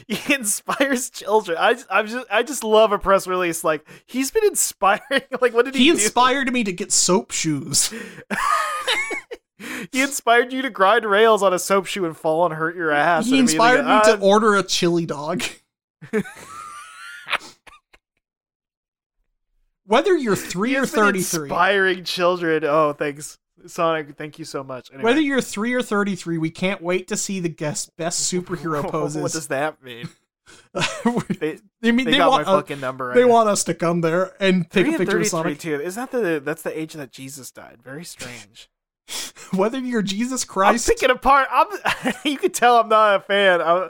He inspires children. I just, I'm just I just love a press release like he's been inspiring. [laughs] Like what did he,
[laughs] He
do?
inspired me to get soap shoes.
He inspired you to grind rails on a soap shoe and fall and hurt your ass.
he
And immediately
inspired me
go,
to
"Ah,
order a chili dog.
[laughs]
Whether you're three
he's
or
been
thirty-three,
Inspiring children. Oh, thanks, Sonic. Thank you so much. Anyway.
whether you're three or thirty-three, we can't wait to see the guest best
[laughs]
superhero
What [laughs]
poses. [laughs]
does that mean? They,
they mean
they,
[laughs] they,
got
want
my
us-
fucking number.
they
right
want us to come there and
now.
take
3
a
and
picture
33
of Sonic.
too. Is that the that's the age that Jesus died? Very strange.
Whether you're Jesus
I'm
[laughs] Christ,
picking apart. I'm. [laughs] you can tell I'm not a fan. I,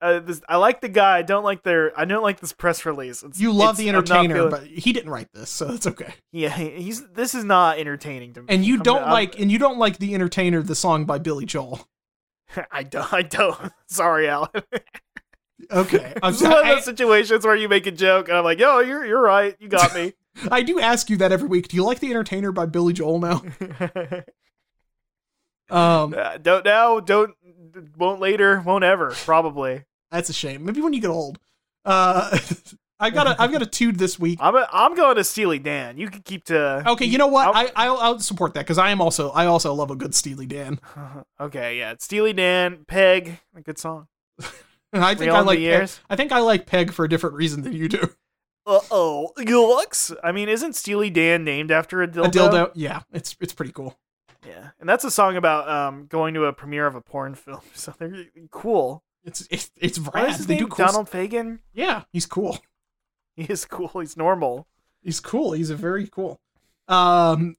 uh, this, I like the guy. I don't like their. I don't like this press release. It's-
you
it's-
love the
I'm not
entertainer,
feeling-
but he didn't write this, so that's okay.
[laughs] yeah, he- he's. This is not entertaining to me.
And you
I'm-
don't
I'm-
like, and you don't like the entertainer, the song by
[laughs]
Billy Joel.
[laughs] I don't. I don't. [laughs] Sorry, Alan.
Okay, I'm
It's one of
sorry. I,
those situations where you make a joke, and I'm like, "Yo, you're you're right. You got
[laughs]
me."
I do ask you that every week. Do you like the entertainer by Billy Joel now?
[laughs]
Um,
Uh, don't now. Don't. Won't later. Won't ever. Probably.
that's a shame. Maybe when you get old. Uh, [laughs] I've got a, I've got a tood this
[laughs]
week.
I'm. A, I'm going to Steely Dan. You can keep to.
Okay, you know what?
I'll-
I I'll, I'll support that because I am also I also love a good Steely Dan. [laughs]
[laughs] okay. Yeah. Steely Dan. Peg. A good song.
And I think
Real
I
in the
like
years.
I think I like Peg for a different reason than you do.
Uh oh, looks. I mean, isn't Steely Dan named after a dildo?
A dildo, yeah, it's it's pretty cool.
Yeah, and that's a song about um going to a premiere of a porn film. [laughs] So they're cool.
It's it's it's
Why
rad.
is his
They
name
do cool
Donald Fagan?
Yeah, he's cool.
[laughs] He is cool. He's normal.
He's cool. He's a very cool. Um,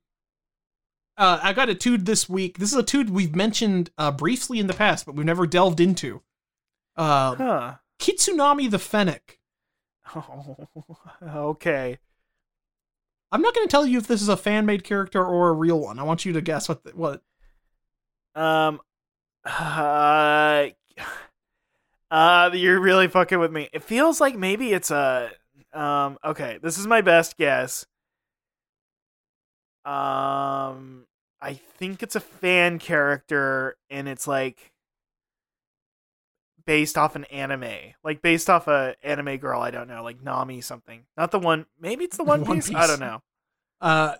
uh, I got a tude this week. This is a tude we've mentioned uh, briefly in the past, but we've never delved into. Um,
Huh.
Kitsunami the Fennec.
[laughs] Oh, okay.
I'm not going to tell you if this is a fan made character or a real one. I want you to guess what the, what.
Um. [sighs] Uh. Uh. You're really fucking with me. It feels like maybe it's a. Um. Okay. This is my best guess. Um. I think it's a fan character, and it's like based off an anime, like based off a anime girl. I don't know, like Nami something. Not the one. Maybe
[laughs]
it's the One,
One
piece. I
Piece.
don't know.
Uh,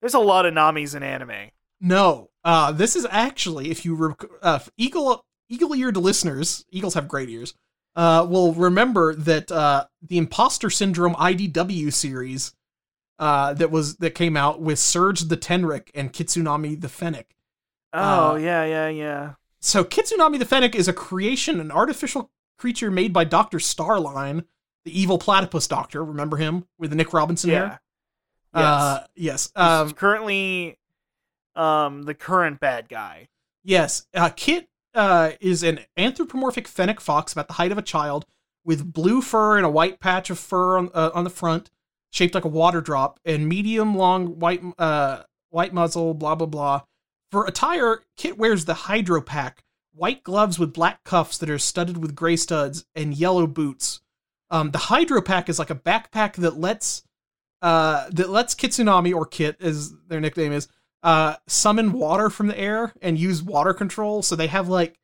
There's a lot of Namis in anime.
No, uh, this is actually if you rec- uh, if eagle eagle-eared listeners, eagles have great ears. Uh, will remember that uh, the imposter syndrome IDW series uh, that was that came out with Surge the Tenrik and Kitsunami the Fennec.
Oh
Uh,
yeah, yeah, yeah.
So Kitsunami the Fennec is a creation, an artificial creature made by Doctor Starline, the evil platypus doctor. Remember him with the Nick Robinson
yeah.
hair? Uh, yes.
Um,
Um,
currently, um, the current bad guy.
Yes, uh, Kit uh, is an anthropomorphic fennec fox about the height of a child, with blue fur and a white patch of fur on uh, on the front, shaped like a water drop, and medium long white uh, white muzzle. Blah blah blah. For attire, Kit wears the Hydro Pack, white gloves with black cuffs that are studded with gray studs, and yellow boots. Um, the Hydro Pack is like a backpack that lets uh, that lets Kitsunami or Kit, as their nickname is, uh, summon water from the air and use water control. So they have like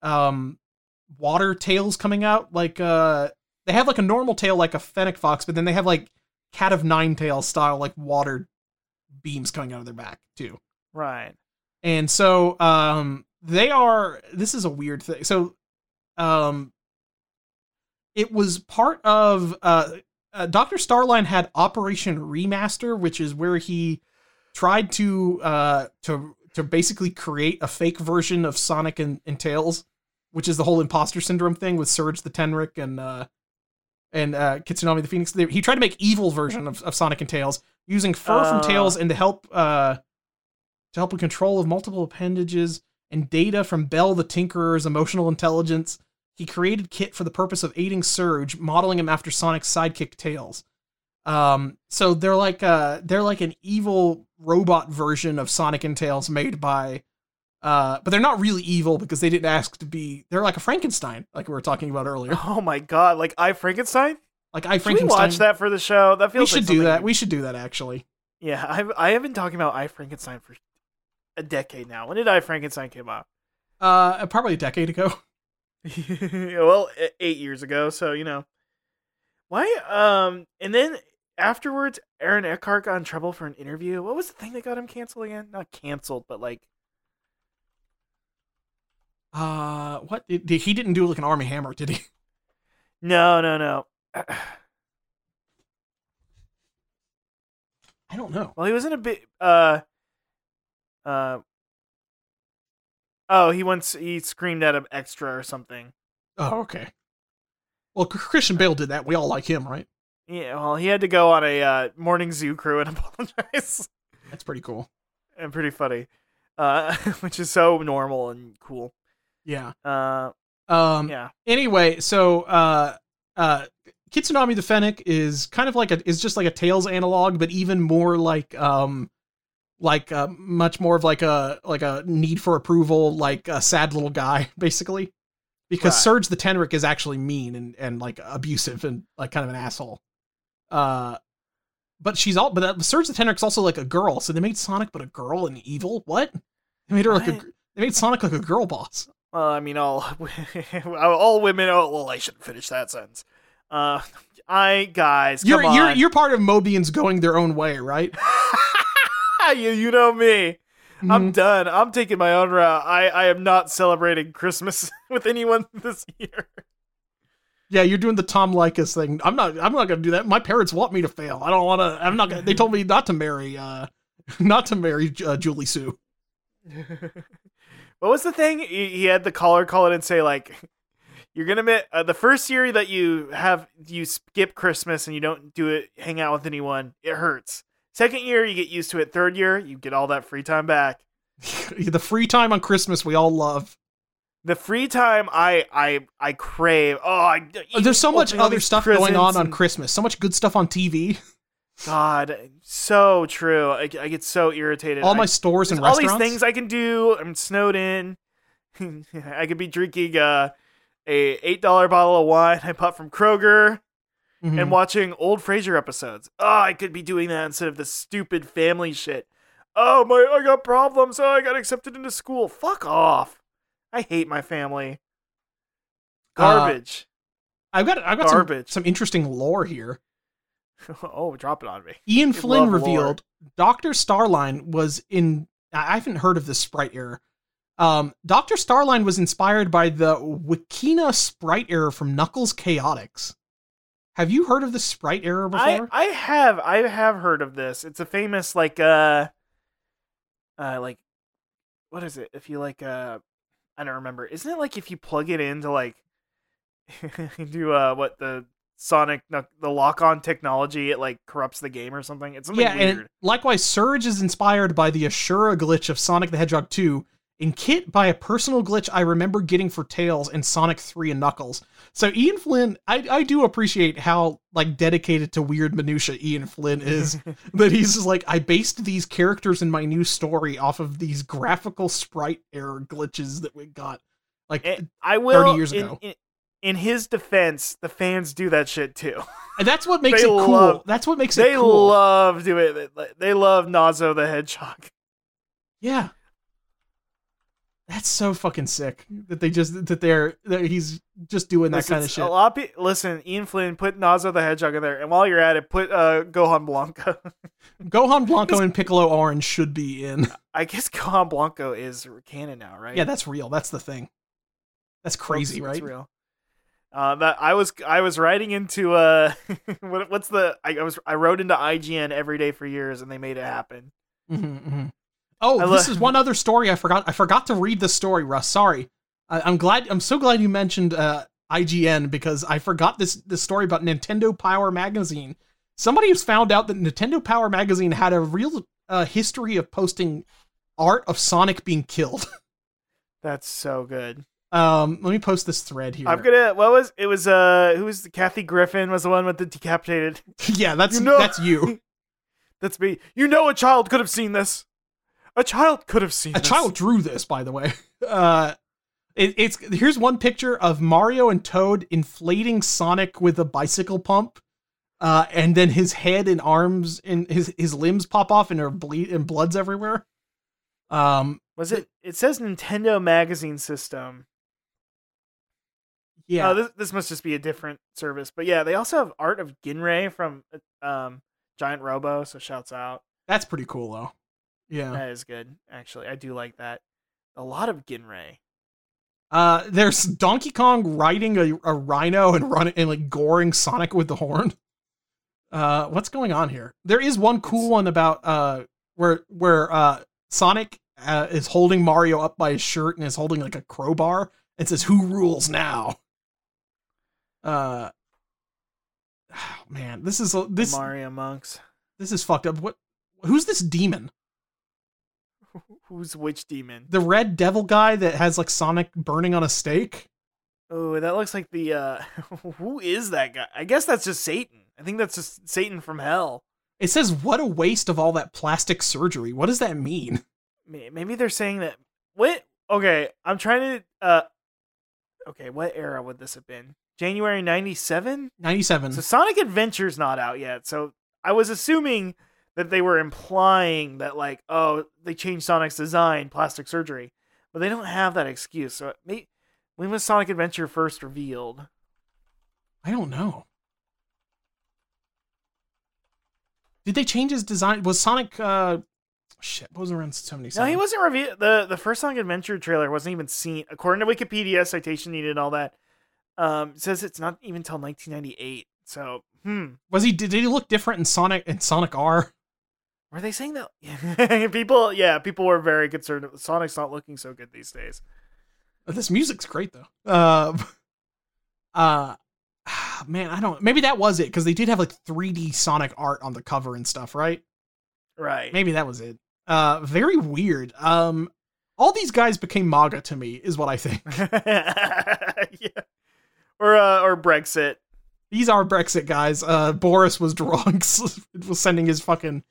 um, water tails coming out. Like uh, they have like a normal tail, like a fennec fox, but then they have like cat of nine tails style, like water beams coming out of their back too.
Right.
And so um they are this is a weird thing. So um it was part of uh, uh Dr. Starline had Operation Remaster, which is where he tried to uh to to basically create a fake version of Sonic and, and Tails, which is the whole imposter syndrome thing with Surge the Tenrik and uh and uh, Kitsunami the Phoenix. They- He tried to make evil version of, of Sonic and Tails using fur from
Uh.
Tails and to help uh, to help with control of multiple appendages and data from Bell the Tinkerer's emotional intelligence. He created Kit for the purpose of aiding Surge, modeling him after Sonic's sidekick Tails. Um, so they're like uh they're like an evil robot version of Sonic and Tails made by uh but they're not really evil because they didn't ask to be they're like a Frankenstein, like we were talking
[gasps]
about earlier.
[laughs] Oh my god! Like I Frankenstein.
Like I
Should we
Frankenstein.
watch that for the show? That
We
feels.
should
like
do
something
that.
we-
We should do that actually.
yeah, I've I have been talking about I Frankenstein for a decade now. When did I Frankenstein come out? [laughs]
Uh, probably a decade ago. [laughs]
well, e- eight years ago. So you know why. Um, and then afterwards, Aaron Eckhart got in trouble for an interview. What was the thing that got him canceled again? Not canceled, but like
Uh, what did, did- he didn't do like an army hammer, did he? [laughs]
no, no, no. [clears throat]
I don't know.
Well, he was in a bit. Uh, uh. Oh, he once he screamed at an extra or something.
Oh, okay. Well, C-
Uh,
Christian Bale did that. We all like him, right?
Yeah, well, he had to go on a uh, morning zoo crew and [laughs] apologize.
That's pretty cool.
and pretty funny, uh, [laughs] which is so normal and cool.
Yeah.
Uh,
Um.
yeah,
Anyway, so uh, uh, Kitsunami the Fennec is kind of like a is just like a Tails analog, but even more like um, like uh, much more of like a like a need for approval, like a sad little guy, [laughs] basically. Because
Right.
Surge the Tenric is actually mean and and like abusive and like kind of an asshole. Uh, but she's all but uh, Surge the Tenric's also like a girl, so they made Sonic but a girl and evil. What? They made her like a,
What?
gr- they made Sonic like a girl boss.
well, I mean, all [laughs] all women. Oh, well, I shouldn't finish that sentence. Uh, I guys,
You're
come
you're
on.
you're part of Mobians going their own way, right?
[laughs] you you know me. I'm
Mhm.
done. I'm taking my own route. I, I am not celebrating Christmas [laughs] with anyone this
[laughs]
year.
yeah, you're doing the Tom Likas thing. I'm not I'm not gonna do that. My parents want me to fail. [laughs] I don't wanna I'm not gonna they told me not to marry uh not to marry uh, Julie Sue. [laughs]
what was the thing he, he had the caller call in and say like you're gonna miss uh, the first year that you have you skip christmas and you don't do it hang out with anyone it hurts second year you get used to it third year you get all that free time back
the free time on Christmas we all love.
the free time i i i crave oh I,
Uh, There's so much
opening all
other
these
stuff going
presents
on on
and-
Christmas. So much good stuff on TV.
god so true i, I get so irritated
All my
I-
stores and
There's all
restaurants.
these things I can do. I'm snowed in. [laughs] I could be drinking uh, a eight dollar bottle of wine I bought from Kroger
Mhm.
and watching old Frasier episodes. Oh, I could be doing that instead of the stupid family shit. Oh my, I got problems. Oh, I got accepted into school. Fuck off. I hate my family.
Uh,
Garbage. [laughs]
I've got I've got some,
Garbage.
some interesting lore here.
oh, drop it on me.
Ian
They
Flynn
love
revealed Dr. Starline was in I I haven't heard of this sprite error. Um, Dr. Starline was inspired by the Wikina sprite error from Knuckles Chaotix. Have you heard of the sprite error
I,
before?
I have I have heard of this. It's a famous like uh uh like what is it? If you like uh I don't remember. Isn't it like if you plug it into like [laughs] do uh what the Sonic no, the lock on technology it like corrupts the game or something? It's something
yeah,
weird.
and likewise, Surge is inspired by the Ashura glitch of Sonic the Hedgehog 2, and Kit by a personal glitch I remember getting for Tails and Sonic 3 and Knuckles. So Ian Flynn, I, I do appreciate how like dedicated to weird minutia
[laughs]
Ian Flynn is. that he's just like, I based these characters in my new story off of these graphical sprite error glitches that we got. Like
And I will
years
in,
ago.
In, in his defense, the fans do that shit too.
and that's what makes
they
it cool.
love-
that's what
[laughs]
makes
they
it cool.
love doing it. They love Nazo the Hedgehog.
Yeah. That's so fucking sick that they just that they're that he's just doing that
Listen,
kind of
it's
shit.
A lot of pe- listen, Ian Flynn, put Nazo the Hedgehog in there, and while you're at it, put uh, Gohan Blanco. [laughs]
Gohan Blanco and Piccolo Orange should be in.
I guess Gohan Blanco is canon now, right?
Yeah, that's real. That's the thing. That's crazy,
It's-
right?
It's real. Uh, that I was I was writing into uh, [laughs] what, what's the I, I was I wrote into IGN every day for years, and they made it happen.
hmm Oh,
I
this
lo-
is one other story I forgot. I forgot to read the story, Russ. Sorry. I, I'm glad. I'm so glad you mentioned uh, IGN because I forgot this this story about Nintendo Power Magazine. Somebody has found out that Nintendo Power Magazine had a real uh, history of posting art of Sonic being killed. [laughs]
That's so good.
Um, let me post this thread here.
I'm gonna what was it was uh who was the Kathy Griffin was the one with the decapitated.
[laughs]
[laughs]
yeah, that's
You know-
that's you.
That's me. You know a child could have seen this. A child could have seen
A
this.
child drew this, by the way. [laughs] Uh, it, it's here's one picture of Mario and Toad inflating Sonic with a bicycle pump, uh, and then his head and arms and his his limbs pop off and are bleed and bloods everywhere. Um,
was it it says Nintendo magazine system.
yeah,
Yeah. this, this must just be a different service. But yeah, they also have Art of Ginray from uh, um, Giant Robo, so shouts out.
that's pretty cool though. Yeah.
That is good, actually. I do like that. A lot of Ginray.
Uh, there's Donkey Kong riding a, a rhino and running and like goring Sonic with the horn. Uh, what's going on here? There is one cool
It's-
one about uh where where uh Sonic uh, is holding Mario up by his shirt and is holding like a crowbar and says "Who rules now?" Uh, [sighs] oh, man, this is this
Mario
[laughs]
Monks.
this is fucked up. What? Who's this demon?
Who's which demon?
The red devil guy that has like Sonic burning on a stake?
Oh, that looks like the. uh [laughs] Who is that guy? I guess that's just Satan. I think that's just Satan from hell.
It says, "What a waste of all that plastic surgery." What does that mean?
May- Maybe they're saying that. What? Okay, I'm trying to. uh Okay, what era would this have been? January 97?
Ninety-seven.
So Sonic Adventure's not out yet. So I was assuming that they were implying that like, oh, they changed Sonic's design, plastic surgery, but they don't have that excuse. So may- when was Sonic Adventure first revealed?
I don't know. Did they change his design? Was Sonic? uh Shit, what was around
No,
seventy-seven?
he wasn't revealed. the The first Sonic Adventure trailer wasn't even seen, according to Wikipedia. Citation needed, and all that. Um, it says it's not even till 1998. So, hmm,
Was he? Did he look different in Sonic and Sonic R? [laughs]
Were they saying that? [laughs] people, yeah, people were very concerned. Sonic's not looking so good these days.
This music's great though. Uh, [laughs] uh [sighs] man, I don't. Maybe that was it because they did have like 3D Sonic art on the cover and stuff, right?
Right.
Maybe that was it. Uh, very weird. Um, all these guys became MAGA to me, is what I think.
[laughs] yeah. Or uh, or Brexit.
These are Brexit guys. Uh, Boris was drunk, [laughs] was sending his fucking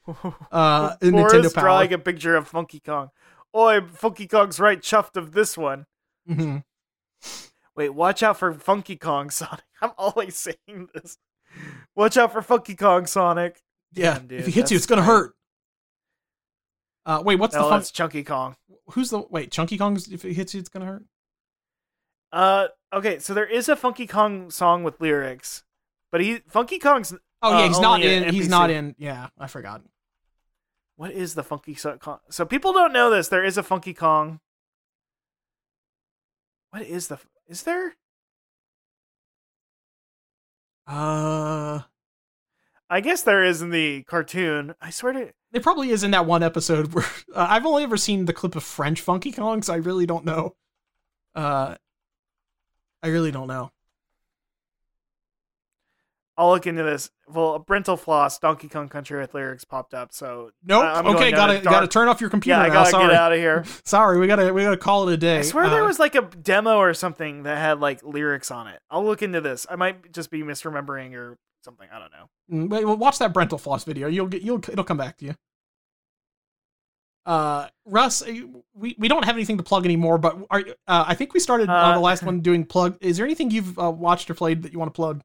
uh
Boris
Nintendo Power.
drawing a picture of Funky Kong. Oi, Funky Kong's right chuffed of this one.
Mhm.
Wait, watch out for Funky Kong, [laughs] Sonic. I'm always saying this. Watch out for Funky Kong, Sonic.
Yeah,
Damn, dude,
if he hits you,
that's
it's gonna
tight.
hurt. Uh, wait, what's
no,
the fun-
that's Chunky Kong.
who's the wait Chunky Kong's? If it hits you, it's gonna hurt.
Uh, okay, so there is a Funky Kong song with lyrics, but he Funky Kong's
Oh
Uh,
yeah, he's not
only
in.
an
He's
NPC.
not in. Yeah, I forgot.
what is the Funky so- Kong? So people don't know this. There is a Funky Kong. What is the? Is there?
Uh,
I guess there is in the cartoon. I swear to.
It probably is in that one episode where [laughs] uh, I've only ever seen the clip of French Funky Kong, so I really don't know. Uh, I really don't know.
I'll look into this. Well, Brental Floss, Donkey Kong Country with lyrics popped up. So
Nope.
I- I'm going
okay,
down
gotta
a dark-
gotta turn off your computer.
yeah, I
now,
gotta
Sorry,
get out of here.
sorry, we gotta we gotta call it a day.
I swear there
Uh,
was like a demo or something that had like lyrics on it. I'll look into this. I might just be misremembering or something. I don't know.
Mm, Wait, well, watch that Brental Floss video. You'll get you'll it'll come back to you. Uh, Russ, uh, we, we don't have anything to plug anymore, but are, you- uh, I think we started on
Uh,
the last one doing plug. Is there anything you've uh, watched or played that you want to plug?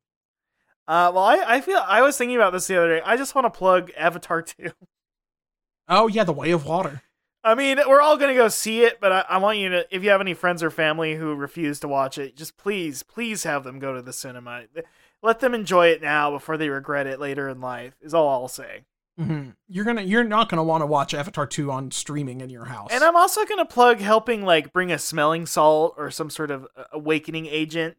Uh, well, I, I feel I was thinking about this the other day. I just want to plug Avatar 2.
Oh yeah, The Way of Water.
I mean, we're all gonna go see it, but I, I want you to, if you have any friends or family who refuse to watch it, just please, please have them go to the cinema. Let them enjoy it now before they regret it later in life. Is all I'll say.
hmm You're gonna, you're not gonna want to watch Avatar two on streaming in your house.
And I'm also going to plug helping like bring a smelling salt or some sort of uh, awakening agent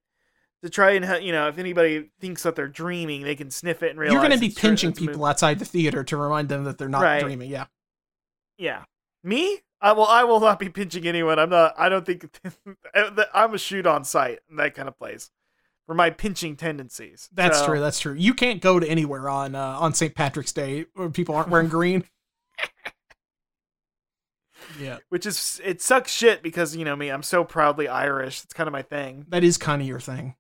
to try and hel- you know if anybody thinks that they're dreaming, they can sniff it and realize
you're gonna be
it's true-
pinching
it's a movie.
people outside the theater to remind them that they're not
Right.
dreaming. Yeah,
Yeah, me? I well, I will not be pinching anyone. I'm not. I don't think [laughs] eh, I'm a shoot on sight in that kind of place for my pinching tendencies.
that's
So-
true. That's true. You can't go to anywhere on uh, on St. Patrick's Day where people aren't
[laughs]
wearing green. yeah,
Which is it sucks shit because you know me. I'm so proudly Irish. It's kind of my thing.
that is kind of your thing.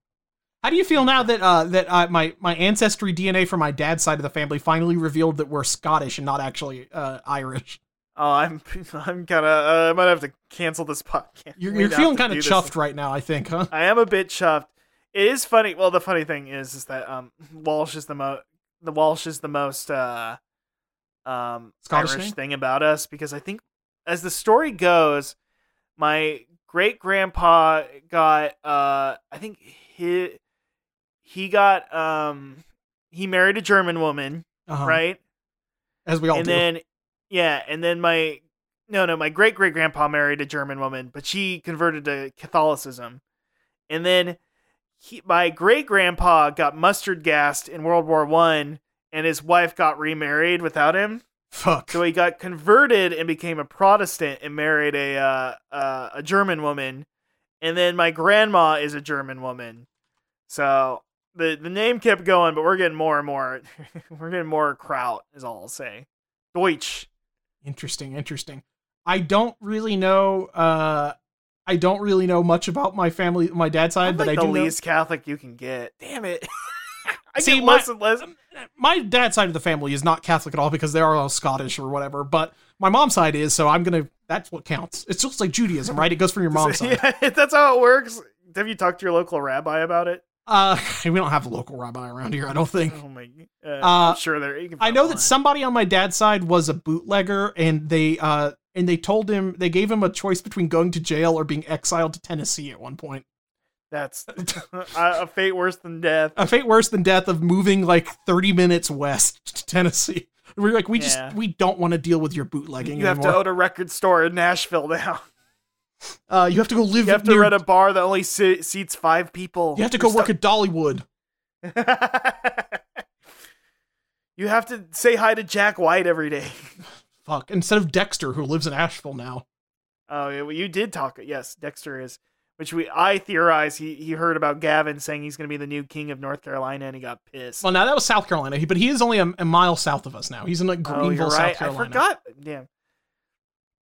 How do you feel now that uh, that uh, my my ancestry DNA from my dad's side of the family finally revealed that we're Scottish and not actually uh, Irish?
Oh, I'm [laughs] I'm kind of uh, I might have to cancel this [laughs] podcast.
You're,
We
you're
have
feeling
to
kind of
do this
chuffed right now, I think, huh?
I am a bit chuffed. It is funny. Well, the funny thing is, is that um, Walsh is the mo the Walsh is the most uh, um,
Scottish
Irish
name?
thing about us because I think, as the story goes, my great grandpa got uh, I think he he got um, he married a German woman,
Uh-huh.
right?
As we all
and
do.
then yeah and then my no no my great great grandpa married a german woman but she converted to catholicism and then he, my great grandpa got mustard gassed in world war one and his wife got remarried without him
Fuck.
so he got converted and became a protestant and married a uh, uh, a german woman and then my grandma is a german woman so the the name kept going but we're getting more and more [laughs] we're getting more kraut is all i'll say deutsch
Interesting, interesting. I don't really know. Uh, I don't really know much about my family, my dad's side,
I'm
Uh, but
like
I
the
do know-
least Catholic you can get. Damn it! [laughs] I
See,
get
my-
less and less.
my dad's side of the family is not Catholic at all because they are all Scottish or whatever. But my mom's side is, so I'm gonna. That's what counts. It's just like Judaism, right? It goes from your [laughs] mom's side.
[laughs] Yeah, that's how it works. Have you talked to your local rabbi about it?
Uh, [laughs] we don't have a local rabbi around here, I don't think.
Oh my! Uh,
Uh,
I'm sure there. You can
I
find
know
one.
that somebody on my dad's side was a bootlegger, and they uh, and they told him they gave him a choice between going to jail or being exiled to Tennessee at one point.
that's
[laughs]
[laughs] a, a fate worse than death.
a fate worse than death of moving like 30 minutes west [laughs] to Tennessee. We're like, we
Yeah.
just we don't want to deal with your bootlegging
You have to
anymore.
own a record store in Nashville
[laughs]
now.
uh, you have to go live.
You have to
near-
rent a bar that only se- seats five people.
you have to go work at Dollywood.
at. [laughs] You have to say hi to Jack White every day. [laughs]
Fuck. Instead of Dexter, who lives in Asheville now.
Oh, yeah, well, you did talk. Yes, Dexter is, which we I theorize he he heard about Gavin saying he's going to be the new king of North Carolina, and he got pissed.
Well, now that was South Carolina, he- but he is only a, a mile south of us now. He's in like
oh,
Greenville,
you're
South
right. I
Carolina.
forgot. Damn.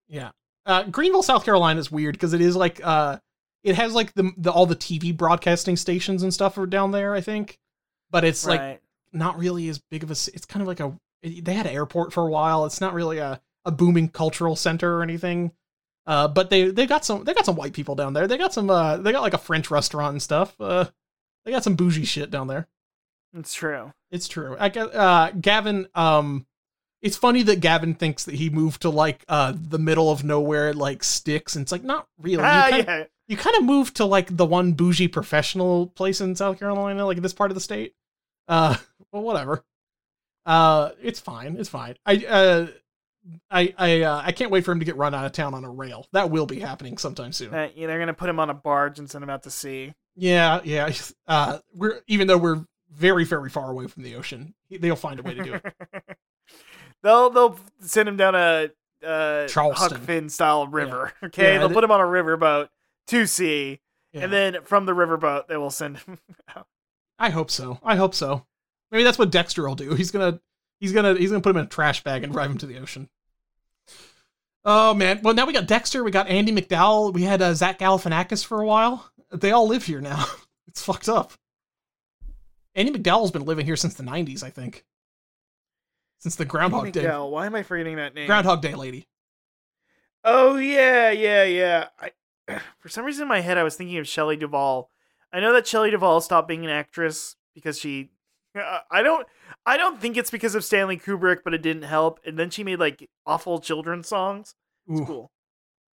Yeah. Uh, Greenville, South Carolina is weird because it is like uh, it has like the, the all the TV broadcasting stations and stuff are down there. I think, but it's like
right.
not really as big of a. c- It's kind of like a. They had an airport for a while. It's not really a, a booming cultural center or anything. Uh, but they they got some they got some white people down there. They got some uh they got like a French restaurant and stuff. Uh, they got some bougie shit down there.
It's true.
It's true. I guess uh, Gavin. Um, it's funny that Gavin thinks that he moved to like uh the middle of nowhere, like sticks, and it's like not really.
Ah,
you, kind
yeah.
you kind of moved to like the one bougie professional place in South Carolina, like this part of the state. Uh, [laughs] well, whatever. Uh, it's fine. It's fine. I uh, I I uh, I can't wait for him to get run out of town on a rail. That will be happening sometime soon.
Uh, yeah, they're gonna put him on a barge and send him out to sea.
Yeah, yeah. [laughs] Uh, we're even though we're very very far away from the ocean, he- they'll find a way to do it.
they'll they'll send him down a uh, Huck
Charleston.
Finn style river. [laughs] Okay,
Yeah,
they'll
it-
put him on a riverboat to sea,
Yeah.
[laughs] and then from the riverboat they will send him. out.
I hope so. I hope so. Maybe that's what Dexter will do. He's gonna he's gonna he's gonna put him in a trash bag and drive him to the ocean. Oh man. Well now we got Dexter, we got Andy McDowell, we had uh, Zach Galifianakis for a while. They all live here now. [laughs] it's fucked up. Andy McDowell's been living here since the nineties, I think. Since the Groundhog Day
Miguel, why am I forgetting that name?
Groundhog Day lady.
Oh yeah, yeah, yeah. I, [clears throat] for some reason in my head, I was thinking of Shelley Duvall. I know that Shelley Duvall stopped being an actress because she. Uh, I don't. I don't think it's because of Stanley Kubrick, but it didn't help. And then she made like awful children's songs. It's
Ooh.
cool.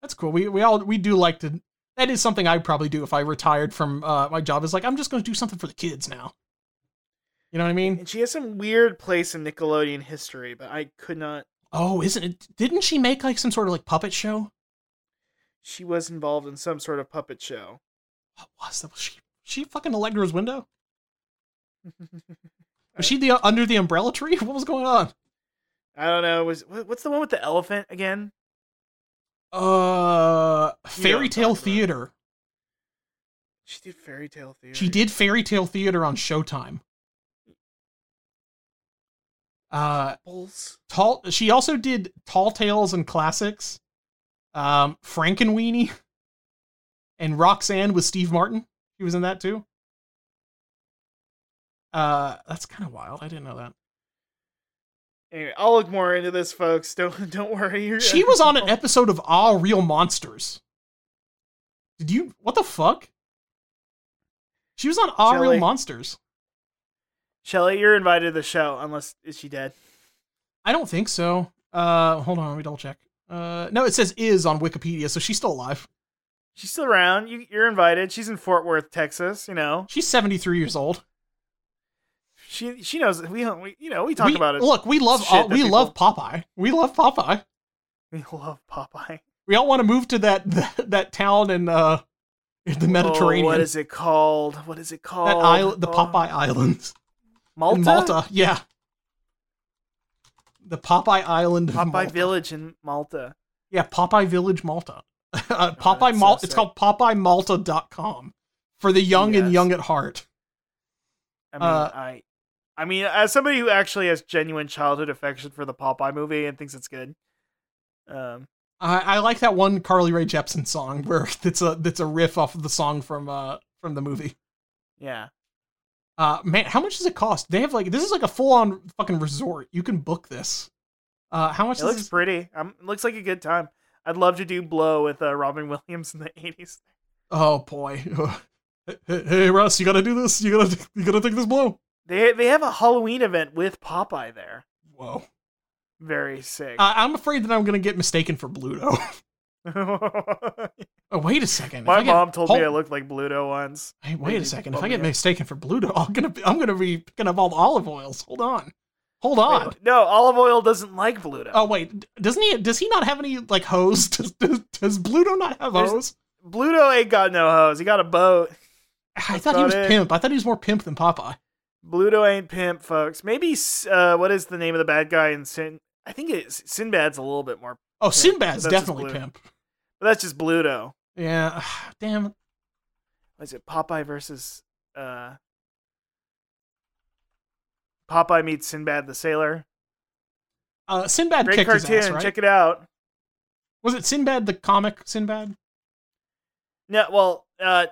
That's cool. We we all we do like to. That is something I'd probably do if I retired from uh, my job. Is like I'm just going to do something for the kids now. You know what I mean?
And she has some weird place in Nickelodeon history, but I could not.
Oh, isn't it? Didn't she make like some sort of like puppet show?
She was involved in some sort of puppet show.
What was that? Was she she fucking Allegra's window? Was she the uh, under the umbrella tree? [laughs] What was going on?
I don't know. Was what- what's the one with the elephant again?
Uh,
You know what
fairy
I'm
tale
talking about.
theater.
She did fairy tale theory.
She did fairy tale theater on Showtime. Uh,
Bulls.
tall she also did tall tales and classics um frankenweenie and roxanne with steve martin he was in that too uh that's kind of wild i didn't know that
Anyway, I'll look more into this, folks. [laughs] Don't don't worry. You're-
she was on an episode of all real monsters did you what the fuck she was on all real
Shelley.
monsters
[laughs] Shelly, you're invited to the show, unless is she dead?
i don't think so uh hold on let me double check uh no it says is on wikipedia so she's still alive
She's still around. You, you're invited. She's in Fort Worth, Texas. You know,
she's 73 years old
she she knows. We, we you know we talk
We-
about it.
Look, we love
shit
all,
that
we
people-
love Popeye. We love Popeye.
We love Popeye.
We all want to move to that [laughs] that, that town in uh in the Mediterranean.
Oh, what is it called? What is it called?
that island, the
Oh.
Popeye Islands,
Malta.
In Malta, yeah. The Popeye Island, of
Popeye
Malta.
Village in Malta.
yeah, Popeye Village, Malta. [laughs] uh,
Oh,
Popeye
that's so
Malta. it's
sick.
called PopeyeMalta.com for the young and
Yes.
young at heart.
I mean,
Uh,
I, I mean, as somebody who actually has genuine childhood affection for the Popeye movie and thinks it's good, um,
I, I like that one Carly Rae Jepsen song where [laughs] it's a that's a riff off of the song from uh from the movie.
yeah,
Uh, man, how much does it cost? They have like this is like a full on fucking resort. You can book this. Uh, how much
it
does
looks
this-
pretty. Um, it looks like a good time. I'd love to do Blow with uh, Robin [laughs] Williams in the '80s.
Oh boy. [laughs] hey, hey, hey, Russ, you gotta do this. You gotta you gotta take this blow.
They they have a Halloween event with Popeye there.
Whoa.
Very sick. [laughs]
I, I'm afraid that I'm gonna get mistaken for Bluto. [laughs] oh wait a second. If I
My
get-
mom told me
hold-
I looked like Bluto once.
Hey, wait a second. If I
Bubba,
get
yeah.
mistaken for Bluto, I'm gonna be, I'm gonna be picking up all the olive oils. Hold on. Hold on.
Wait, no, olive oil doesn't like Bluto.
Oh wait, D- doesn't he? Does he not have any like hose? [laughs] Does, does, does Bluto not have
There's-
hose?
Bluto ain't got no hose. He got a boat.
I thought he
about
was
it.
pimp. I thought he was more pimp than Popeye.
Bluto ain't pimp, folks. Maybe uh, what is the name of the bad guy in Sin? I think it's Sinbad's a little bit more,
Oh, Sinbad's
that's just
definitely
blue.
pimp.
but that's just Bluto.
Yeah, [sighs] damn.
What Is it Popeye versus uh, Popeye meets Sinbad the Sailor?
Uh, Sinbad
Great
kicked
cartoon.
his ass, right?
Check it out.
Was it Sinbad the comic? Sinbad?
No, well, uh,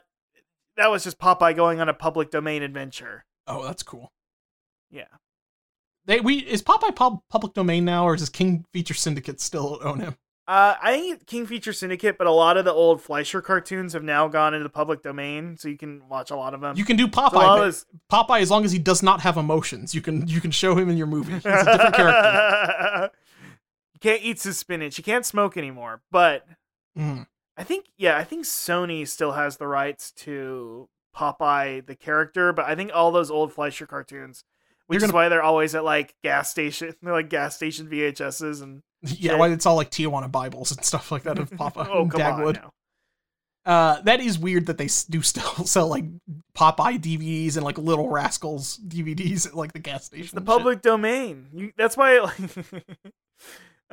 that was just Popeye going on a public domain adventure.
Oh, that's cool.
Yeah.
They we is Popeye pub, public domain now, or does King Feature Syndicate still own him?
Uh, I think King Feature Syndicate, but a lot of the old Fleischer cartoons have now gone into the public domain, so you can watch a lot of them.
You can do
So Um, a lot
Popeye.
of
but-
those-
Popeye, as long as he does not have emotions, you can you can show him in your movie.
[laughs]
He's a different character.
you can't eat his spinach. You can't smoke anymore. But
Mm.
I think, yeah, I think Sony still has the rights to Popeye the character, but I think all those old Fleischer cartoons, which
You're
is why they're always at like gas station, [laughs] they're like gas station VHSs and
Yeah,
Shit.
why it's all like Tijuana Bibles and stuff like
[laughs]
that of Popeye
oh
and
come on
Dagwood.
now.
Uh, that is weird that they s- do still [laughs] sell like Popeye DVDs and like Little Rascals DVDs at like the gas station.
It's the
and shit.
public domain. You, that's why, [laughs] like,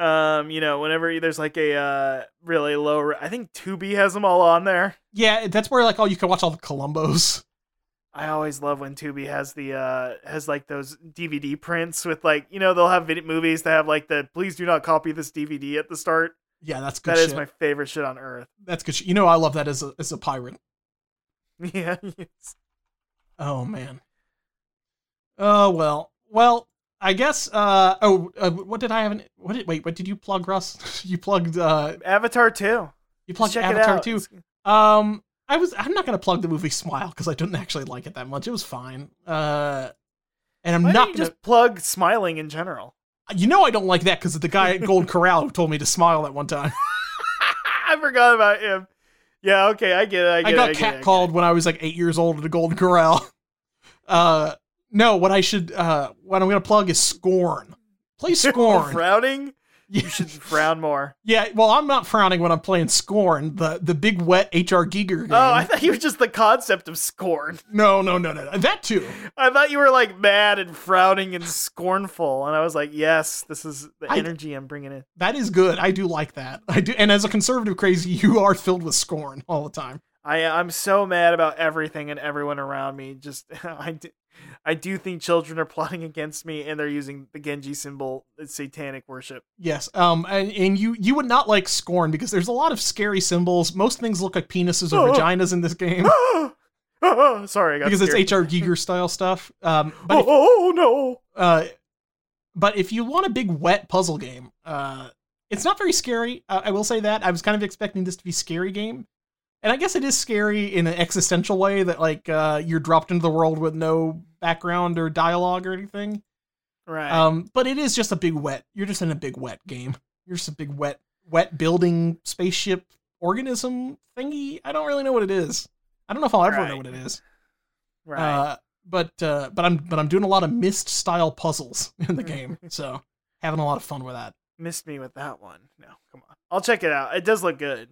um, you know, whenever there's like a uh, really low, ra- I think Tubi has them all on there.
Yeah, that's where like all you can watch all the Columbos.
I always love when Tubi has the uh has like those DVD prints with like you know they'll have vid- movies that have like the please do not copy this DVD at the start.
Yeah, that's good.
That is
shit.
my favorite shit on earth. [laughs]
That's good. Shit. You know, I love that as a as a pirate.
yeah, yes.
Oh man. Oh well, well. I guess. Uh oh. Uh, what did I have? In, what did wait? What did you plug, Russ? [laughs] you plugged. uh
Avatar two.
You plugged
check it
Avatar
out.
too.
It's-
Um, I was. I'm not gonna plug the movie Smile because I didn't actually like it that much. It was fine. Uh, and I'm
Why
not
don't you
gonna.
just plug smiling in general. [laughs]
You know, I don't like that because the guy at Gold Corral who told me to smile that one time.
I forgot about him. Yeah, okay, I get it. I,
I,
get
got
it, I get [laughs] it, I get
catcalled when I was like eight years old at a Golden Corral. [laughs] Uh, no, what I should, uh, what I'm gonna plug is Scorn.
[laughs]
Play
it.
Scorn.
Frowning.
yeah,
You should frown more.
[laughs] yeah, well, I'm not frowning when I'm playing Scorn, the the big wet HR Giger game.
Oh, I thought you were just the concept of scorn.
no, no, no, no, no, that too.
I thought you were like mad and frowning and scornful, and I was like, yes, this is the
I-
energy I'm bringing in.
That is good. I do like that. I do. And as a conservative crazy, [laughs] you are filled with scorn all the time.
I I'm so mad about everything and everyone around me. Just [laughs] I do, I do think children are plotting against me, and they're using the Genji symbol. It's satanic
[laughs]
worship. [laughs]
Yes. Um. And, and you you would not like scorn because there's a lot of scary symbols. Most things look like penises or
Oh.
vaginas in
[laughs]
this game.
Sorry, I got
because it's
scared.
HR Giger style stuff. Um, but
Oh,
if,
[laughs] oh, no!
uh, but if you want a big wet puzzle game, uh, it's not very scary. Uh, I will say that I was kind of expecting this to be scary game, and I guess it is scary in an existential way that like uh, you're dropped into the world with no background or dialogue or anything.
Right.
Um, but it is just a big wet. You're just in a big wet game. You're just a big wet wet building spaceship organism thingy. I don't really know what it is. I don't know if I'll ever know
Right.
what it is.
right.
Uh, but uh, but I'm but I'm doing a lot of mist style puzzles [laughs] in
Mm-hmm.
the game, so having a lot of fun with that.
Missed me with that one. No, come on. I'll check it out. It does look good.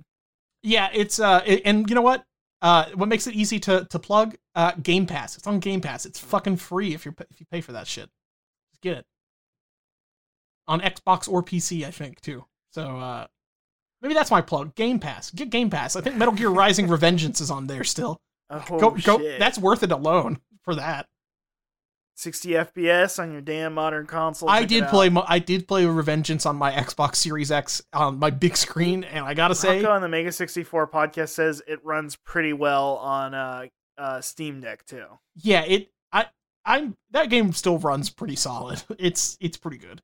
Yeah, it's uh, it, and you know what? Uh, what makes it easy to to plug? Uh, Game Pass. It's on Game Pass.
Mm-hmm.
It's fucking free if you are if you pay for that shit. Just get it on Xbox or PC, I think too. So uh, maybe that's my plug. Game Pass. Get Game Pass. I think Metal
[laughs]
Gear Rising: Revengeance is on there still.
Oh,
Go go.
shit.
That's worth it alone for that.
60 FPS on your damn modern console.
I
Check it
did
out.
play. mo- I did play Revengeance on my Xbox Series X on my big screen, and I gotta say,
Rocco on the Mega 64 podcast says it runs pretty well on uh, uh, Steam Deck too.
yeah, it. I, I'm that game still runs pretty solid. [laughs] It's it's pretty good.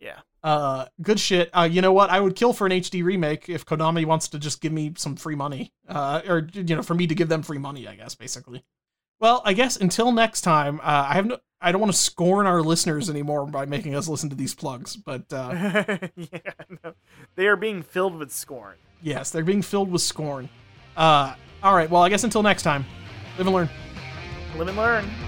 Yeah.
Uh, good shit. Uh, you know what? I would kill for an HD remake if Konami wants to just give me some free money. Uh, or you know, for me to give them free money, I guess basically. Well, I guess until next time, uh, I have no. I don't want to scorn our listeners anymore by making us listen to these plugs, but. Uh,
[laughs] yeah, no. they are being filled with scorn.
Yes, they're being filled with scorn. Uh, all right, well, I guess until next time, live and learn.
Live and learn.